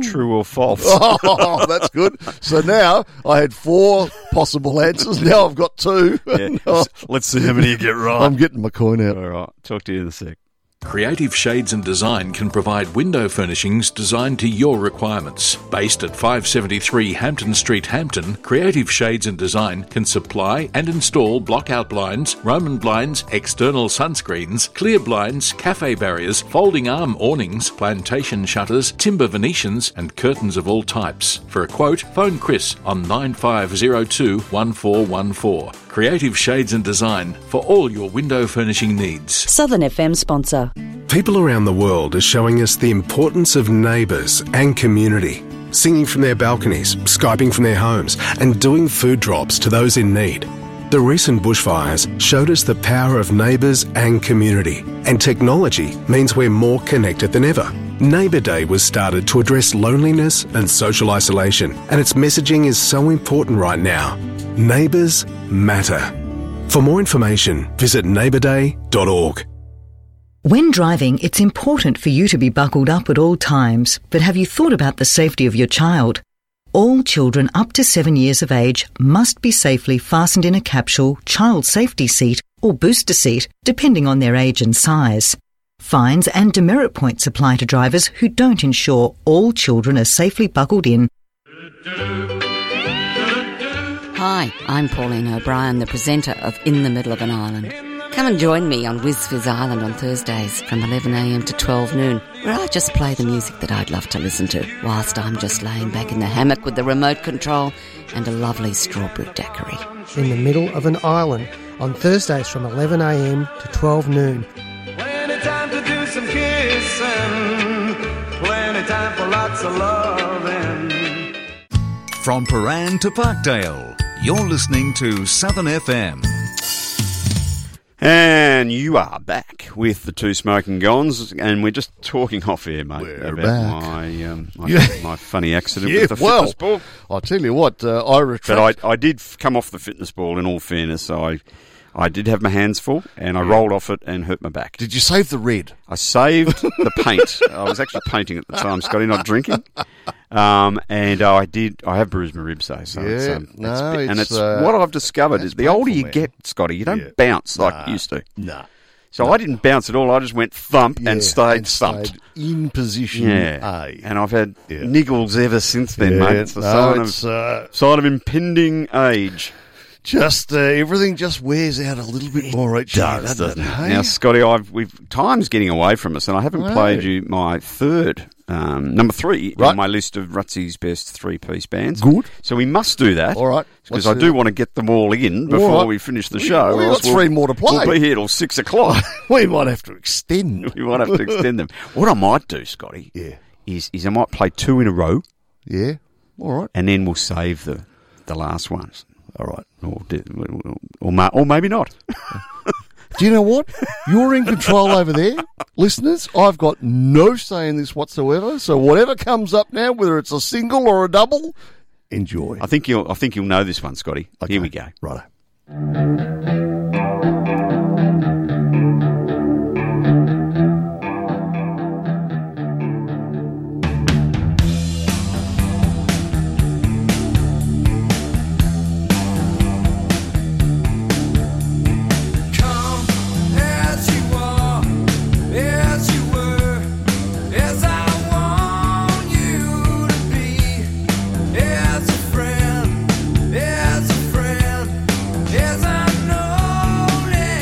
Speaker 1: True or false?
Speaker 2: Oh, that's good. So now I had four possible answers. Now I've got two. Oh,
Speaker 1: Yeah. Let's see how many you get right.
Speaker 2: I'm getting my coin out.
Speaker 1: All right. Talk to you in a sec.
Speaker 4: Creative Shades and Design can provide window furnishings designed to your requirements. Based at 573 Hampton Street, Hampton, Creative Shades and Design can supply and install blockout blinds, Roman blinds, external sunscreens, clear blinds, cafe barriers, folding arm awnings, plantation shutters, timber Venetians, and curtains of all types. For a quote, phone Chris on 9502 1414. Creative Shades and Design for all your window furnishing needs.
Speaker 12: Southern FM sponsor.
Speaker 6: People around the world are showing us the importance of neighbours and community, singing from their balconies, Skyping from their homes, and doing food drops to those in need. The recent bushfires showed us the power of neighbours and community, and technology means we're more connected than ever. Neighbour Day was started to address loneliness and social isolation, and its messaging is so important right now. Neighbours matter. For more information, visit neighbourday.org.
Speaker 13: When driving, it's important for you to be buckled up at all times, but have you thought about the safety of your child? All children up to seven years of age must be safely fastened in a capsule, child safety seat, or booster seat, depending on their age and size. Fines and demerit points apply to drivers who don't ensure all children are safely buckled in
Speaker 14: Hi, I'm Pauline O'Brien, the presenter of In the Middle of an Island. Come and join me on WizFizz Island on Thursdays from 11am to 12 noon, where I just play the music that I'd love to listen to, whilst I'm just laying back in the hammock with the remote control and a lovely strawberry daiquiri.
Speaker 15: in the middle of an island on Thursdays from 11am to 12 noon.
Speaker 11: Plenty time to do some kissing. Plenty time for lots of loving.
Speaker 10: From Paran to Parkdale, you're listening to Southern FM.
Speaker 1: And you are back with the two smoking gons, and we're just talking off here, mate, about
Speaker 2: back.
Speaker 1: my um, my,
Speaker 2: Yeah.
Speaker 1: my funny accident
Speaker 2: Yeah,
Speaker 1: with the
Speaker 2: well,
Speaker 1: fitness ball.
Speaker 2: I tell you what, uh, I retract.
Speaker 1: But I, I did f- come off the fitness ball. In all fairness, so I I did have my hands full, and I rolled off it and hurt my back.
Speaker 2: Did you save the red?
Speaker 1: I saved the paint. I was actually painting at the time, Scotty, not drinking. Um, and I did. I have bruised my ribs, though. So it's,
Speaker 2: Yeah,
Speaker 1: um, it's
Speaker 2: no,
Speaker 1: bi- and
Speaker 2: it's,
Speaker 1: it's
Speaker 2: uh,
Speaker 1: what I've discovered is the older you
Speaker 2: painful, man.
Speaker 1: get, Scotty, you don't
Speaker 2: Yeah.
Speaker 1: bounce like
Speaker 2: Nah,
Speaker 1: you used to.
Speaker 2: nah.
Speaker 1: So I didn't bounce at all. I just went thump
Speaker 2: Yeah,
Speaker 1: and stayed
Speaker 2: and
Speaker 1: thumped.
Speaker 2: stayed in position
Speaker 1: Yeah, and I've had niggles ever since then,
Speaker 2: Yeah,
Speaker 1: mate. It's the
Speaker 2: no,
Speaker 1: sign,
Speaker 2: it's, uh,
Speaker 1: of, sign of impending age.
Speaker 2: Just uh, everything just wears out a little bit more each year,
Speaker 1: does,
Speaker 2: doesn't it? hey?
Speaker 1: Now, Scotty, I've we've time's getting away from us, and I haven't
Speaker 2: No.
Speaker 1: played you my third, um, number three
Speaker 2: Right.
Speaker 1: on my list of Rutsey's best three-piece bands.
Speaker 2: Good.
Speaker 1: So we must do that. All right. Because
Speaker 2: let's
Speaker 1: I
Speaker 2: do
Speaker 1: do
Speaker 2: that.
Speaker 1: want to get them all in
Speaker 2: All
Speaker 1: before
Speaker 2: right.
Speaker 1: we finish the
Speaker 2: We-
Speaker 1: show.
Speaker 2: we've
Speaker 1: or
Speaker 2: got
Speaker 1: else we'll-
Speaker 2: three more to play.
Speaker 1: We'll be here till six o'clock.
Speaker 2: we might have to extend.
Speaker 1: we might have to extend them. What I might do, Scotty, yeah. is is I might play two in a row.
Speaker 2: Yeah. All right.
Speaker 1: and then we'll save the the last ones. All right, or do- or, or, ma- or maybe not.
Speaker 2: Do you know what? You're in control over there, listeners. I've got no say in this whatsoever. So whatever comes up now, whether it's a single or a double, Enjoy.
Speaker 1: I think you'll I think you'll know this one, Scotty. Here we go.
Speaker 2: Right.
Speaker 11: Come as you are, as you were, as I want you to be, as a friend, as a friend, as I know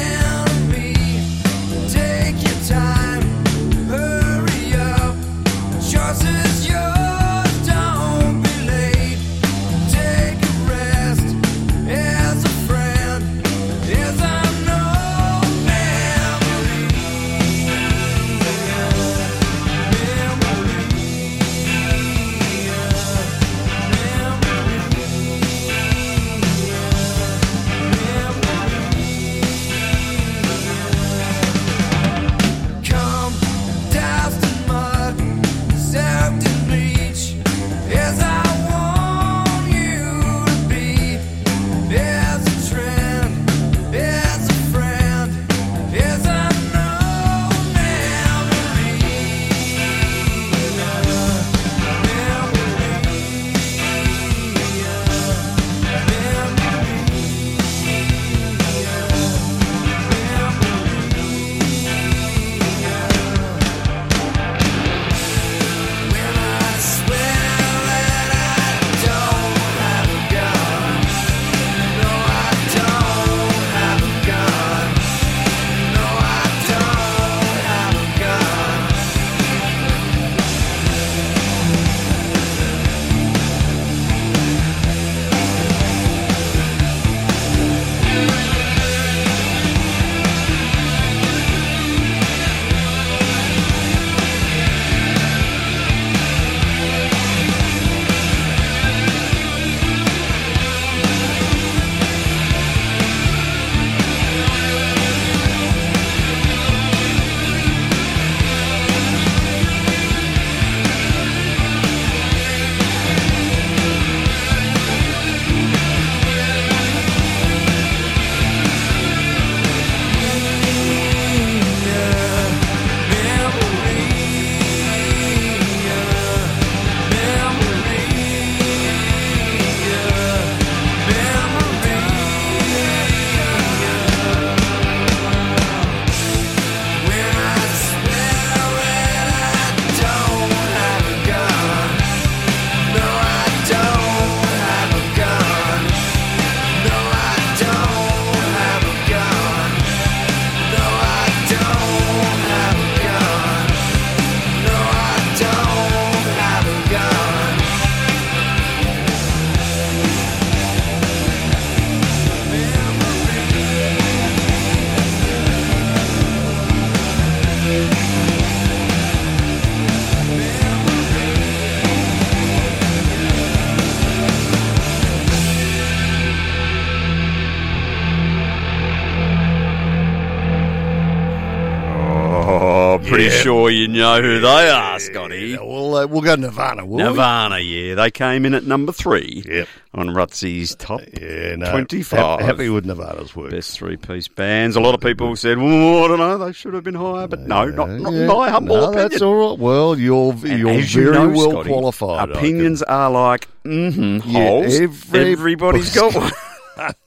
Speaker 1: Oh, pretty sure you know who they are, Scotty.
Speaker 2: We'll, uh, we'll go Nirvana, will we?
Speaker 1: Nirvana, yeah. They came in at number three on Rutsey's top yeah,
Speaker 2: no,
Speaker 1: 25.
Speaker 2: hap- happy with Nirvana's work.
Speaker 1: Best three piece bands. A lot of people said, "Oh, I don't know, they should have been higher, but no, not, not
Speaker 2: Yeah.
Speaker 1: my humble
Speaker 2: no,
Speaker 1: opinion.
Speaker 2: That's all right. Well, you're
Speaker 1: And
Speaker 2: you're
Speaker 1: as you
Speaker 2: very
Speaker 1: know,
Speaker 2: well
Speaker 1: Scotty,
Speaker 2: qualified. I can-
Speaker 1: Opinions are like, mm hmm,
Speaker 2: Yeah,
Speaker 1: holes.
Speaker 2: every-
Speaker 1: Everybody's got one.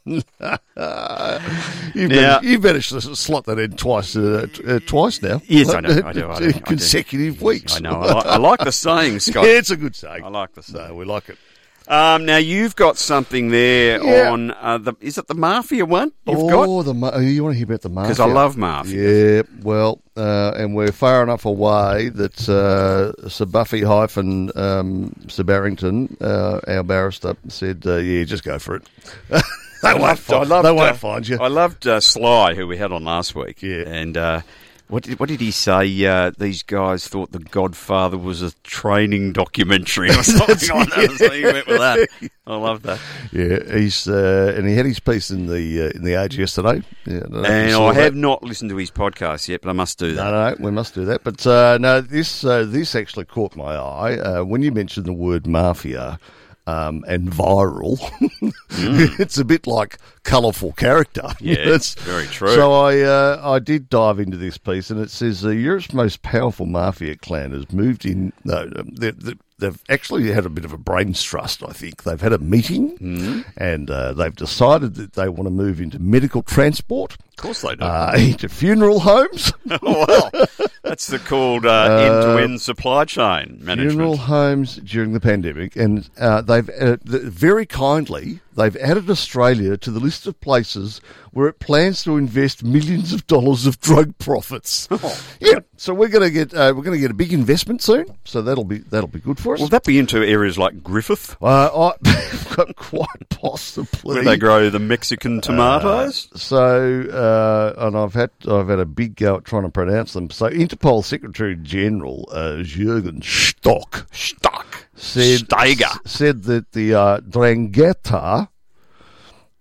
Speaker 2: You've,
Speaker 1: Now-
Speaker 2: managed, you've managed to slot that in twice, uh, t- uh, twice now.
Speaker 1: Yes, I know, I do, I do, I do.
Speaker 2: consecutive weeks.
Speaker 1: I know. I, like I like the saying, Scott.
Speaker 2: Yeah, it's a good saying.
Speaker 1: I like the saying.
Speaker 2: we like it.
Speaker 1: Um, now you've got something there
Speaker 2: Yeah.
Speaker 1: on uh, the. Is it the mafia one? You've got
Speaker 2: oh, the ma- oh, you want to hear about the mafia?
Speaker 1: 'Cause I love mafia.
Speaker 2: Yeah, well, uh, and we're far enough away that uh, Sir Buffy hyphen um, Sir Barrington, uh, our barrister, said, uh, "Yeah, just go for it." they
Speaker 1: I
Speaker 2: won't,
Speaker 1: loved-
Speaker 2: fi-
Speaker 1: I loved,
Speaker 2: they won't
Speaker 1: uh,
Speaker 2: find you.
Speaker 1: I loved uh, Sly, who we had on last week. Yeah. And uh, what did what did he say? Uh, these guys thought The Godfather was a training documentary or something like that. So he went with that. I love that.
Speaker 2: Yeah, he's uh, and he had his piece in the uh, in the Age yesterday. Yeah, don't know if you
Speaker 1: And
Speaker 2: saw
Speaker 1: I
Speaker 2: that.
Speaker 1: have not listened to his podcast yet, but I must do that.
Speaker 2: No, no, no, we must do that. But uh, no, this uh, this actually caught my eye uh, when you mentioned the word mafia um, and viral. it's a bit like colourful character.
Speaker 1: Mm. Yeah,
Speaker 2: It's-
Speaker 1: very true.
Speaker 2: So I uh, I did dive into this piece, and it says uh, Europe's most powerful mafia clan has moved in. No, they, they, they've actually had a bit of a brains trust. I think they've had a meeting,
Speaker 1: Mm.
Speaker 2: and uh, they've decided that they want to move into medical transport. Of
Speaker 1: course they do.
Speaker 2: Uh, into funeral homes.
Speaker 1: well, that's the called uh, end-to-end supply chain management.
Speaker 2: funeral homes during the pandemic, and uh, they've uh, th- very kindly they've added Australia to the list of places where it plans to invest millions of dollars of drug profits.
Speaker 1: Oh,
Speaker 2: yeah, so we're going to get uh, we're going to get a big investment soon. So that'll be that'll be good for us.
Speaker 1: Will that be into areas like Griffith,
Speaker 2: uh, I, quite possibly
Speaker 1: where they grow the Mexican tomatoes?
Speaker 2: uh, so, uh, and I've had I've had a big go at trying to pronounce them. So, Interpol Secretary General uh, Jürgen Stock Stock said
Speaker 1: Steiger.
Speaker 2: s- said that the uh, Drangheta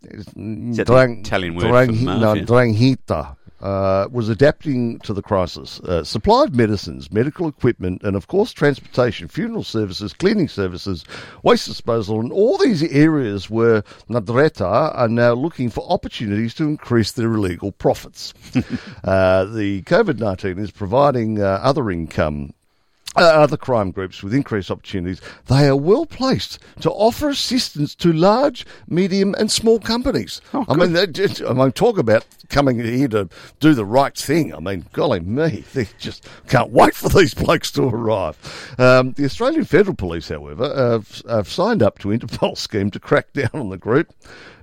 Speaker 1: Is that the Italian word for
Speaker 2: no,
Speaker 1: mafia?
Speaker 2: Drangheta uh, was adapting to the crisis. Uh, supplied medicines, medical equipment, and of course transportation, funeral services, cleaning services, waste disposal, and all these areas where Nadreta are now looking for opportunities to increase their illegal profits. uh, the COVID 19 is providing uh, other income uh, other crime groups with increased opportunities, they are well placed to offer assistance to large, medium, and small companies.
Speaker 1: Oh,
Speaker 2: I mean, they just, I mean, talk about coming here to do the right thing. I mean, golly me, they just can't wait for these blokes to arrive. Um, the Australian Federal Police, however, have, have signed up to Interpol's scheme to crack down on the group,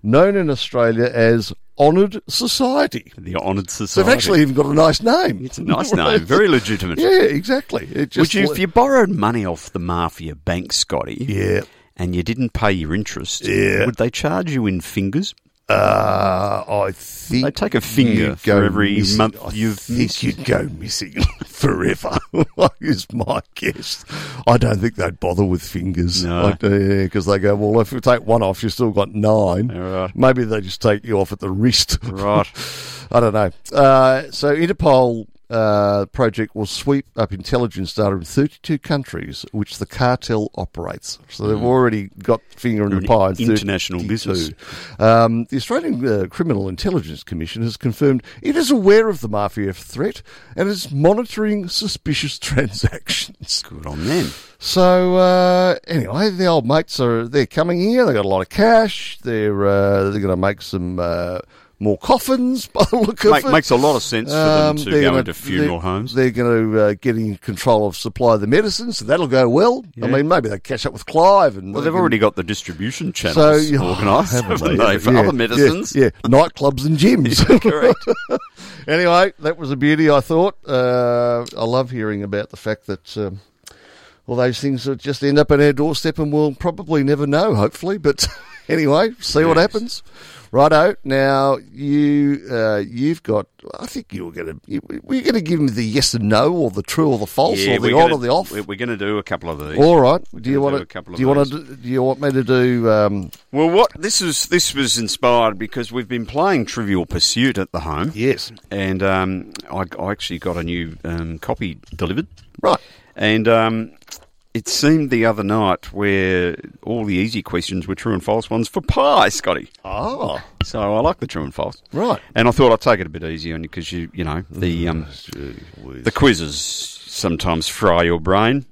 Speaker 2: known in Australia as Honoured Society.
Speaker 1: The honoured
Speaker 2: So
Speaker 1: society.
Speaker 2: they've actually even got a nice name.
Speaker 1: It's a nice name, very legitimate.
Speaker 2: Yeah, exactly. It just
Speaker 1: Would you, if you borrowed money off the mafia bank, Scotty?
Speaker 2: Yeah.
Speaker 1: And you didn't pay your interest.
Speaker 2: Yeah.
Speaker 1: Would they charge you in fingers?
Speaker 2: Uh, I think
Speaker 1: They take a finger
Speaker 2: you'd
Speaker 1: for
Speaker 2: go
Speaker 1: every
Speaker 2: missing.
Speaker 1: month
Speaker 2: I
Speaker 1: you've
Speaker 2: think
Speaker 1: missed.
Speaker 2: you'd go missing forever. is my guess. I don't think they'd bother with fingers.
Speaker 1: No.
Speaker 2: because they go well. If you take one off, you've still got nine.
Speaker 1: Right.
Speaker 2: Maybe they just take you off at the wrist.
Speaker 1: Right.
Speaker 2: I don't know. Uh, so Interpol. Uh, project will sweep up intelligence data in 32 countries, which the cartel operates. So they've already got finger in the
Speaker 1: Hmm. An
Speaker 2: pie. in
Speaker 1: international
Speaker 2: 32.
Speaker 1: business.
Speaker 2: Um, the Australian uh, Criminal Intelligence Commission has confirmed it is aware of the mafia threat and is monitoring suspicious transactions.
Speaker 1: Good on them.
Speaker 2: So uh, anyway, the old mates are they're coming here. They got a lot of cash. They're uh, they're going to make some. Uh, more coffins by the look of
Speaker 1: Make-
Speaker 2: it. Um,
Speaker 1: makes a lot of sense for them to
Speaker 2: they're
Speaker 1: go
Speaker 2: gonna-
Speaker 1: into
Speaker 2: they're-
Speaker 1: funeral homes.
Speaker 2: They're going to uh, get in control of supply of the medicine, so that'll go well.
Speaker 1: Yeah.
Speaker 2: I mean, maybe they catch up with Clive, and
Speaker 1: Well,
Speaker 2: they
Speaker 1: they've
Speaker 2: can-
Speaker 1: already got the distribution channels
Speaker 2: yeah,
Speaker 1: organised,
Speaker 2: haven't
Speaker 1: oh, haven't they, for
Speaker 2: Yeah,
Speaker 1: other medicines?
Speaker 2: Yeah, yeah. nightclubs and gyms.
Speaker 1: Correct.
Speaker 2: anyway, that was a beauty, I thought. Uh, I love hearing about the fact that um, all those things that just end up on our doorstep and we'll probably never know, hopefully, but anyway, see what happens. Righto. Now you uh, you've got. I think you were going to. Were you going to give me the yes and no, or the true or the false, or the
Speaker 1: we're
Speaker 2: on
Speaker 1: gonna-
Speaker 2: or the off?
Speaker 1: We're going to do a couple of these.
Speaker 2: All right.
Speaker 1: We're
Speaker 2: Do you
Speaker 1: gonna
Speaker 2: want
Speaker 1: do a
Speaker 2: to?
Speaker 1: couple of
Speaker 2: Do you want to? Do you want me to do? Um,
Speaker 1: Well, what this is this was inspired because we've been playing Trivial Pursuit at the home.
Speaker 2: Yes,
Speaker 1: and um, I, I actually got a new um, copy delivered.
Speaker 2: Right,
Speaker 1: and um, it seemed the other night where all the easy questions were true and false ones for pie, Scotty.
Speaker 2: Oh,
Speaker 1: so I like the true and false.
Speaker 2: Right. Mm,
Speaker 1: and I thought I'd take it a bit easy on you because you you know the um, the quizzes sometimes fry your brain.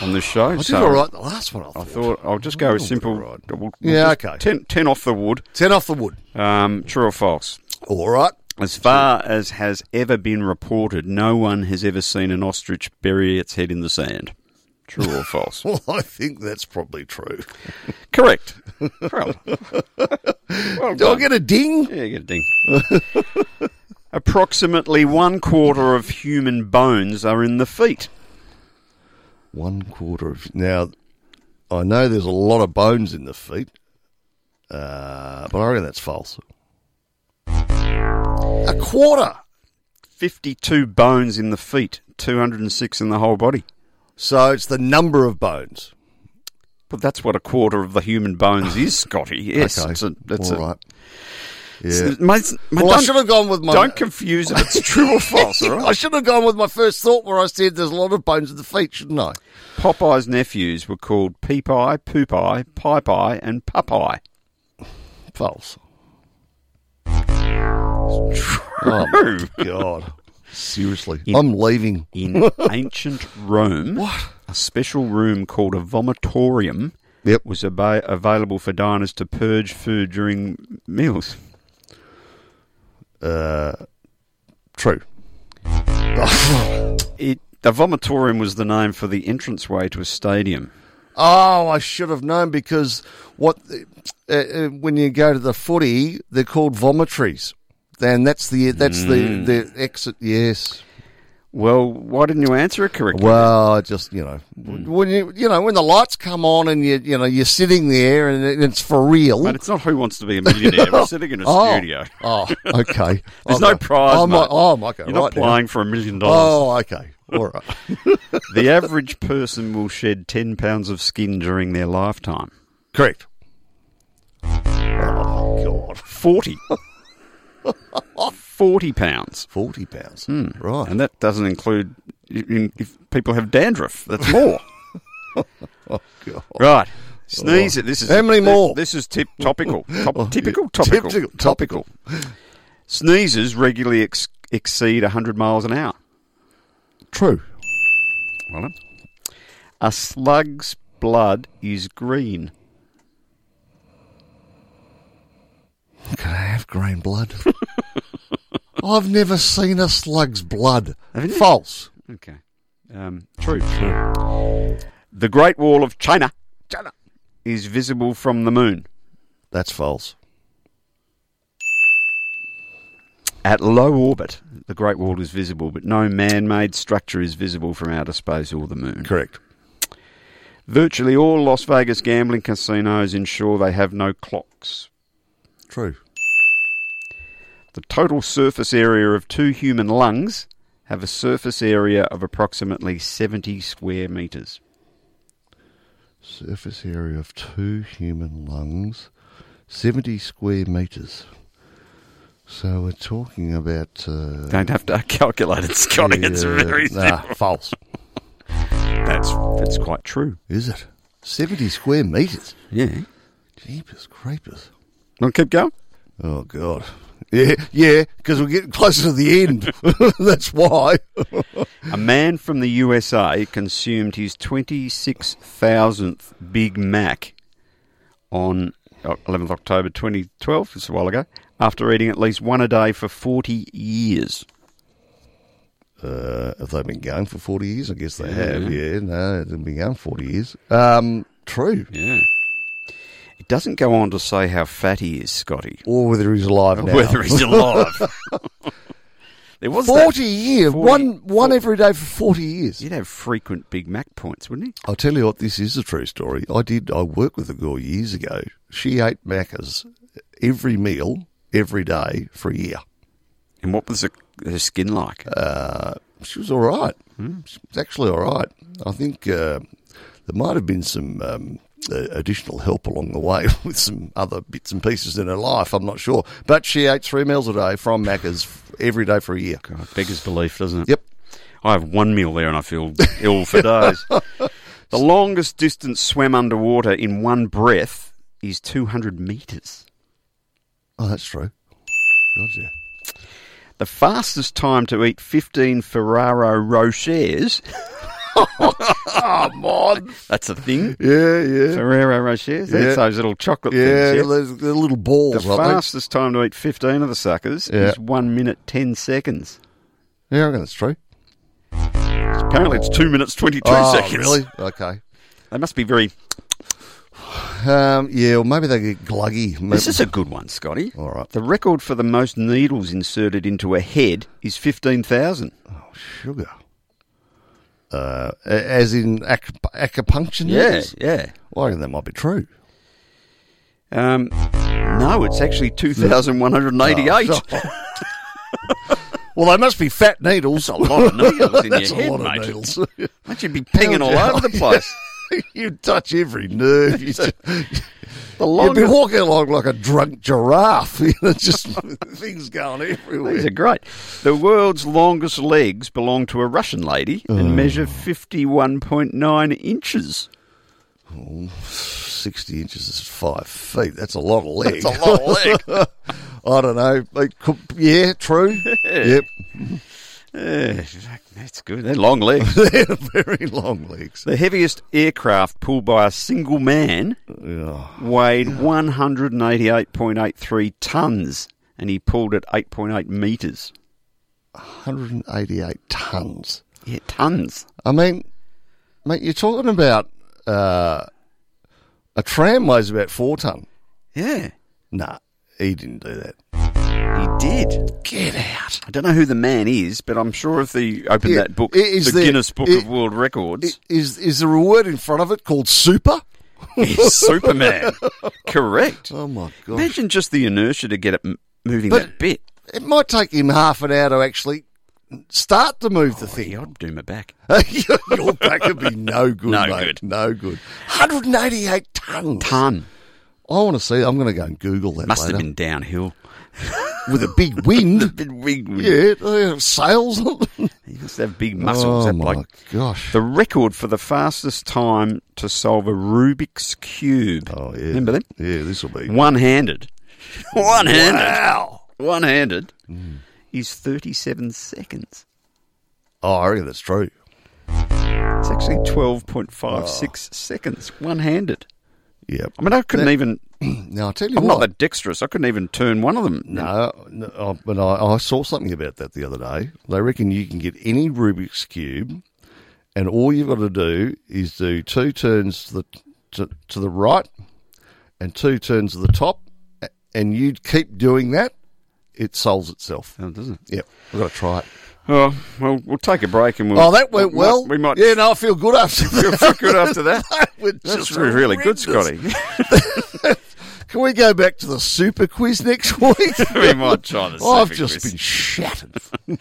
Speaker 1: On this show,
Speaker 2: I did
Speaker 1: so
Speaker 2: all right the last one. I
Speaker 1: I
Speaker 2: thought.
Speaker 1: thought I'll just go with simple. we'll- we'll
Speaker 2: Yeah,
Speaker 1: just
Speaker 2: okay.
Speaker 1: Ten, ten off the wood.
Speaker 2: Ten off the wood.
Speaker 1: Um, true or false?
Speaker 2: All right.
Speaker 1: As far as has ever been reported, no one has ever seen an ostrich bury its head in the sand. True or false?
Speaker 2: Well, I think that's probably true.
Speaker 1: Correct.
Speaker 2: Do I get a ding?
Speaker 1: Yeah, you get a ding. Approximately one quarter of human bones are in the feet.
Speaker 2: One quarter of now. I know there's a lot of bones in the feet, uh, but I reckon that's false. A quarter.
Speaker 1: 52 bones in the feet, 206 in the whole body.
Speaker 2: So it's the number of bones.
Speaker 1: But that's what a quarter of the human bones is, Scotty. Yes.
Speaker 2: Okay.
Speaker 1: It's a, that's
Speaker 2: All
Speaker 1: a-
Speaker 2: right.
Speaker 1: it's-
Speaker 2: Yeah.
Speaker 1: mate, mate,
Speaker 2: well, I
Speaker 1: don't-
Speaker 2: should have gone with my.
Speaker 1: Don't confuse it. It's true or false, all right?
Speaker 2: I should have gone with my first thought where I said there's a lot of bones in the feet, shouldn't I?
Speaker 1: Popeye's nephews were called Peepeye, Poopeye, Pie, and Popeye.
Speaker 2: False. Oh, my God. Seriously. I'm leaving.
Speaker 1: In ancient Rome, a special room called a vomitorium was ava- available for diners to purge food during meals.
Speaker 2: Uh, true.
Speaker 1: It, the vomitorium was the name for the entranceway to a stadium.
Speaker 2: Oh, I should have known because what uh, uh, when you go to the footy, they're called vomitories. And that's the that's
Speaker 1: Mm.
Speaker 2: the, the exit. Yes.
Speaker 1: Well, why didn't you answer it correctly?
Speaker 2: Well, I just you know
Speaker 1: Mm.
Speaker 2: when you you know when the lights come on and you you know you're sitting there and it- it's for real.
Speaker 1: Mate, it's not who wants to be a millionaire. We're sitting in a
Speaker 2: Oh.
Speaker 1: studio.
Speaker 2: Oh, okay.
Speaker 1: There's
Speaker 2: Okay.
Speaker 1: no prize.
Speaker 2: Oh, my-
Speaker 1: mate.
Speaker 2: oh, my God,
Speaker 1: You're not
Speaker 2: right now.
Speaker 1: playing for a million dollars.
Speaker 2: Oh, okay. All right. Oh.
Speaker 1: The average person will shed 10 pounds of skin during their lifetime.
Speaker 2: Correct. Oh, God.
Speaker 1: 40. 40 pounds.
Speaker 2: 40 pounds.
Speaker 1: Right. Hmm. And that doesn't include in- if people have dandruff. That's more.
Speaker 2: oh, God.
Speaker 1: right. Sneeze it. This is
Speaker 2: How many
Speaker 1: thi-
Speaker 2: more?
Speaker 1: This is tip topical.
Speaker 2: Oh, yeah.
Speaker 1: Top, typical topical.
Speaker 2: Typical,
Speaker 1: Topical. Sneezes regularly ex- exceed 100 miles an hour.
Speaker 2: True.
Speaker 1: Well done. A slug's blood is green.
Speaker 2: Can I have green blood? I've never seen a slug's blood. False.
Speaker 1: Okay. Um, true. True. The Great Wall of China, China is visible from the moon.
Speaker 2: That's false.
Speaker 1: At low orbit, the Great Wall is visible, but no man made structure is visible from outer space or the moon.
Speaker 2: Correct.
Speaker 1: Virtually all Las Vegas gambling casinos ensure they have no clocks.
Speaker 2: True.
Speaker 1: The total surface area of two human lungs have a surface area of approximately 70 square metres.
Speaker 2: Surface area of two human lungs, 70 square metres. So we're talking about. Uh,
Speaker 1: Don't have to calculate it, Scotty. It's
Speaker 2: yeah,
Speaker 1: very
Speaker 2: nah,
Speaker 1: simple.
Speaker 2: false.
Speaker 1: That's, Ah. that's quite true.
Speaker 2: Is it? 70 square metres?
Speaker 1: Yeah.
Speaker 2: Jeepers creepers.
Speaker 1: Want to keep going?
Speaker 2: Oh, God. Yeah, yeah, because we're getting closer to the end. That's why.
Speaker 1: A man from the USA consumed his 26,000th Big Mac on 11th October 2012, just a while ago, after eating at least one a day for 40 years.
Speaker 2: Uh, have they been going for 40 years? I guess they
Speaker 1: Yeah.
Speaker 2: have, yeah. No, they've been going 40 years. Um, true.
Speaker 1: Yeah. It doesn't go on to say how fat he is, Scotty,
Speaker 2: Or whether he's alive now.
Speaker 1: whether he's alive. There was that-
Speaker 2: forty years,
Speaker 1: 40
Speaker 2: one one every day for forty years.
Speaker 1: You'd have frequent Big Mac points, wouldn't you?
Speaker 2: I'll tell you what, this is a true story. I did. I worked with a girl years ago. She ate Macca's every meal every day for a year.
Speaker 1: And what was her, her skin like?
Speaker 2: Uh, she was all right.
Speaker 1: Hmm.
Speaker 2: She was actually all right. I think uh, there might have been some um, uh, additional help along the way with some other bits and pieces in her life. I'm not sure, but she ate three meals a day from Macca's every day for a year.
Speaker 1: Beggars belief, doesn't it?
Speaker 2: Yep.
Speaker 1: I have one meal there and I feel ill for days. The longest distance swam underwater in one breath is 200 metres.
Speaker 2: Oh, that's true. God, yeah.
Speaker 1: The fastest time to eat 15 Ferraro Rochers.
Speaker 2: Come on.
Speaker 1: That's a thing.
Speaker 2: Yeah, yeah.
Speaker 1: Ferrero Rochers. That's
Speaker 2: Yeah.
Speaker 1: those little chocolate
Speaker 2: Yeah,
Speaker 1: things.
Speaker 2: those- they're little balls,
Speaker 1: The
Speaker 2: aren't they?
Speaker 1: fastest time to eat 15 of the suckers
Speaker 2: Yeah.
Speaker 1: is 1 minute 10 seconds.
Speaker 2: Yeah, I reckon that's true.
Speaker 1: Apparently, it's 2 minutes 22
Speaker 2: Oh,
Speaker 1: seconds.
Speaker 2: really? Okay.
Speaker 1: They must be very.
Speaker 2: Um, yeah, or maybe they get gluggy. Maybe-
Speaker 1: This is a good one, Scotty.
Speaker 2: All right.
Speaker 1: The record for the most needles inserted into a head is 15,000.
Speaker 2: Oh, sugar. Uh, a- as in ac- acupuncture
Speaker 1: Yeah,
Speaker 2: needles?
Speaker 1: yeah.
Speaker 2: Well, I reckon that might be true.
Speaker 1: Um, no, it's actually 2,188.
Speaker 2: Oh, Well, they must be fat needles. That's a
Speaker 1: lot of needles in
Speaker 2: That's
Speaker 1: your
Speaker 2: a
Speaker 1: head,
Speaker 2: lot
Speaker 1: mate.
Speaker 2: of needles.
Speaker 1: Mate, you'd be pinging all over the place.
Speaker 2: you touch every nerve. You just,
Speaker 1: The
Speaker 2: you'd be
Speaker 1: longest,
Speaker 2: walking along like a drunk giraffe. You know, just things going everywhere.
Speaker 1: these are great. The world's longest legs belong to a Russian lady
Speaker 2: Mm.
Speaker 1: and measure 51.9 inches.
Speaker 2: 60 inches is five feet. That's a lot of leg.
Speaker 1: That's a lot of
Speaker 2: leg. I don't know. It could- yeah, true. Yep.
Speaker 1: Eh, that's good. They're long legs.
Speaker 2: They're very long legs.
Speaker 1: the heaviest aircraft pulled by a single man
Speaker 2: Yeah.
Speaker 1: weighed 188.83 tons and he pulled at 8.8 metres.
Speaker 2: 188 tons.
Speaker 1: Yeah, tons.
Speaker 2: I mean, mate, you're talking about uh, a tram weighs about four ton.
Speaker 1: Yeah.
Speaker 2: Nah, he didn't do that.
Speaker 1: He did.
Speaker 2: Get out.
Speaker 1: I don't know who the man is, but I'm sure if they open
Speaker 2: Yeah,
Speaker 1: that book,
Speaker 2: i- is
Speaker 1: the
Speaker 2: there-
Speaker 1: Guinness Book
Speaker 2: i-
Speaker 1: of World Records,
Speaker 2: Is is there a word in front of it called super?
Speaker 1: he's Superman. Correct.
Speaker 2: Oh my god!
Speaker 1: Imagine just the inertia to get it m- moving
Speaker 2: But-
Speaker 1: that bit.
Speaker 2: It might take him half an hour to actually start to move the thing.
Speaker 1: Oh, Yeah, I'd do my back.
Speaker 2: Your back would be no good,
Speaker 1: No
Speaker 2: mate.
Speaker 1: good.
Speaker 2: No good. 188 tons.
Speaker 1: Ton.
Speaker 2: I want to see. I'm going to go and Google that
Speaker 1: Must
Speaker 2: later.
Speaker 1: have been downhill.
Speaker 2: With a big wind.
Speaker 1: Big wig.
Speaker 2: yeah, they have sails on them.
Speaker 1: He must have big
Speaker 2: Oh
Speaker 1: muscles. that
Speaker 2: my
Speaker 1: bloke.
Speaker 2: gosh.
Speaker 1: The record for the fastest time to solve a Rubik's Cube.
Speaker 2: Oh, yeah.
Speaker 1: Remember them?
Speaker 2: Yeah, this will be.
Speaker 1: One handed. One handed.
Speaker 2: Wow. Mm.
Speaker 1: One handed is 37 seconds.
Speaker 2: Oh, I reckon that's true.
Speaker 1: It's actually 12.56
Speaker 2: Oh.
Speaker 1: seconds, one handed.
Speaker 2: Yeah.
Speaker 1: I mean, I couldn't even.
Speaker 2: Now, I'll tell you
Speaker 1: I'm
Speaker 2: what.
Speaker 1: not that dexterous. I couldn't even turn one of them.
Speaker 2: No, no oh, but I, I saw something about that the other day. They reckon you can get any Rubik's cube, and all you've got to do is do two turns to the to, to the right, and two turns to the top, a- and you keep doing that. It solves itself.
Speaker 1: No, it doesn't.
Speaker 2: Yep, I've got to try it.
Speaker 1: Oh, well, we'll take a break and we'll.
Speaker 2: Oh, that went
Speaker 1: we might-
Speaker 2: well.
Speaker 1: We might.
Speaker 2: Yeah, no, I feel good after
Speaker 1: feel
Speaker 2: that.
Speaker 1: pretty good after that.
Speaker 2: We're
Speaker 1: That's
Speaker 2: just
Speaker 1: really good, Scotty.
Speaker 2: horrendous. Can we go back to the super quiz next week?
Speaker 1: we might try this.
Speaker 2: I've just been shattered.
Speaker 1: All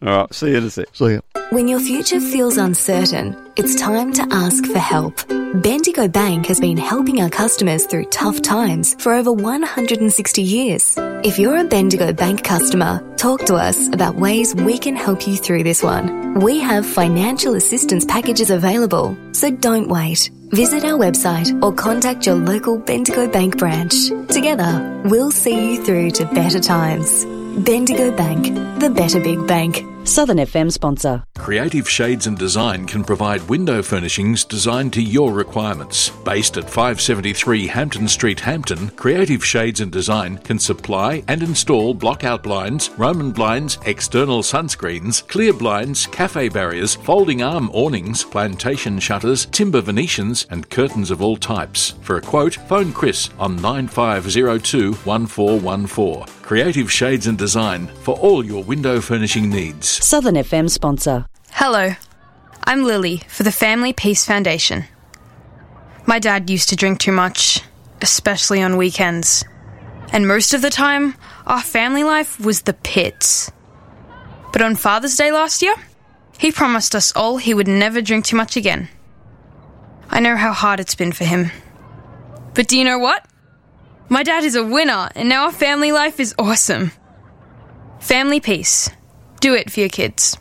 Speaker 1: right, see you in a sec.
Speaker 2: So yeah.
Speaker 3: When your future feels uncertain, it's time to ask for help. Bendigo Bank has been helping our customers through tough times for over 160 years. If you're a Bendigo Bank customer, talk to us about ways we can help you through this one. We have financial assistance packages available, so don't wait. Visit our website or contact your local Bendigo Bank branch. Together, we'll see you through to better times. Bendigo Bank, the better big bank.
Speaker 12: Southern FM sponsor.
Speaker 4: Creative Shades and Design can provide window furnishings designed to your requirements. Based at 573 Hampton Street, Hampton, Creative Shades and Design can supply and install blockout blinds, Roman blinds, external sunscreens, clear blinds, cafe barriers, folding arm awnings, plantation shutters, timber Venetians, and curtains of all types. For a quote, phone Chris on 9502 1414. Creative Shades and Design for all your window furnishing needs.
Speaker 12: Southern FM sponsor.
Speaker 16: Hello, I'm Lily for the Family Peace Foundation. My dad used to drink too much, especially on weekends. And most of the time, our family life was the pits. But on Father's Day last year, he promised us all he would never drink too much again. I know how hard it's been for him. But do you know what? My dad is a winner, and now our family life is awesome. Family peace. Do it for your kids.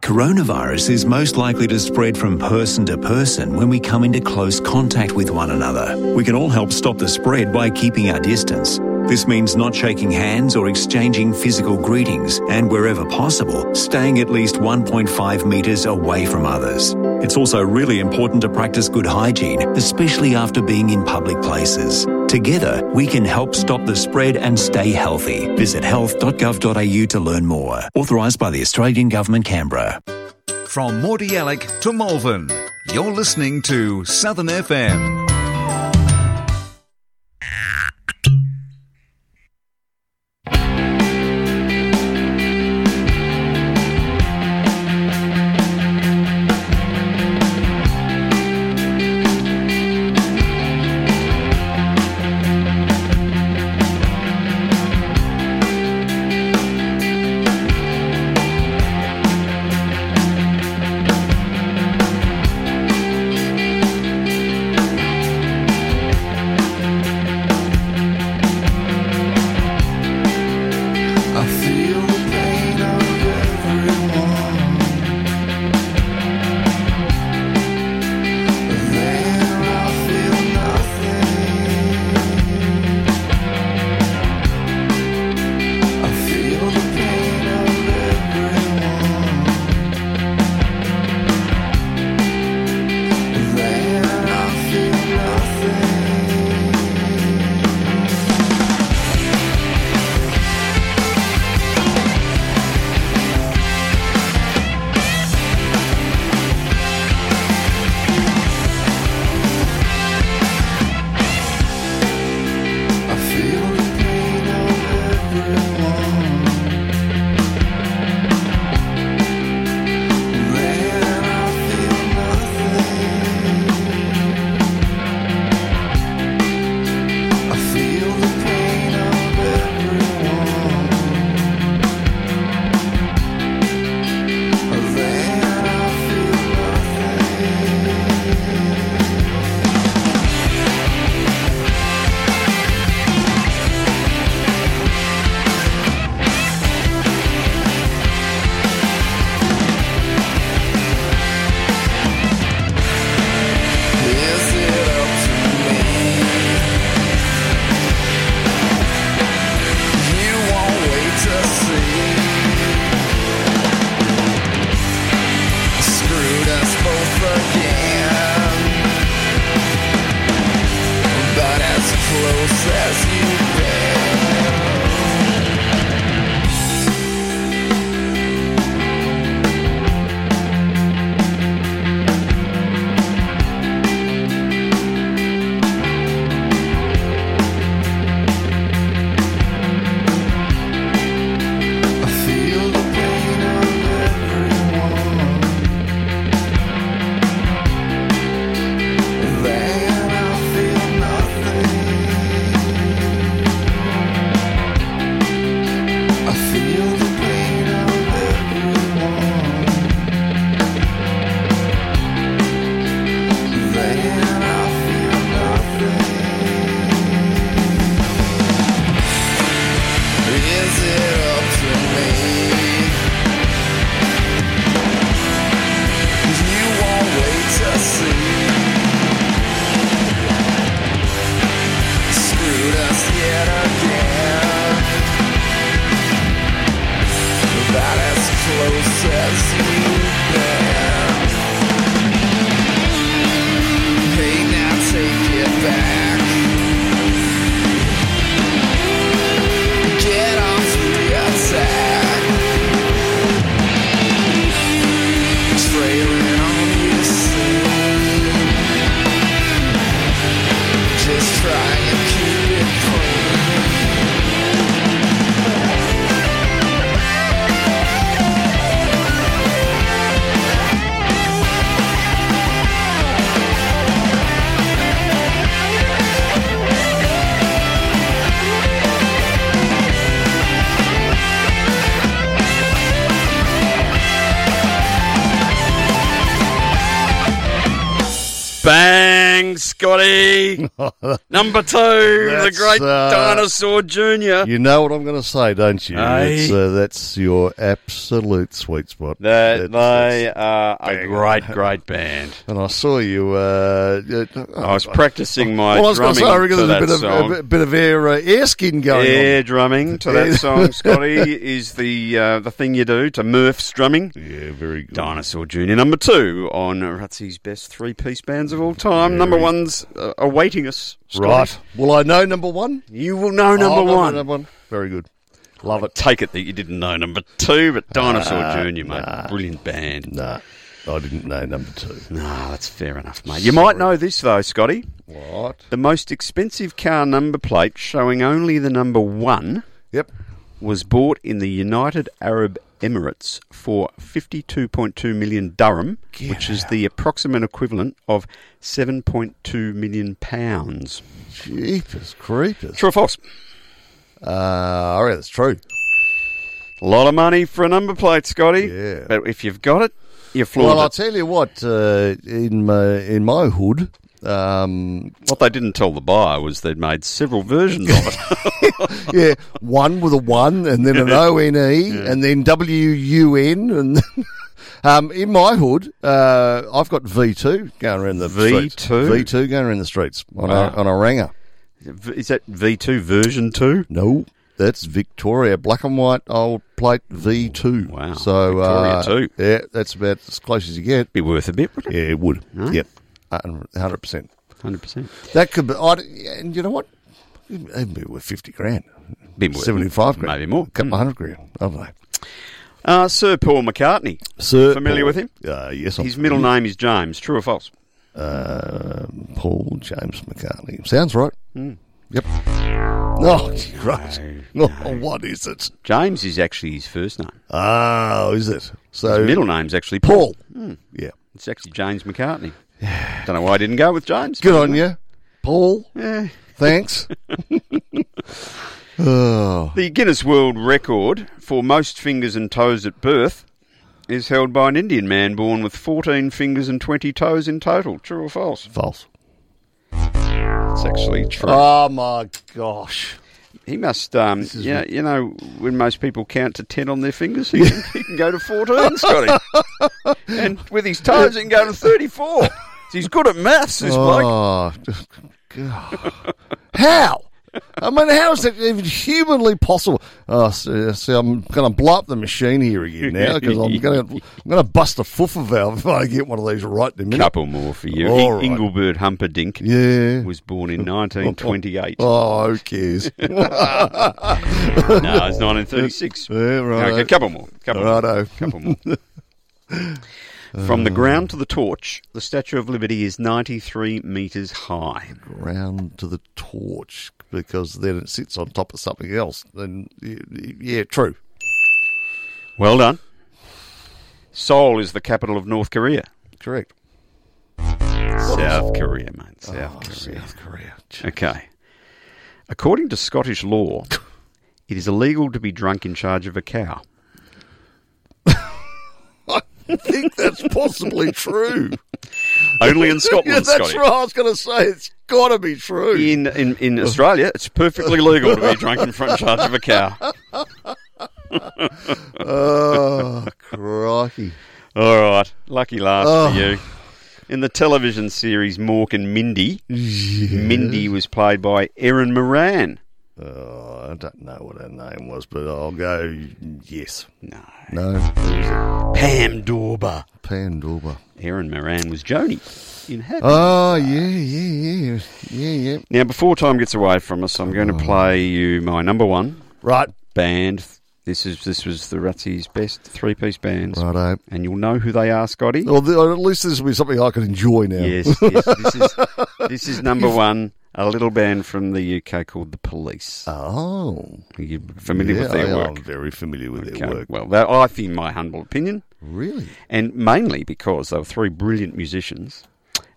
Speaker 8: Coronavirus is most likely to spread from person to person when we come into close contact with one another. We can all help stop the spread by keeping our distance. This means not shaking hands or exchanging physical greetings, and wherever possible, staying at least 1.5 metres away from others. It's also really important to practice good hygiene, especially after being in public places. Together, we can help stop the spread and stay healthy. Visit health.gov.au to learn more. Authorised by the Australian Government, Canberra.
Speaker 10: From Mordialloc to Malvern, you're listening to Southern FM.
Speaker 11: I feel the pain of everyone. There I feel nothing. I feel the pain of everyone. There I feel nothing. I feel the pain of everyone. Then I feel nothing. I feel the pain of everyone. Then I feel Is it up to me? You won't wait to see. Screwed us both again. But as close as you've been. I feel the pain of everyone. Then I feel nothing. I feel the pain of everyone. Then I feel nothing. Is it up to me? You won't wait to see. Screwed us yet again. About as close as you've been. Hey, now take it back. Get off the attack. Trailing on you soon. Just try and keep it clean.
Speaker 1: Bang, Scotty. Number two, the
Speaker 2: That's,
Speaker 1: great
Speaker 2: uh,
Speaker 1: dinosaur junior.
Speaker 2: You know what I'm going to say, don't you?
Speaker 1: Aye.
Speaker 2: It's, uh, that's your absolute sweet spot.
Speaker 1: That
Speaker 2: It's-
Speaker 1: they are a great, great band.
Speaker 2: And I saw you. Uh, uh,
Speaker 1: I was practicing my
Speaker 2: Well, I was gonna
Speaker 1: drumming
Speaker 2: say, I reckon
Speaker 1: to
Speaker 2: there's
Speaker 1: that
Speaker 2: a bit of, a
Speaker 1: song.
Speaker 2: bit- bit of air, uh, air skin going
Speaker 1: Air
Speaker 2: on.
Speaker 1: drumming to that
Speaker 2: Yeah.
Speaker 1: song, Scotty, is the uh, the thing you do to Murph's drumming. Yeah, very good. Dinosaur Junior, number two on Rutsy's best three piece bands of all time. Number one's uh, awaiting us. Scotty.
Speaker 2: Right. Will I know number one?
Speaker 1: You will know number
Speaker 2: I'll know
Speaker 1: one.
Speaker 2: Number one. Very good.
Speaker 1: Love it. Take it that you didn't know number two, but Dinosaur
Speaker 2: Nah,
Speaker 1: Junior, mate, brilliant band.
Speaker 2: No, I didn't know number two.
Speaker 1: Nah, that's fair enough, mate. You might know this though, Scotty.
Speaker 2: What?
Speaker 1: The most expensive car number plate showing only the number one.
Speaker 2: Yep.
Speaker 1: Was bought in the United Arab Emirates for 52.2 million dirham, which is the approximate equivalent of 7.2 million pounds.
Speaker 2: Jeepers creepers.
Speaker 1: True or false?
Speaker 2: Uh, I reckon it's true.
Speaker 1: A lot of money for a number plate, Scotty. Yeah. But if you've got it, you're floored.
Speaker 2: Well, I'll
Speaker 1: it.
Speaker 2: tell you what. Uh, in my in my hood, um,
Speaker 1: What they didn't tell the buyer was they'd made several versions of it.
Speaker 2: yeah, one with a one, and then an
Speaker 1: Yeah.
Speaker 2: O N E,
Speaker 1: Yeah.
Speaker 2: and then W U N, and then- um, in my hood, uh, I've got V two going around the
Speaker 1: V2?
Speaker 2: V two going around the streets on
Speaker 1: Wow.
Speaker 2: a on a ranger.
Speaker 1: Is that V2 version 2?
Speaker 2: No, that's Victoria black and white old plate V two. Wow, so uh,
Speaker 1: Victoria
Speaker 2: Yeah, that's about as close as you get.
Speaker 1: Be worth a bit, would
Speaker 2: it? Yeah, it would.
Speaker 1: Right.
Speaker 2: Yep, hundred percent.
Speaker 1: 100%.
Speaker 2: That could be. I'd, and you know what? Even be worth fifty grand,
Speaker 1: Be worth-
Speaker 2: seventy-five grand,
Speaker 1: maybe more. Hmm.
Speaker 2: a couple of hundred grand. I don't know.
Speaker 1: Uh, Sir Paul McCartney.
Speaker 2: Sir
Speaker 1: Familiar
Speaker 2: Paul.
Speaker 1: with him?
Speaker 2: Uh, yes, I'm
Speaker 1: His middle
Speaker 2: familiar.
Speaker 1: name is James. True or false?
Speaker 2: Uh, Paul James McCartney. Sounds right.
Speaker 1: Mm.
Speaker 2: Yep. Oh, right. Oh, what is it?
Speaker 1: James is actually his first name.
Speaker 2: Oh, is it? So
Speaker 1: his middle name's actually Paul.
Speaker 2: Paul.
Speaker 1: Mm.
Speaker 2: Yeah.
Speaker 1: It's actually James McCartney. Don't know why I didn't go with James. Eh.
Speaker 2: Good on you, Paul. Thanks. oh.
Speaker 1: The Guinness World Record for most fingers and toes at birth is held by an Indian man born with 14 fingers and 20 toes in total. True or false?
Speaker 2: False.
Speaker 1: It's actually true.
Speaker 2: Oh my gosh.
Speaker 1: He must, um,
Speaker 2: is
Speaker 1: yeah, you know, when most people count to 10 on their fingers, he can, he can go to 14, Scotty. and with his toes, he can go to 34. So he's good at maths, this bloke.
Speaker 2: oh, God. how? I mean, how is that even humanly possible? Oh, see, see, I'm going to blow up the machine here again now because I'm going to I'm going to bust a foofer valve if I get one of these right in a minute.
Speaker 1: Couple more for you.
Speaker 2: All right.
Speaker 1: Engelbert Humperdinck
Speaker 2: Yeah.
Speaker 1: was born in 1928.
Speaker 2: Oh, who cares?
Speaker 1: no, it's 1936.
Speaker 2: Yeah, right.
Speaker 1: Okay, couple more. Couple more.
Speaker 2: Righto.
Speaker 1: Couple more. From
Speaker 2: Uh.
Speaker 1: the ground to the torch, the Statue of Liberty is 93 metres high.
Speaker 2: Round to the torch because then it sits on top of something else. Then y- y- yeah, true.
Speaker 1: Well done. Seoul is the capital of North Korea.
Speaker 2: Correct.
Speaker 1: South Korea, mate.
Speaker 2: Oh,
Speaker 1: South Korea. South Korea. Okay. According to Scottish law, it is illegal to be drunk in charge of a cow.
Speaker 2: I think that's possibly true.
Speaker 1: Only in Scotland,
Speaker 2: yeah, that's
Speaker 1: Scotty.
Speaker 2: right. I was going to say it's got to be true.
Speaker 1: In, in in Australia, it's perfectly legal to be drunk in front charge of a cow.
Speaker 2: oh, crikey.
Speaker 1: All right, lucky last
Speaker 2: Oh.
Speaker 1: for you. In the television series Mork and Mindy, Mindy was played by Erin Moran.
Speaker 2: Oh, I don't know what her name was, but I'll go yes.
Speaker 1: No.
Speaker 2: No. who is it?
Speaker 1: Pam Dorber.
Speaker 2: Pam Dorber.
Speaker 1: Erin Moran was Joni in Happy.
Speaker 2: Oh, yeah, yeah, yeah. Yeah, yeah.
Speaker 1: Now, before time gets away from us, I'm
Speaker 2: Oh.
Speaker 1: going to play you my number one
Speaker 2: Right.
Speaker 1: band. This is this was the Rutsies' best three piece bands,
Speaker 2: Righto.
Speaker 1: and you'll know who they are, Scotty.
Speaker 2: Well, th- or at least this will be something I can enjoy now.
Speaker 1: Yes, yes. This is this is number one. A little band from the UK called the Police.
Speaker 2: Oh.
Speaker 1: Are you familiar
Speaker 2: Yeah,
Speaker 1: with their
Speaker 2: I
Speaker 1: work?
Speaker 2: am very familiar with
Speaker 1: Okay,
Speaker 2: their work.
Speaker 1: Well, that, I think, my humble opinion,
Speaker 2: Really?
Speaker 1: and mainly because they were three brilliant musicians,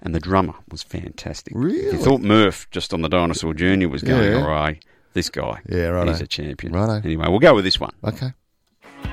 Speaker 1: and the drummer was fantastic. If
Speaker 2: Really?
Speaker 1: you thought Murph just on the Dinosaur Junior was going
Speaker 2: Yeah.
Speaker 1: all right, this guy,
Speaker 2: Yeah, righto.
Speaker 1: he's a champion.
Speaker 2: Righto.
Speaker 1: Anyway, we'll go with this one.
Speaker 2: Okay.
Speaker 11: I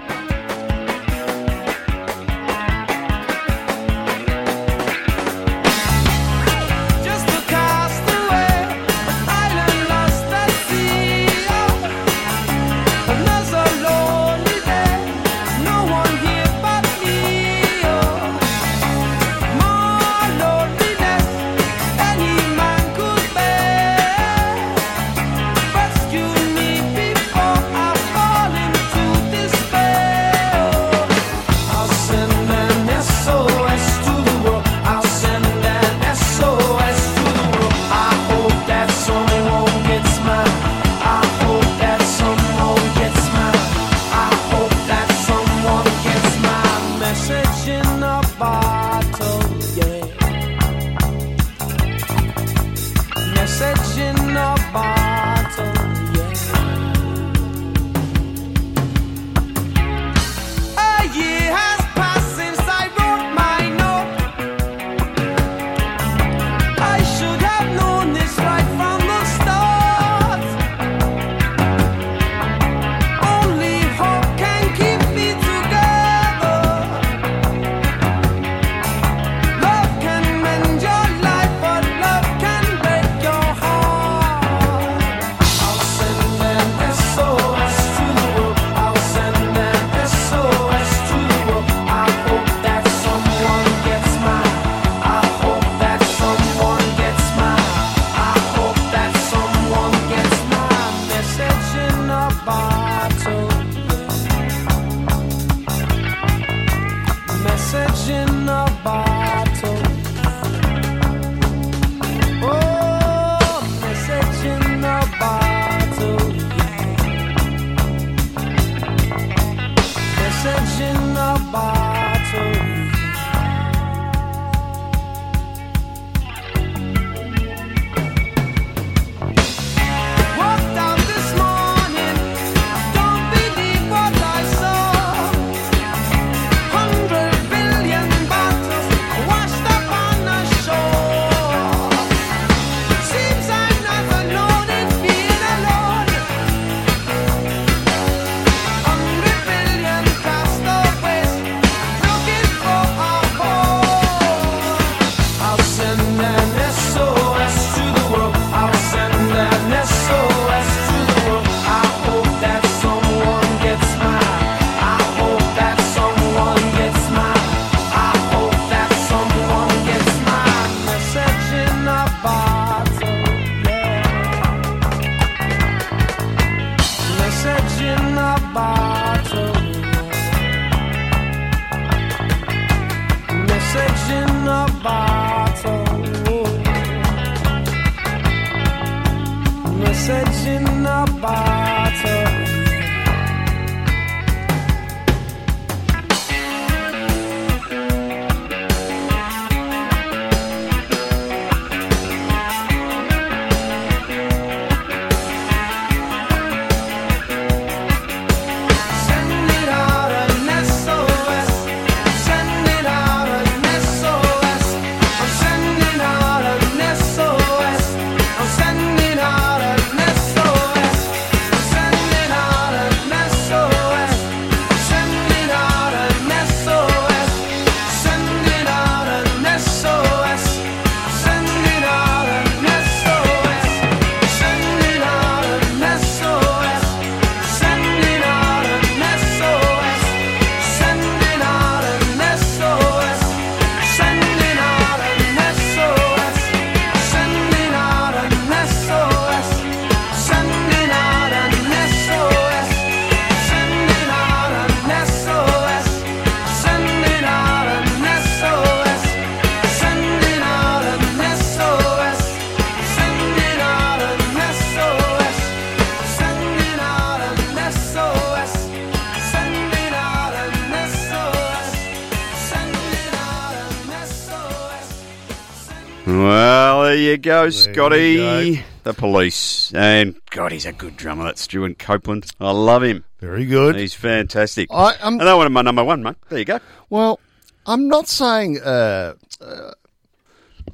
Speaker 1: Well, there you go, Scotty. The police. And God, he's a good drummer, that Stuart Copeland. I love him.
Speaker 2: Very good.
Speaker 1: He's fantastic.
Speaker 2: I- um,
Speaker 1: and that one of my number one, mate. There you go.
Speaker 2: Well, I'm not saying. Uh, uh,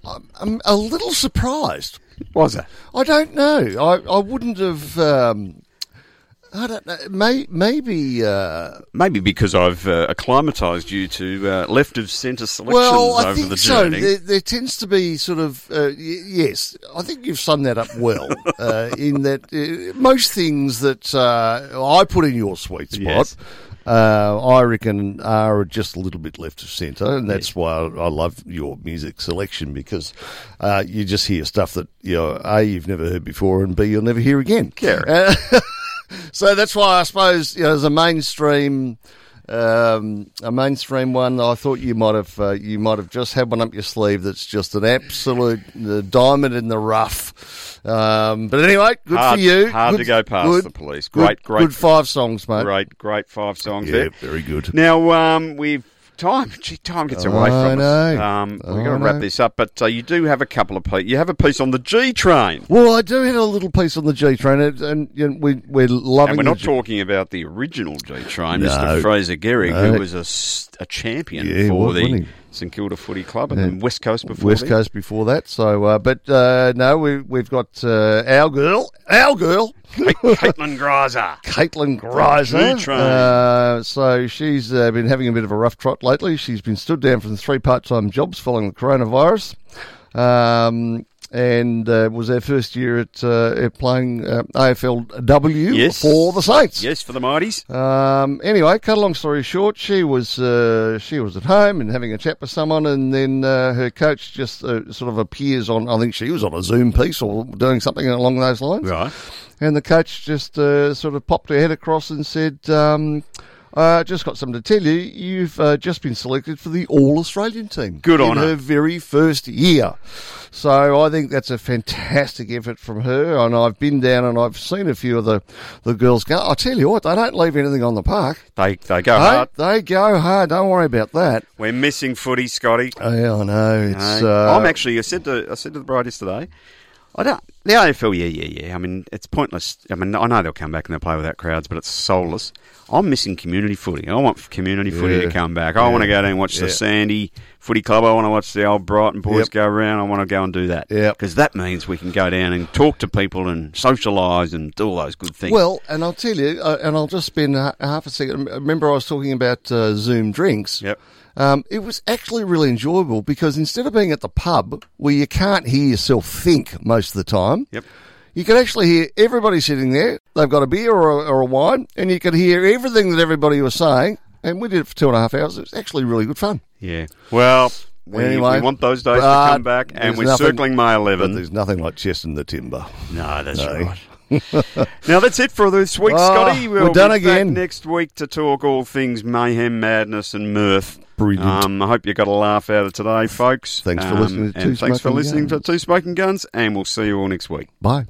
Speaker 2: I'm, I'm a little surprised.
Speaker 1: Was it?
Speaker 2: I don't know. I, I wouldn't have. Um, I don't know. May, maybe. Uh,
Speaker 1: Maybe because I've uh, acclimatised you to uh, left of centre selections
Speaker 2: well, I
Speaker 1: over
Speaker 2: think
Speaker 1: the
Speaker 2: so.
Speaker 1: journey.
Speaker 2: There, there tends to be sort of uh, y- yes. I think you've summed that up well. uh, in that uh, most things that uh, I put in your sweet spot.
Speaker 1: Yes.
Speaker 2: Uh, I reckon are just a little bit left of centre, and that's why I I love your music selection because uh, you just hear stuff that you know a you've never heard before, and b you'll never hear again. Uh, so that's why I suppose you know, as a mainstream, um, a mainstream one, I thought you might have uh, you might have just had one up your sleeve that's just an absolute uh, diamond in the rough. Um, but anyway, good
Speaker 1: Hard-
Speaker 2: for you.
Speaker 1: hard
Speaker 2: Good-
Speaker 1: to go past
Speaker 2: good-
Speaker 1: the police.
Speaker 2: good-
Speaker 1: Great, great.
Speaker 2: good five songs, mate.
Speaker 1: Great, great five songs
Speaker 2: Yeah,
Speaker 1: there.
Speaker 2: very good.
Speaker 1: Now, um, we've. Time, gee, time gets away
Speaker 2: I
Speaker 1: from us.
Speaker 2: know.
Speaker 1: Um, we've
Speaker 2: I
Speaker 1: got to wrap
Speaker 2: know.
Speaker 1: this up, but uh, you do have a couple of pieces. You have a piece on the G train,
Speaker 2: Well, I do have a little piece on the G train, and, and you know, we we're loving.
Speaker 1: and we're
Speaker 2: the
Speaker 1: not
Speaker 2: G-
Speaker 1: talking about the original G train,
Speaker 2: No.
Speaker 1: Mr. Fraser Gehrig,
Speaker 2: No.
Speaker 1: who was a, s- a champion
Speaker 2: Yeah, he
Speaker 1: for
Speaker 2: was, wasn't
Speaker 1: the
Speaker 2: he?
Speaker 1: St Kilda Footy Club and
Speaker 2: Yeah.
Speaker 1: then West Coast before
Speaker 2: West
Speaker 1: then.
Speaker 2: Coast before that. So, uh, but uh, no, we we've got uh, our girl, our girl,
Speaker 1: Caitlin Grazer.
Speaker 2: Caitlin Griser.
Speaker 1: G-Train.
Speaker 2: Uh, so she's uh, been having a bit of a rough trot lately. She's been stood down from three part-time jobs following the coronavirus, um, and uh, was her first year at, uh, at playing uh, AFLW
Speaker 1: Yes.
Speaker 2: for the Saints.
Speaker 1: Yes, for the Mighties.
Speaker 2: Um, anyway, cut a long story short, she was uh, she was at home and having a chat with someone, and then uh, her coach just uh, sort of appears on. I think she was on a Zoom piece or doing something along those lines.
Speaker 1: Right.
Speaker 2: And the coach just uh, sort of popped her head across and said, um, "I just got something to tell you. You've uh, just been selected for the All Australian team.
Speaker 1: Good
Speaker 2: in
Speaker 1: on her.
Speaker 2: very first year. So I think that's a fantastic effort from her. And I've been down and I've seen a few of the, the girls go. I tell you what, they don't leave anything on the park.
Speaker 1: They they go
Speaker 2: they,
Speaker 1: hard.
Speaker 2: They go hard. Don't worry about that. Oh,
Speaker 1: We're missing footy, Scotty.
Speaker 2: Yeah, I know. It's,
Speaker 1: No.
Speaker 2: uh,
Speaker 1: I'm actually. I said to I said to the bride yesterday. I don't. The AFL, yeah, yeah, yeah. I mean, it's pointless. I mean, I know they'll come back and they'll play without crowds, but it's soulless. I'm missing community footy. I want community footy to
Speaker 2: Yeah.
Speaker 1: come back. I
Speaker 2: Yeah.
Speaker 1: want to go down and watch
Speaker 2: Yeah.
Speaker 1: the Sandy Footy Club. I want to watch the old Brighton boys
Speaker 2: Yep.
Speaker 1: go around. I want to go and do that. Yeah. Because that means we can go down and talk to people and socialise and do all those good things.
Speaker 2: Well, and I'll tell you, uh, and I'll just spend a, half a second. Remember, I was talking about uh, Zoom drinks. Yep. Um, it was actually really enjoyable because instead of being at the pub where you can't hear yourself think most of the time,
Speaker 1: yep.
Speaker 2: you can actually hear everybody sitting there. They've got a beer or a, or a wine, and you could hear everything that everybody was saying. And we did it for two and a half hours. It was actually really good fun.
Speaker 1: Yeah. Well, we, we want those days to
Speaker 2: but
Speaker 1: come back, and
Speaker 2: there's
Speaker 1: we're
Speaker 2: nothing-
Speaker 1: circling May 11.
Speaker 2: But there's nothing like chest in the timber.
Speaker 1: No, that's
Speaker 2: right.
Speaker 1: Now that's it for this week,
Speaker 2: Ah,
Speaker 1: Scotty.
Speaker 2: we're
Speaker 1: We'll
Speaker 2: done
Speaker 1: be
Speaker 2: again.
Speaker 1: Back next week to talk all things mayhem, madness, and mirth.
Speaker 2: Brilliant.
Speaker 1: Um, I hope you got a laugh out of today, folks.
Speaker 2: Thanks for
Speaker 1: Um,
Speaker 2: listening to
Speaker 1: and
Speaker 2: Two
Speaker 1: thanks for
Speaker 2: Smoking
Speaker 1: listening
Speaker 2: Guns.
Speaker 1: to Two Smoking Guns, and we'll see you all next week.
Speaker 2: Bye.